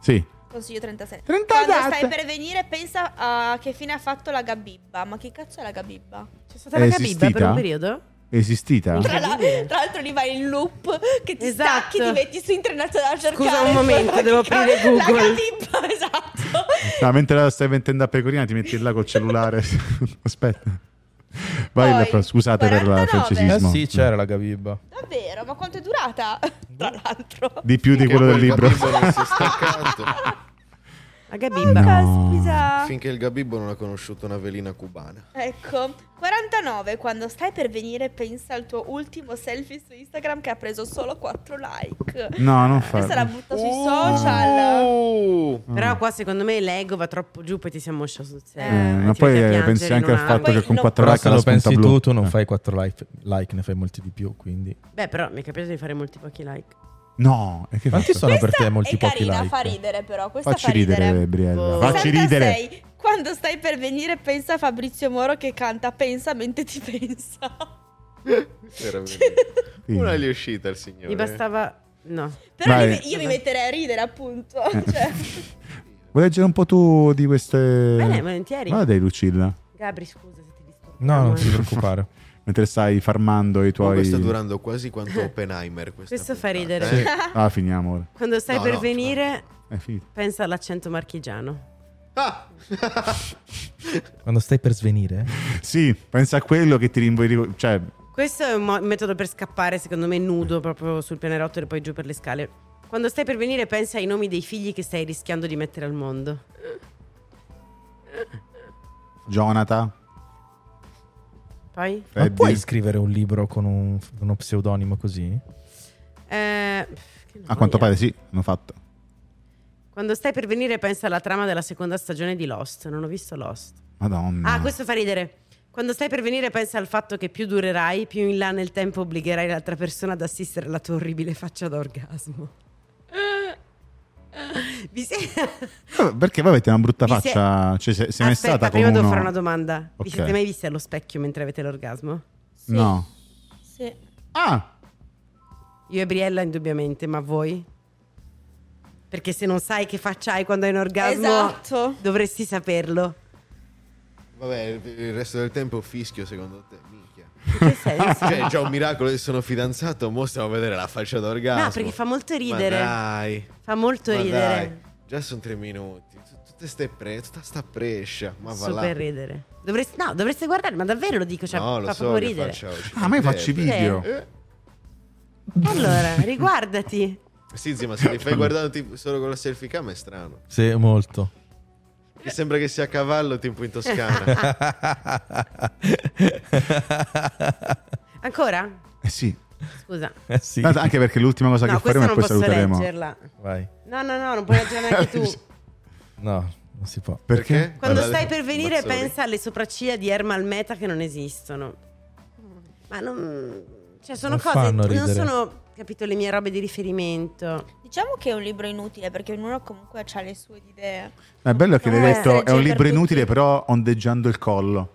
Speaker 7: Sì.
Speaker 9: Consiglio 37.
Speaker 7: 37.
Speaker 9: Quando stai per venire, pensa a che fine ha fatto la Gabibba. Ma che cazzo è la Gabibba?
Speaker 2: C'è stata la
Speaker 7: È
Speaker 2: gabibba per
Speaker 7: Eh, esistita?
Speaker 2: un periodo?
Speaker 7: Esistita?
Speaker 9: Tra, la-
Speaker 2: Incredibile.
Speaker 9: tra l'altro lì vai in loop che ti
Speaker 2: Esatto.
Speaker 9: stacchi, ti metti su internazionale a cercare.
Speaker 2: Scusa un momento, devo aprire
Speaker 9: La
Speaker 2: Google.
Speaker 9: capibba, <laughs> esatto.
Speaker 7: No, mentre la stai mettendo a pecorina ti metti là col cellulare. <laughs> Aspetta. Vai,
Speaker 9: Poi,
Speaker 7: Lafra, scusate per
Speaker 9: 49.
Speaker 7: il
Speaker 1: Eh
Speaker 7: francesismo.
Speaker 1: sì, c'era la gabibba.
Speaker 9: Davvero, ma quanto è durata? Tra l'altro.
Speaker 7: Boh. Di più di quello del
Speaker 3: Che poi
Speaker 7: <laughs> libro.
Speaker 3: il Gabibbo non si è staccato.
Speaker 2: La gabibba.
Speaker 9: Caspita.
Speaker 3: Finché il Gabibbo non ha conosciuto una velina cubana.
Speaker 9: Ecco, 49, quando stai per venire pensa al tuo ultimo selfie su Instagram che ha preso solo 4 like.
Speaker 7: No, non Eh, farlo. Oh.
Speaker 9: Questa la butta sui social.
Speaker 3: Uh,
Speaker 7: Mm.
Speaker 2: Però qua secondo me l'ego va troppo giù poi ti si ammoscia sul serio.
Speaker 9: Eh,
Speaker 7: ma
Speaker 2: Ti metti cioè, a
Speaker 7: poi
Speaker 2: piangere
Speaker 7: pensi
Speaker 2: in
Speaker 7: anche
Speaker 2: un
Speaker 7: al fatto
Speaker 2: angolo.
Speaker 9: angolo.
Speaker 7: che con
Speaker 9: Poi
Speaker 7: 4
Speaker 1: Però
Speaker 7: like
Speaker 1: se
Speaker 7: la
Speaker 1: lo
Speaker 7: spunta
Speaker 1: pensi
Speaker 7: blu.
Speaker 1: tu, tu non
Speaker 7: Eh.
Speaker 1: fai 4 like, like, ne fai molti di più, quindi...
Speaker 2: Beh però mi è capitato di fare molti pochi like.
Speaker 7: No, e che
Speaker 1: Quanti
Speaker 7: faccio?
Speaker 1: sono per te molti
Speaker 9: è
Speaker 1: pochi
Speaker 9: carina,
Speaker 1: like?
Speaker 9: fa ridere però, questa
Speaker 7: Facci
Speaker 9: fa ridere.
Speaker 7: ridere,
Speaker 2: Boh.
Speaker 7: Briella.
Speaker 3: Facci ridere.
Speaker 9: 66. Quando stai per venire pensa a Fabrizio Moro che canta Pensa mentre ti pensa.
Speaker 2: <laughs>
Speaker 9: Cioè,
Speaker 3: Veramente.
Speaker 7: Sì.
Speaker 3: Una gli è uscita il signore.
Speaker 1: eh.
Speaker 2: Gli bastava... No.
Speaker 9: Però io,
Speaker 7: Vai.
Speaker 9: mi-
Speaker 2: Eh.
Speaker 9: io mi metterei a ridere appunto.
Speaker 7: Eh.
Speaker 9: <laughs> Cioè,
Speaker 7: Vuoi leggere un po' tu di queste...
Speaker 2: Bene, volentieri.
Speaker 7: Guarda dai Lucilla,
Speaker 2: Gabri, scusa se ti disturbo.
Speaker 1: No, non
Speaker 2: eh.
Speaker 1: ti preoccupare.
Speaker 7: mentre stai farmando i
Speaker 3: Comunque
Speaker 7: tuoi...
Speaker 2: <laughs>
Speaker 3: sta durando quasi quanto Oppenheimer. Questa
Speaker 2: Questo fa
Speaker 3: puntata,
Speaker 2: ridere. <laughs>
Speaker 3: eh.
Speaker 7: Ah, finiamo ora.
Speaker 2: Quando stai
Speaker 3: No,
Speaker 2: per
Speaker 3: no,
Speaker 2: venire,
Speaker 7: È finito.
Speaker 2: pensa all'accento marchigiano.
Speaker 3: Ah!
Speaker 1: Quando stai per svenire?
Speaker 7: Sì, pensa a quello che ti rinvoi... Cioè,
Speaker 2: Questo è un mo- metodo per scappare, secondo me, nudo proprio sul pianerottolo e poi giù per le scale. Quando stai per venire, pensa ai nomi dei figli che stai rischiando di mettere al mondo.
Speaker 7: Jonathan,
Speaker 2: Poi?
Speaker 1: Ma
Speaker 7: Freddy.
Speaker 1: puoi scrivere un libro con un- uno pseudonimo così?
Speaker 2: Eh, che noia.
Speaker 7: A quanto pare sì, hanno fatto.
Speaker 2: Quando stai per venire, pensa alla trama della seconda stagione di Lost. Non ho visto Lost.
Speaker 7: Madonna.
Speaker 2: Ah, questo fa ridere. Quando stai per venire, pensa al fatto che più durerai, più in là nel tempo obbligherai l'altra persona ad assistere alla tua orribile faccia da orgasmo. Vi si-
Speaker 7: Vabbè, Perché voi avete una brutta
Speaker 2: Vi si-
Speaker 7: faccia? Cioè, se, se ne è
Speaker 2: Aspetta,
Speaker 7: stata
Speaker 2: prima
Speaker 7: con
Speaker 2: devo
Speaker 7: uno-
Speaker 2: fare una domanda. Vi
Speaker 7: Ok.
Speaker 2: siete mai visti allo specchio mentre avete l'orgasmo?
Speaker 9: sì,
Speaker 7: <laughs> No.
Speaker 9: sì.
Speaker 7: Ah,
Speaker 2: Io e Briella, indubbiamente, ma voi? Perché se non sai che faccia hai quando hai un orgasmo,
Speaker 9: Esatto.
Speaker 2: dovresti saperlo.
Speaker 3: Vabbè, il resto del tempo fischio secondo te, minchia.
Speaker 2: In che
Speaker 7: <laughs>
Speaker 2: senso?
Speaker 3: Cioè, è già un miracolo che sono fidanzato, mo stiamo a vedere la faccia d'orgasmo.
Speaker 2: No, perché fa molto
Speaker 3: Ma
Speaker 2: ridere.
Speaker 3: dai.
Speaker 2: Fa molto
Speaker 3: Ma
Speaker 2: ridere.
Speaker 3: dai, già sono tre minuti. Tut- Tutte ste pre- tutta sta prescia. Ma va là.
Speaker 2: Super ridere. Dovresti, no, dovreste guardare, ma davvero lo dico, cioè,
Speaker 3: no, lo
Speaker 2: fa
Speaker 3: so
Speaker 2: proprio
Speaker 3: che
Speaker 2: ridere.
Speaker 3: faccia oggi.
Speaker 7: ah, ma io faccio i
Speaker 3: Ridere.
Speaker 7: video.
Speaker 3: Eh,
Speaker 2: Allora, riguardati.
Speaker 3: Sì, zia, ma se li fai guardando tipo, solo con la selfie cam è strano.
Speaker 1: Sì, molto.
Speaker 3: Che sembra che sia a cavallo tipo in
Speaker 2: <laughs>
Speaker 3: Toscana.
Speaker 2: Ancora?
Speaker 7: Eh sì.
Speaker 2: Scusa.
Speaker 1: Eh sì.
Speaker 7: Tanto Anche perché l'ultima cosa
Speaker 2: No,
Speaker 7: che
Speaker 2: questa
Speaker 7: faremo
Speaker 2: non
Speaker 7: è poi
Speaker 2: posso
Speaker 7: saluteremo.
Speaker 2: leggerla.
Speaker 1: Vai.
Speaker 2: No, no, no, non puoi leggere neanche
Speaker 3: <laughs>
Speaker 2: tu.
Speaker 1: No, non si può.
Speaker 7: Perché?
Speaker 2: Quando
Speaker 3: Guarda,
Speaker 2: stai per venire
Speaker 3: Mazzoli.
Speaker 2: pensa alle sopracciglia di Ermal Meta che non esistono. Ma non... Cioè, sono
Speaker 1: Non
Speaker 2: cose...
Speaker 1: fanno
Speaker 2: Non
Speaker 1: ridere.
Speaker 2: sono, capito, le mie robe di riferimento.
Speaker 9: Diciamo che è un libro inutile perché ognuno comunque ha le sue idee.
Speaker 7: Ma è bello che l'hai
Speaker 9: No, eh,
Speaker 7: detto, è un
Speaker 9: per
Speaker 7: libro
Speaker 9: tutti.
Speaker 7: inutile però ondeggiando il collo.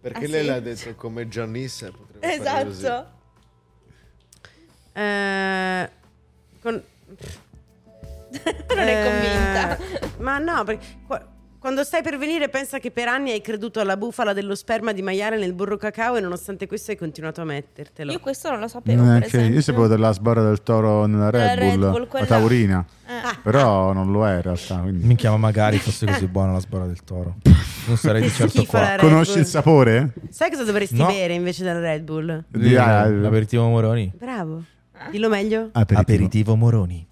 Speaker 3: Perché
Speaker 9: Ah,
Speaker 3: lei
Speaker 9: sì?
Speaker 3: l'ha detto come Giannissa. potrebbe fare così.
Speaker 9: Esatto.
Speaker 2: Eh, con-
Speaker 9: <laughs> <laughs> non è
Speaker 2: Eh,
Speaker 9: convinta.
Speaker 2: Ma no, perché qua- quando stai per venire pensa che per anni hai creduto alla bufala dello sperma di maiale nel burro cacao e nonostante questo hai continuato a mettertelo.
Speaker 9: Io questo non lo sapevo.
Speaker 7: Non è
Speaker 9: per
Speaker 7: che-
Speaker 9: esempio.
Speaker 7: Eh, io sapevo della sbarra del toro nella
Speaker 9: Della
Speaker 7: Red Bull,
Speaker 9: Red Bull,
Speaker 7: la
Speaker 9: quella-
Speaker 7: taurina,
Speaker 2: Ah.
Speaker 9: Eh.
Speaker 7: però non lo è in realtà. quindi-
Speaker 1: Minchia, ma magari fosse così buona la sbora del toro. Non sarei di
Speaker 2: Che
Speaker 1: certo
Speaker 2: schifo la
Speaker 1: qua.
Speaker 2: Red
Speaker 7: Conosci
Speaker 2: Bull.
Speaker 7: il sapore?
Speaker 2: Sai cosa dovresti
Speaker 1: No.
Speaker 2: bere invece della Red Bull?
Speaker 7: Di- ah,
Speaker 1: L'aperitivo Moroni.
Speaker 2: Bravo.
Speaker 9: Eh?
Speaker 2: Dillo meglio.
Speaker 1: Ah,
Speaker 7: aperitivo.
Speaker 1: Moroni.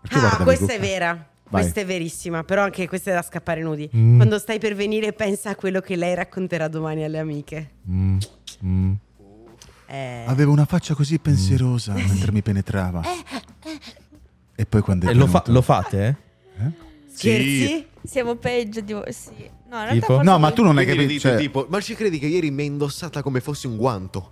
Speaker 7: Perché guarda
Speaker 2: Ah,
Speaker 7: le
Speaker 2: questa
Speaker 7: cuffie?
Speaker 2: è vera.
Speaker 7: Vai.
Speaker 2: Questa è verissima, però anche questa è da scappare nudi.
Speaker 1: Mm.
Speaker 2: Quando stai per venire pensa a quello che lei racconterà domani alle amiche.
Speaker 1: Mm, mm.
Speaker 2: Eh,
Speaker 7: Avevo una faccia così pensierosa mentre mi penetrava. E poi quando è
Speaker 1: E Eh, lo, fa-
Speaker 7: venuto-
Speaker 1: lo fate? eh?
Speaker 2: scherzi?
Speaker 9: Siamo peggio di voi. Sì. No, in realtà
Speaker 1: Tipo?
Speaker 9: forse
Speaker 7: No, ma tu non hai
Speaker 3: Quindi mi dite
Speaker 7: capito. Cioè,
Speaker 3: tipo, ma ci credi che ieri mi è indossata come fosse un guanto?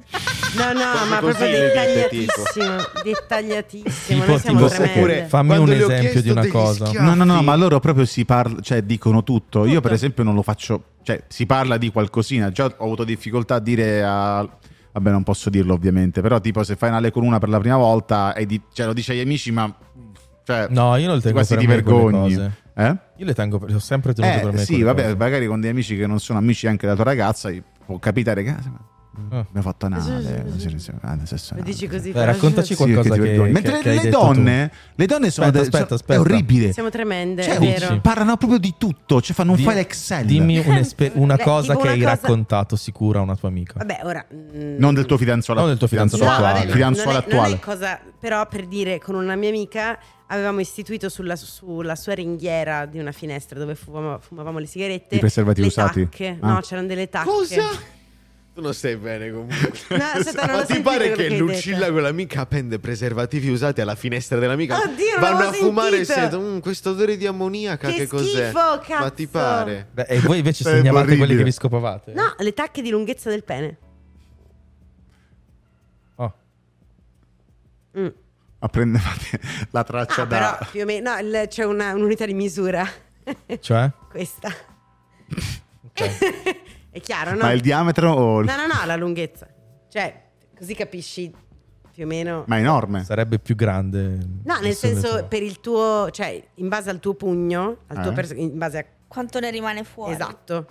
Speaker 2: No, no,
Speaker 3: Quasi
Speaker 2: ma
Speaker 3: così
Speaker 2: proprio
Speaker 3: le dite,
Speaker 2: dettagliatissimo. Dettagliatissimo.
Speaker 1: Tipo,
Speaker 2: Noi siamo
Speaker 1: tipo,
Speaker 2: tremende.
Speaker 1: oppure- Fammi
Speaker 3: quando
Speaker 1: un
Speaker 3: le ho
Speaker 1: esempio
Speaker 3: chiesto
Speaker 1: di una
Speaker 3: degli
Speaker 1: cosa.
Speaker 3: schiaffi-
Speaker 7: no, no, no, ma loro proprio si parla, cioè dicono tutto. Io, per
Speaker 9: Tutto.
Speaker 7: esempio, non lo faccio. Cioè, si parla di qualcosina. Già ho avuto difficoltà a dire a. Vabbè, non posso dirlo ovviamente, però tipo se fai una le con una per la prima volta e di- cioè, lo dici agli amici, ma... Cioè,
Speaker 1: No, io non tengo
Speaker 7: quasi
Speaker 1: per
Speaker 7: ti
Speaker 1: me quelle
Speaker 7: vergogni.
Speaker 1: cose.
Speaker 7: Eh?
Speaker 1: Io le tengo, per- le ho sempre tenute
Speaker 7: Eh,
Speaker 1: per me.
Speaker 7: sì,
Speaker 1: quelle
Speaker 7: vabbè,
Speaker 1: cose.
Speaker 7: magari con degli amici che non sono amici anche della tua ragazza, gli può capitare che... ah, ma-
Speaker 1: Ah.
Speaker 7: Mi ha fatto
Speaker 2: Sì, sì,
Speaker 7: anale,
Speaker 2: sì, sì.
Speaker 7: ah, nel sesso
Speaker 2: Lo
Speaker 7: anale.
Speaker 2: dici così.
Speaker 1: Dai,
Speaker 2: però-
Speaker 1: raccontaci
Speaker 7: Sì,
Speaker 1: qualcosa
Speaker 7: che ti
Speaker 1: che,
Speaker 7: vergogni.
Speaker 1: che-
Speaker 7: Mentre
Speaker 1: che hai
Speaker 7: le
Speaker 1: detto tu.
Speaker 7: donne, le donne sono,
Speaker 1: Aspetta,
Speaker 7: de-
Speaker 1: aspetta,
Speaker 7: sono-
Speaker 1: aspetta.
Speaker 7: è orribile.
Speaker 2: Siamo tremende,
Speaker 7: Cioè,
Speaker 2: è
Speaker 1: dici-
Speaker 2: vero.
Speaker 7: parlano proprio di tutto, cioè fanno un
Speaker 1: Di-
Speaker 7: file Excel.
Speaker 1: Dimmi un'esper- una
Speaker 2: Beh,
Speaker 1: cosa
Speaker 2: tipo
Speaker 1: che
Speaker 2: una
Speaker 1: hai
Speaker 2: cosa-
Speaker 1: raccontato sicura a una tua amica.
Speaker 2: Vabbè, ora... mm,
Speaker 7: Non del tuo fidanzato,
Speaker 1: Non del tuo fidanzato
Speaker 2: no,
Speaker 1: attuale.
Speaker 2: vabbè,
Speaker 1: Il
Speaker 7: Fidanzuolo
Speaker 2: non è, non
Speaker 7: attuale.
Speaker 2: è cosa... Però per dire, con una mia amica avevamo istituito sulla, sulla sua ringhiera di una finestra dove fumavamo, fumavamo le sigarette...
Speaker 7: I
Speaker 2: le
Speaker 7: preservativi usati?
Speaker 2: Tacche.
Speaker 7: Ah.
Speaker 2: No, c'erano delle tacche.
Speaker 3: Cosa? Tu non stai bene comunque.
Speaker 2: No, aspetta, non
Speaker 3: ma
Speaker 2: ho
Speaker 3: ti
Speaker 2: sentito
Speaker 3: pare
Speaker 2: quello
Speaker 3: che
Speaker 2: che hai
Speaker 3: Lucilla
Speaker 2: detto.
Speaker 3: con l'amica appende preservativi usati alla finestra dell'amica?
Speaker 2: Oddio, non
Speaker 3: Vanno a
Speaker 2: l'avevo
Speaker 3: fumare e
Speaker 2: sentito.
Speaker 3: sentono, "Mm, questo odore di ammoniaca che,
Speaker 2: Che
Speaker 3: cos'è?
Speaker 2: schifo,
Speaker 3: Ma ti
Speaker 2: cazzo.
Speaker 3: pare?
Speaker 1: Beh, e voi invece
Speaker 7: Sarebbe
Speaker 1: segnavate
Speaker 7: orribile.
Speaker 1: quelle che vi scopavate?
Speaker 2: No, le tacche di lunghezza del pene.
Speaker 1: Oh.
Speaker 2: Mm.
Speaker 7: Ma prendevate la traccia
Speaker 2: Ah,
Speaker 7: da...
Speaker 2: però più o meno no, il- c'è una- un'unità di misura. <laughs>
Speaker 1: Cioè?
Speaker 2: Questa. È chiaro, no?
Speaker 7: Ma il diametro o... il-
Speaker 2: No, no, no, la lunghezza. Cioè, così capisci più o meno.
Speaker 7: Ma è
Speaker 1: <laughs>
Speaker 7: enorme.
Speaker 1: Sarebbe più grande.
Speaker 2: No, nel
Speaker 1: Nessuno
Speaker 2: senso
Speaker 1: sa.
Speaker 2: per il tuo, cioè in base al tuo pugno, al tuo
Speaker 7: Eh?
Speaker 2: pers- in base a
Speaker 9: Quanto ne rimane fuori?
Speaker 2: esatto.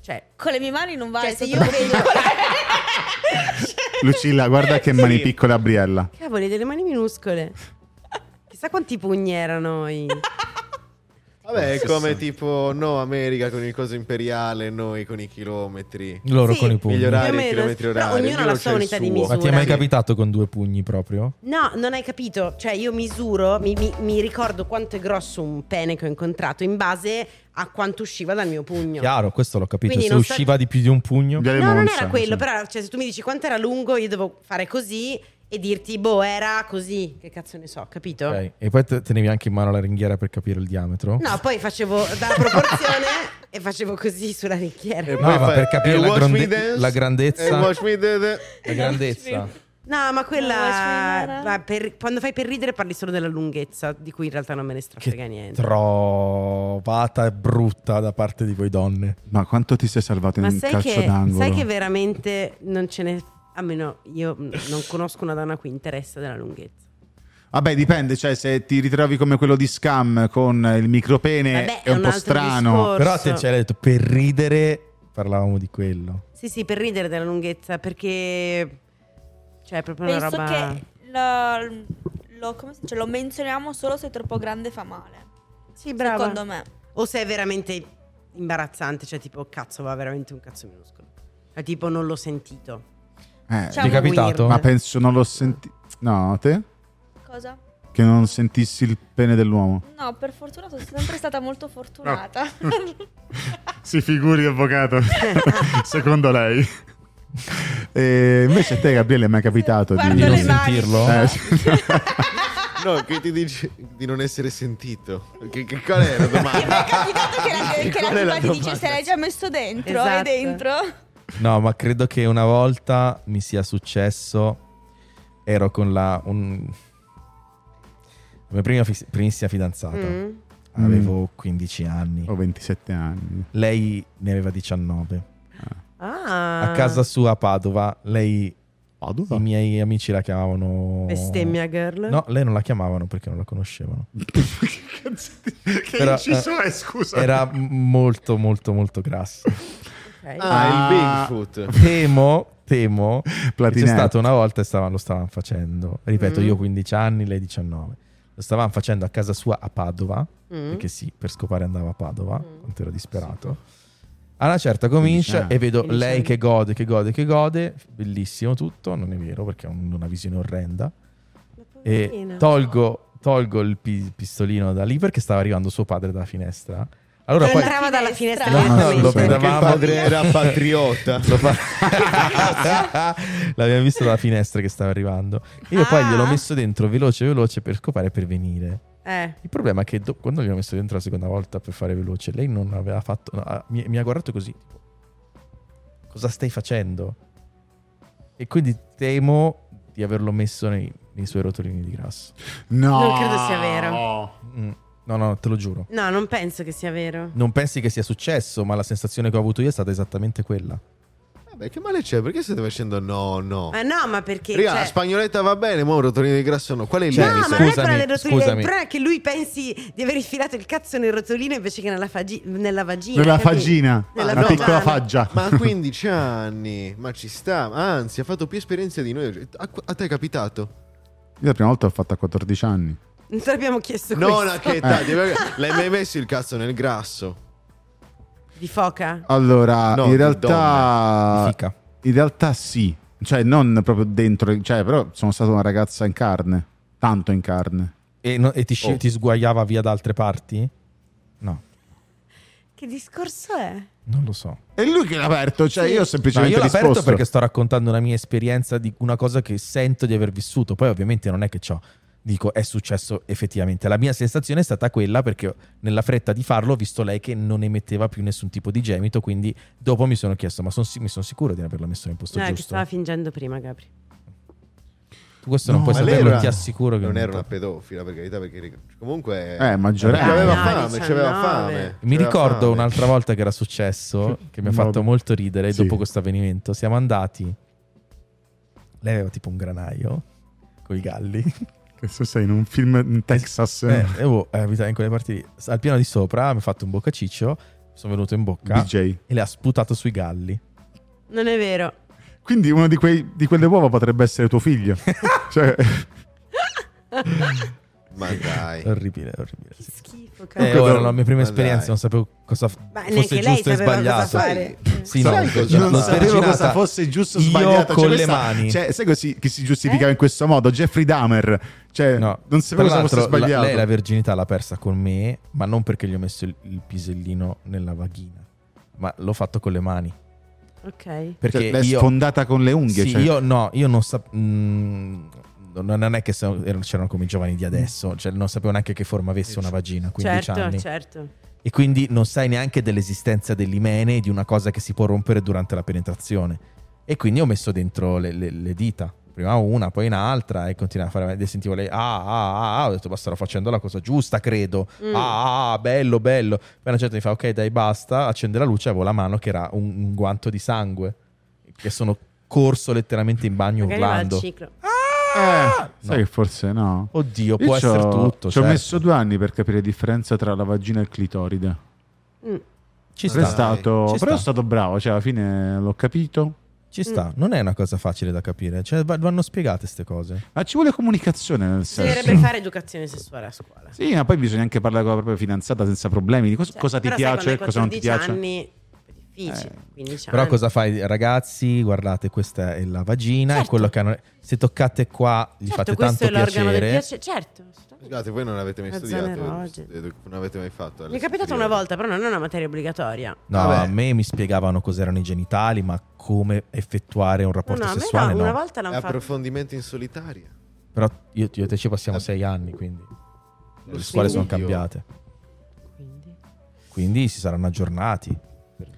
Speaker 2: Cioè,
Speaker 9: Con le mie mani non vale.
Speaker 2: Cioè, se
Speaker 9: sotto
Speaker 2: io
Speaker 9: la <laughs>
Speaker 2: vedo-
Speaker 9: pellicola.
Speaker 7: Lucilla, guarda che mani piccole a Briella.
Speaker 2: cavoli, delle mani minuscole.
Speaker 1: <laughs>
Speaker 2: Chissà quanti pugni erano i
Speaker 3: Vabbè, è
Speaker 7: Sì,
Speaker 3: come
Speaker 7: sì.
Speaker 3: tipo No America con il coso imperiale, noi con i chilometri.
Speaker 1: Loro
Speaker 2: Sì.
Speaker 1: con i pugni.
Speaker 3: Migliorare
Speaker 2: Più o
Speaker 3: i
Speaker 2: meno,
Speaker 3: chilometri
Speaker 2: però
Speaker 3: orari.
Speaker 2: ognuno ha la
Speaker 3: ognuno
Speaker 2: sua
Speaker 3: c'ha il
Speaker 2: unità di
Speaker 3: suo.
Speaker 2: misura.
Speaker 1: Ma ti è mai
Speaker 2: Sì.
Speaker 1: capitato con due pugni proprio?
Speaker 2: No, non hai capito. Cioè, io misuro, mi, mi- mi ricordo quanto è grosso un pene che ho incontrato in base a quanto usciva dal mio pugno.
Speaker 1: Chiaro, Eh, questo l'ho capito.
Speaker 2: Quindi
Speaker 1: Se
Speaker 2: non sta-
Speaker 1: usciva di più di un pugno.
Speaker 7: Via di
Speaker 2: No, non
Speaker 7: Monza,
Speaker 2: era quello,
Speaker 7: sì.
Speaker 2: però cioè, se tu mi dici quanto era lungo, io devo fare così e dirti, boh, era così. Che cazzo ne so, capito?
Speaker 1: Ok, E poi te- tenevi anche in mano la ringhiera per capire il diametro.
Speaker 2: No, poi facevo dalla proporzione <laughs> e facevo così sulla ringhiera.
Speaker 3: E
Speaker 1: No,
Speaker 3: poi
Speaker 1: ma
Speaker 3: fai-
Speaker 1: per capire
Speaker 3: e
Speaker 1: la
Speaker 3: watch
Speaker 1: grande-
Speaker 3: me dance,
Speaker 1: la grandezza.
Speaker 3: e watch me dance.
Speaker 1: La grandezza.
Speaker 2: No, ma
Speaker 9: Non la sfilera?
Speaker 2: quella. ma per- quando fai per ridere parli solo della lunghezza, di cui in realtà non me ne strafrega niente.
Speaker 1: Trovata e brutta da parte di voi donne.
Speaker 7: Ma quanto ti sei salvato
Speaker 2: ma
Speaker 7: in un
Speaker 2: sai
Speaker 7: calcio
Speaker 2: che,
Speaker 7: d'angolo?
Speaker 2: sai che veramente non ce ne. Almeno io mh, non conosco una donna a cui interessa della lunghezza.
Speaker 7: Vabbè, dipende, cioè se ti ritrovi come quello di Scam con il micropene
Speaker 2: Vabbè,
Speaker 7: Eh, è un, po'
Speaker 2: altro
Speaker 7: strano.
Speaker 2: discorso.
Speaker 1: Però a te c'era detto per ridere parlavamo di quello.
Speaker 2: Sì, sì, per ridere della lunghezza, perché. Cioè, è proprio una
Speaker 9: Penso
Speaker 2: roba.
Speaker 9: che lo, lo- come si dice, lo menzioniamo solo se è troppo grande fa male.
Speaker 2: Sì, brava.
Speaker 9: Secondo me.
Speaker 2: O se è veramente imbarazzante, cioè, tipo, cazzo, va veramente un cazzo minuscolo. Cioè, tipo, non l'ho sentito.
Speaker 7: Eh,
Speaker 9: Ciao.
Speaker 1: Ti è capitato?
Speaker 7: Ma penso non l'ho sentito. No, te?
Speaker 9: Cosa?
Speaker 7: Che non sentissi il pene dell'uomo.
Speaker 9: No, per fortuna sono sempre stata molto fortunata. <laughs>
Speaker 7: <laughs> Si figuri, avvocato. <laughs> Secondo lei. Eh, invece a te, Gabriele, è mai capitato
Speaker 9: Guardo
Speaker 7: di
Speaker 9: le
Speaker 1: non
Speaker 9: mani.
Speaker 1: sentirlo?
Speaker 7: Eh,
Speaker 9: <laughs>
Speaker 3: No, che ti dici di non essere sentito? Che, che- qual è la
Speaker 9: Ti è <laughs> mai
Speaker 3: domanda?
Speaker 9: capitato che la, che la
Speaker 3: Qual è la
Speaker 9: tipa ti dice
Speaker 3: domanda?
Speaker 9: se l'hai già messo dentro? È
Speaker 2: Esatto.
Speaker 9: dentro?
Speaker 1: No, ma credo che una volta mi sia successo. Ero con la. un- la mia prima fi- primissima fidanzata.
Speaker 2: Mm.
Speaker 1: Avevo 15 anni.
Speaker 7: Ho 27 Oh, anni.
Speaker 1: Lei ne aveva 19.
Speaker 2: Ah.
Speaker 1: A casa sua a Padova, lei. I
Speaker 7: Padova?
Speaker 1: miei amici la chiamavano.
Speaker 2: Bestemmia girl.
Speaker 1: No, lei non la chiamavano perché non la conoscevano.
Speaker 7: <laughs> che cazzo di- che
Speaker 1: Era-
Speaker 7: inciso è, scusa?
Speaker 1: Era m- molto, molto, molto grassa.
Speaker 2: Ok.
Speaker 3: Ah, il Bigfoot.
Speaker 1: Temo, temo. che C'è
Speaker 7: Platinette.
Speaker 1: stata una volta e stava- lo stavano facendo. Ripeto,
Speaker 2: Mm.
Speaker 1: io 15 anni, lei 19. Lo stavamo facendo a casa sua a Padova.
Speaker 2: Mm.
Speaker 1: Perché sì, per scopare andava a Padova.
Speaker 2: Mm. ah,
Speaker 1: Quanto era disperato. A una certa comincia
Speaker 7: 15
Speaker 1: e vedo
Speaker 2: 15
Speaker 1: lei
Speaker 2: anni.
Speaker 1: che gode, che gode, che gode. Bellissimo tutto, non è vero perché ha un- una visione orrenda.
Speaker 2: Ma
Speaker 1: E
Speaker 2: poverina.
Speaker 1: tolgo, tolgo il pi- pistolino da lì perché stava arrivando suo padre dalla finestra. Allora
Speaker 2: Cioè,
Speaker 1: poi
Speaker 2: entrava dalla finestra
Speaker 9: No,
Speaker 1: No,
Speaker 2: direttamente.
Speaker 1: lo
Speaker 3: Perché il
Speaker 1: vedevamo.
Speaker 3: padre era <laughs> patriota.
Speaker 1: Lo fa- <laughs> L'abbiamo visto dalla finestra che stava arrivando. Io poi
Speaker 2: Ah.
Speaker 1: gliel'ho messo dentro veloce, veloce per scopare e per venire.
Speaker 2: Eh.
Speaker 1: Il problema è che do- quando gliel'ho messo dentro la seconda volta per fare veloce, lei non aveva fatto. no, ah, mi, mi ha guardato così. tipo, Cosa stai facendo? E quindi temo di averlo messo nei, nei suoi rotolini di grasso.
Speaker 7: No.
Speaker 2: Non credo sia vero.
Speaker 1: Mm. No, no, te lo giuro.
Speaker 2: No, non penso che sia vero.
Speaker 1: Non pensi che sia successo, ma la sensazione che ho avuto io è stata esattamente quella.
Speaker 3: Vabbè, che male c'è? Perché state facendo no, no?
Speaker 2: Ma Eh, no, ma perché.
Speaker 3: Raga,
Speaker 2: cioè-
Speaker 3: la spagnoletta va bene, ma un rotolino di grasso no. Qual è il
Speaker 1: Cioè,
Speaker 2: no,
Speaker 3: limite?
Speaker 2: ma non è quella
Speaker 1: scusami,
Speaker 2: del rotolino. Il
Speaker 1: scusami.
Speaker 2: problema è che lui pensi di aver infilato il cazzo nel rotolino invece che nella, fagi- nella vagina.
Speaker 7: Nella
Speaker 2: capito?
Speaker 7: fagina.
Speaker 2: Nella
Speaker 7: una
Speaker 3: no,
Speaker 7: piccola
Speaker 2: vagina.
Speaker 7: faggia.
Speaker 3: Ma
Speaker 7: <laughs>
Speaker 3: a 15 anni, ma ci sta. Anzi, ha fatto più esperienza di noi. A, a te è capitato?
Speaker 7: Io la prima volta l'ho fatta a 14 anni.
Speaker 2: Non te l'abbiamo chiesto
Speaker 3: Non a
Speaker 2: questo.
Speaker 3: che età? L'hai mai messo il cazzo nel grasso?
Speaker 2: Di foca?
Speaker 7: Allora,
Speaker 3: No,
Speaker 7: in
Speaker 3: di
Speaker 7: realtà...
Speaker 1: Fica.
Speaker 7: In realtà sì. Cioè, non proprio dentro. Cioè, però sono stata una ragazza in carne. Tanto in carne.
Speaker 1: E, no- e ti, sci-
Speaker 3: Oh.
Speaker 1: ti sguaiava via da altre parti? No,
Speaker 2: Che discorso è?
Speaker 1: non lo so.
Speaker 7: È lui che l'ha aperto, cioè io ho
Speaker 1: No,
Speaker 7: semplicemente
Speaker 1: io l'ho aperto
Speaker 7: risposto.
Speaker 1: perché sto raccontando una mia esperienza di una cosa che sento di aver vissuto. Poi, ovviamente, non è che ciò dico è successo effettivamente. La mia sensazione è stata quella perché nella fretta di farlo ho visto lei che non emetteva più nessun tipo di gemito. Quindi, dopo mi
Speaker 2: Eh,
Speaker 1: sono chiesto: ma son si- mi sono sicuro di averla messa nel posto
Speaker 2: no, è che
Speaker 1: giusto?
Speaker 2: stava fingendo prima, Gabri.
Speaker 1: Tu questo non
Speaker 7: No,
Speaker 1: puoi
Speaker 7: ma lei
Speaker 1: saperlo,
Speaker 7: era-
Speaker 1: ti assicuro che
Speaker 3: non
Speaker 1: non
Speaker 3: era una pedofila, per carità, perché comunque...
Speaker 7: Eh, maggiorenne.
Speaker 3: Ci aveva
Speaker 2: Ah, no,
Speaker 3: fame, ci aveva
Speaker 2: 19.
Speaker 3: fame.
Speaker 1: Mi
Speaker 7: Cioè,
Speaker 3: c'aveva
Speaker 1: ricordo
Speaker 7: ah,
Speaker 3: fame.
Speaker 1: un'altra volta che era
Speaker 7: <laughs>
Speaker 1: successo, che mi ha fatto
Speaker 7: Vabbè.
Speaker 1: molto ridere
Speaker 7: eh. Sì.
Speaker 1: dopo questo avvenimento. Siamo andati. Lei aveva tipo un granaio con i galli.
Speaker 7: Questo sei in un film in Texas.
Speaker 1: <laughs> Eh, e boh, eh, abitava in quelle parti lì. Al piano di sopra mi ha fatto un boccaciccio. Sono venuto in bocca
Speaker 7: DJ.
Speaker 1: e le ha sputato sui galli.
Speaker 2: Non è vero.
Speaker 7: Quindi uno di, quei, di quelle uova potrebbe essere tuo figlio. cioè,
Speaker 2: <laughs>
Speaker 3: Ma dai.
Speaker 1: Orribile, orribile.
Speaker 2: Che schifo,
Speaker 1: Eh,
Speaker 2: cavolo.
Speaker 1: ora era la mia
Speaker 7: Ah,
Speaker 1: prima
Speaker 3: Ma
Speaker 1: esperienza,
Speaker 3: dai.
Speaker 1: non sapevo cosa f-
Speaker 2: Ma
Speaker 1: fosse
Speaker 2: neanche lei
Speaker 1: giusto e
Speaker 2: sapeva cosa
Speaker 1: sbagliato.
Speaker 2: fare.
Speaker 1: Sì, no,
Speaker 3: Sai cosa-
Speaker 1: l'ho
Speaker 7: non sapevo
Speaker 1: sverginata
Speaker 7: cosa fosse giusto o
Speaker 1: io
Speaker 7: sbagliato. Cioè,
Speaker 1: con le
Speaker 7: questa-
Speaker 1: mani.
Speaker 7: Cioè, sai così, che si giustificava in questo modo? Jeffrey Dahmer. Cioè,
Speaker 1: No.
Speaker 7: non sapevo
Speaker 1: Tra
Speaker 7: cosa fosse
Speaker 1: l'altro, la-
Speaker 7: sbagliato.
Speaker 1: lei la virginità l'ha persa con me, ma non perché gli ho messo il, il pisellino nella vaghina, ma l'ho fatto con le mani.
Speaker 2: Ok.
Speaker 7: Cioè,
Speaker 1: Perché
Speaker 7: l'hai
Speaker 1: io,
Speaker 7: sfondata con le unghie.
Speaker 1: sì,
Speaker 7: cioè.
Speaker 1: io no, io non sapevo. non è che so- erano- c'erano come i giovani di adesso, cioè non sapevo neanche che forma avesse una vagina a 15
Speaker 2: Certo,
Speaker 1: anni.
Speaker 2: certo.
Speaker 1: E quindi non sai neanche dell'esistenza dell'imene e di una cosa che si può rompere durante la penetrazione. E quindi ho messo dentro le, le- le dita. Prima una, poi un'altra e continuavo a fare. E sentivo lei, ah, ah, ah, ah. Ho detto, ma starò facendo la cosa giusta, credo.
Speaker 2: Mm.
Speaker 1: Ah, ah, ah, bello, bello. Poi una certa mi fa, ok, dai, basta. Accende la luce. Avevo la mano che era un, un guanto di sangue. Che sono corso letteralmente in bagno
Speaker 2: Magari va al
Speaker 1: urlando.
Speaker 2: ciclo.
Speaker 7: Eh, Sai
Speaker 1: No.
Speaker 7: che forse no.
Speaker 1: Oddio,
Speaker 7: Io
Speaker 1: può
Speaker 7: ci ho-
Speaker 1: essere tutto.
Speaker 7: Ci ho
Speaker 1: certo.
Speaker 7: messo due anni per capire la differenza tra la vagina e il clitoride.
Speaker 2: Mm.
Speaker 1: Eh, Ci
Speaker 7: Però è
Speaker 1: sta,
Speaker 7: stato,
Speaker 1: Ci
Speaker 7: però è
Speaker 1: sta.
Speaker 7: stato bravo, cioè alla fine l'ho capito.
Speaker 1: ci
Speaker 2: Mm.
Speaker 1: sta. Non è una cosa facile da capire. Cioè, va- vanno spiegate queste cose.
Speaker 7: Ma ci vuole comunicazione nel senso.
Speaker 2: Bisognerebbe fare educazione sessuale a scuola.
Speaker 7: Sì, ma poi bisogna anche parlare con la propria fidanzata senza problemi di cos-
Speaker 2: Cioè,
Speaker 7: cosa ti
Speaker 2: però sai,
Speaker 7: piace e
Speaker 2: quando hai
Speaker 7: cosa non
Speaker 2: 14
Speaker 7: ti piace.
Speaker 2: anni è difficile. 15
Speaker 1: Eh, Però
Speaker 2: anni.
Speaker 1: cosa fai, ragazzi? Guardate, questa è la vagina.
Speaker 2: Certo.
Speaker 1: E quello che hanno... Se toccate qua, gli
Speaker 2: Certo,
Speaker 1: fate
Speaker 2: questo
Speaker 1: tanto
Speaker 2: è l'organo
Speaker 1: piacere.
Speaker 2: del piacere. Certo.
Speaker 3: Scusate, voi non avete mai
Speaker 2: La
Speaker 3: studiato,
Speaker 2: zona erogena.
Speaker 3: edu- non avete mai fatto.
Speaker 2: Mi è capitato una volta, però non è una materia obbligatoria.
Speaker 1: No,
Speaker 3: Vabbè.
Speaker 1: a me mi spiegavano cos'erano i genitali, ma come effettuare un
Speaker 2: No,
Speaker 1: rapporto
Speaker 2: no, a me no,
Speaker 1: sessuale.
Speaker 2: una
Speaker 1: no. Eh,
Speaker 2: volta l'hanno fatto. Eh,
Speaker 3: Approfondimento in solitaria.
Speaker 1: Però io, io e te ci passiamo sei anni, quindi le scuole sono cambiate.
Speaker 2: Quindi.
Speaker 1: Quindi si saranno aggiornati.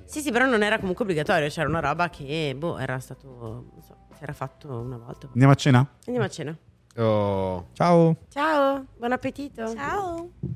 Speaker 2: Sì, sì, però non era comunque obbligatorio. C'era una roba che, boh, era stato. Non so, si era fatto una volta.
Speaker 1: Mm.
Speaker 7: Andiamo a cena?
Speaker 2: Andiamo a cena.
Speaker 3: Oh,
Speaker 1: Ciao.
Speaker 2: Ciao, buon appetito.
Speaker 9: Ciao.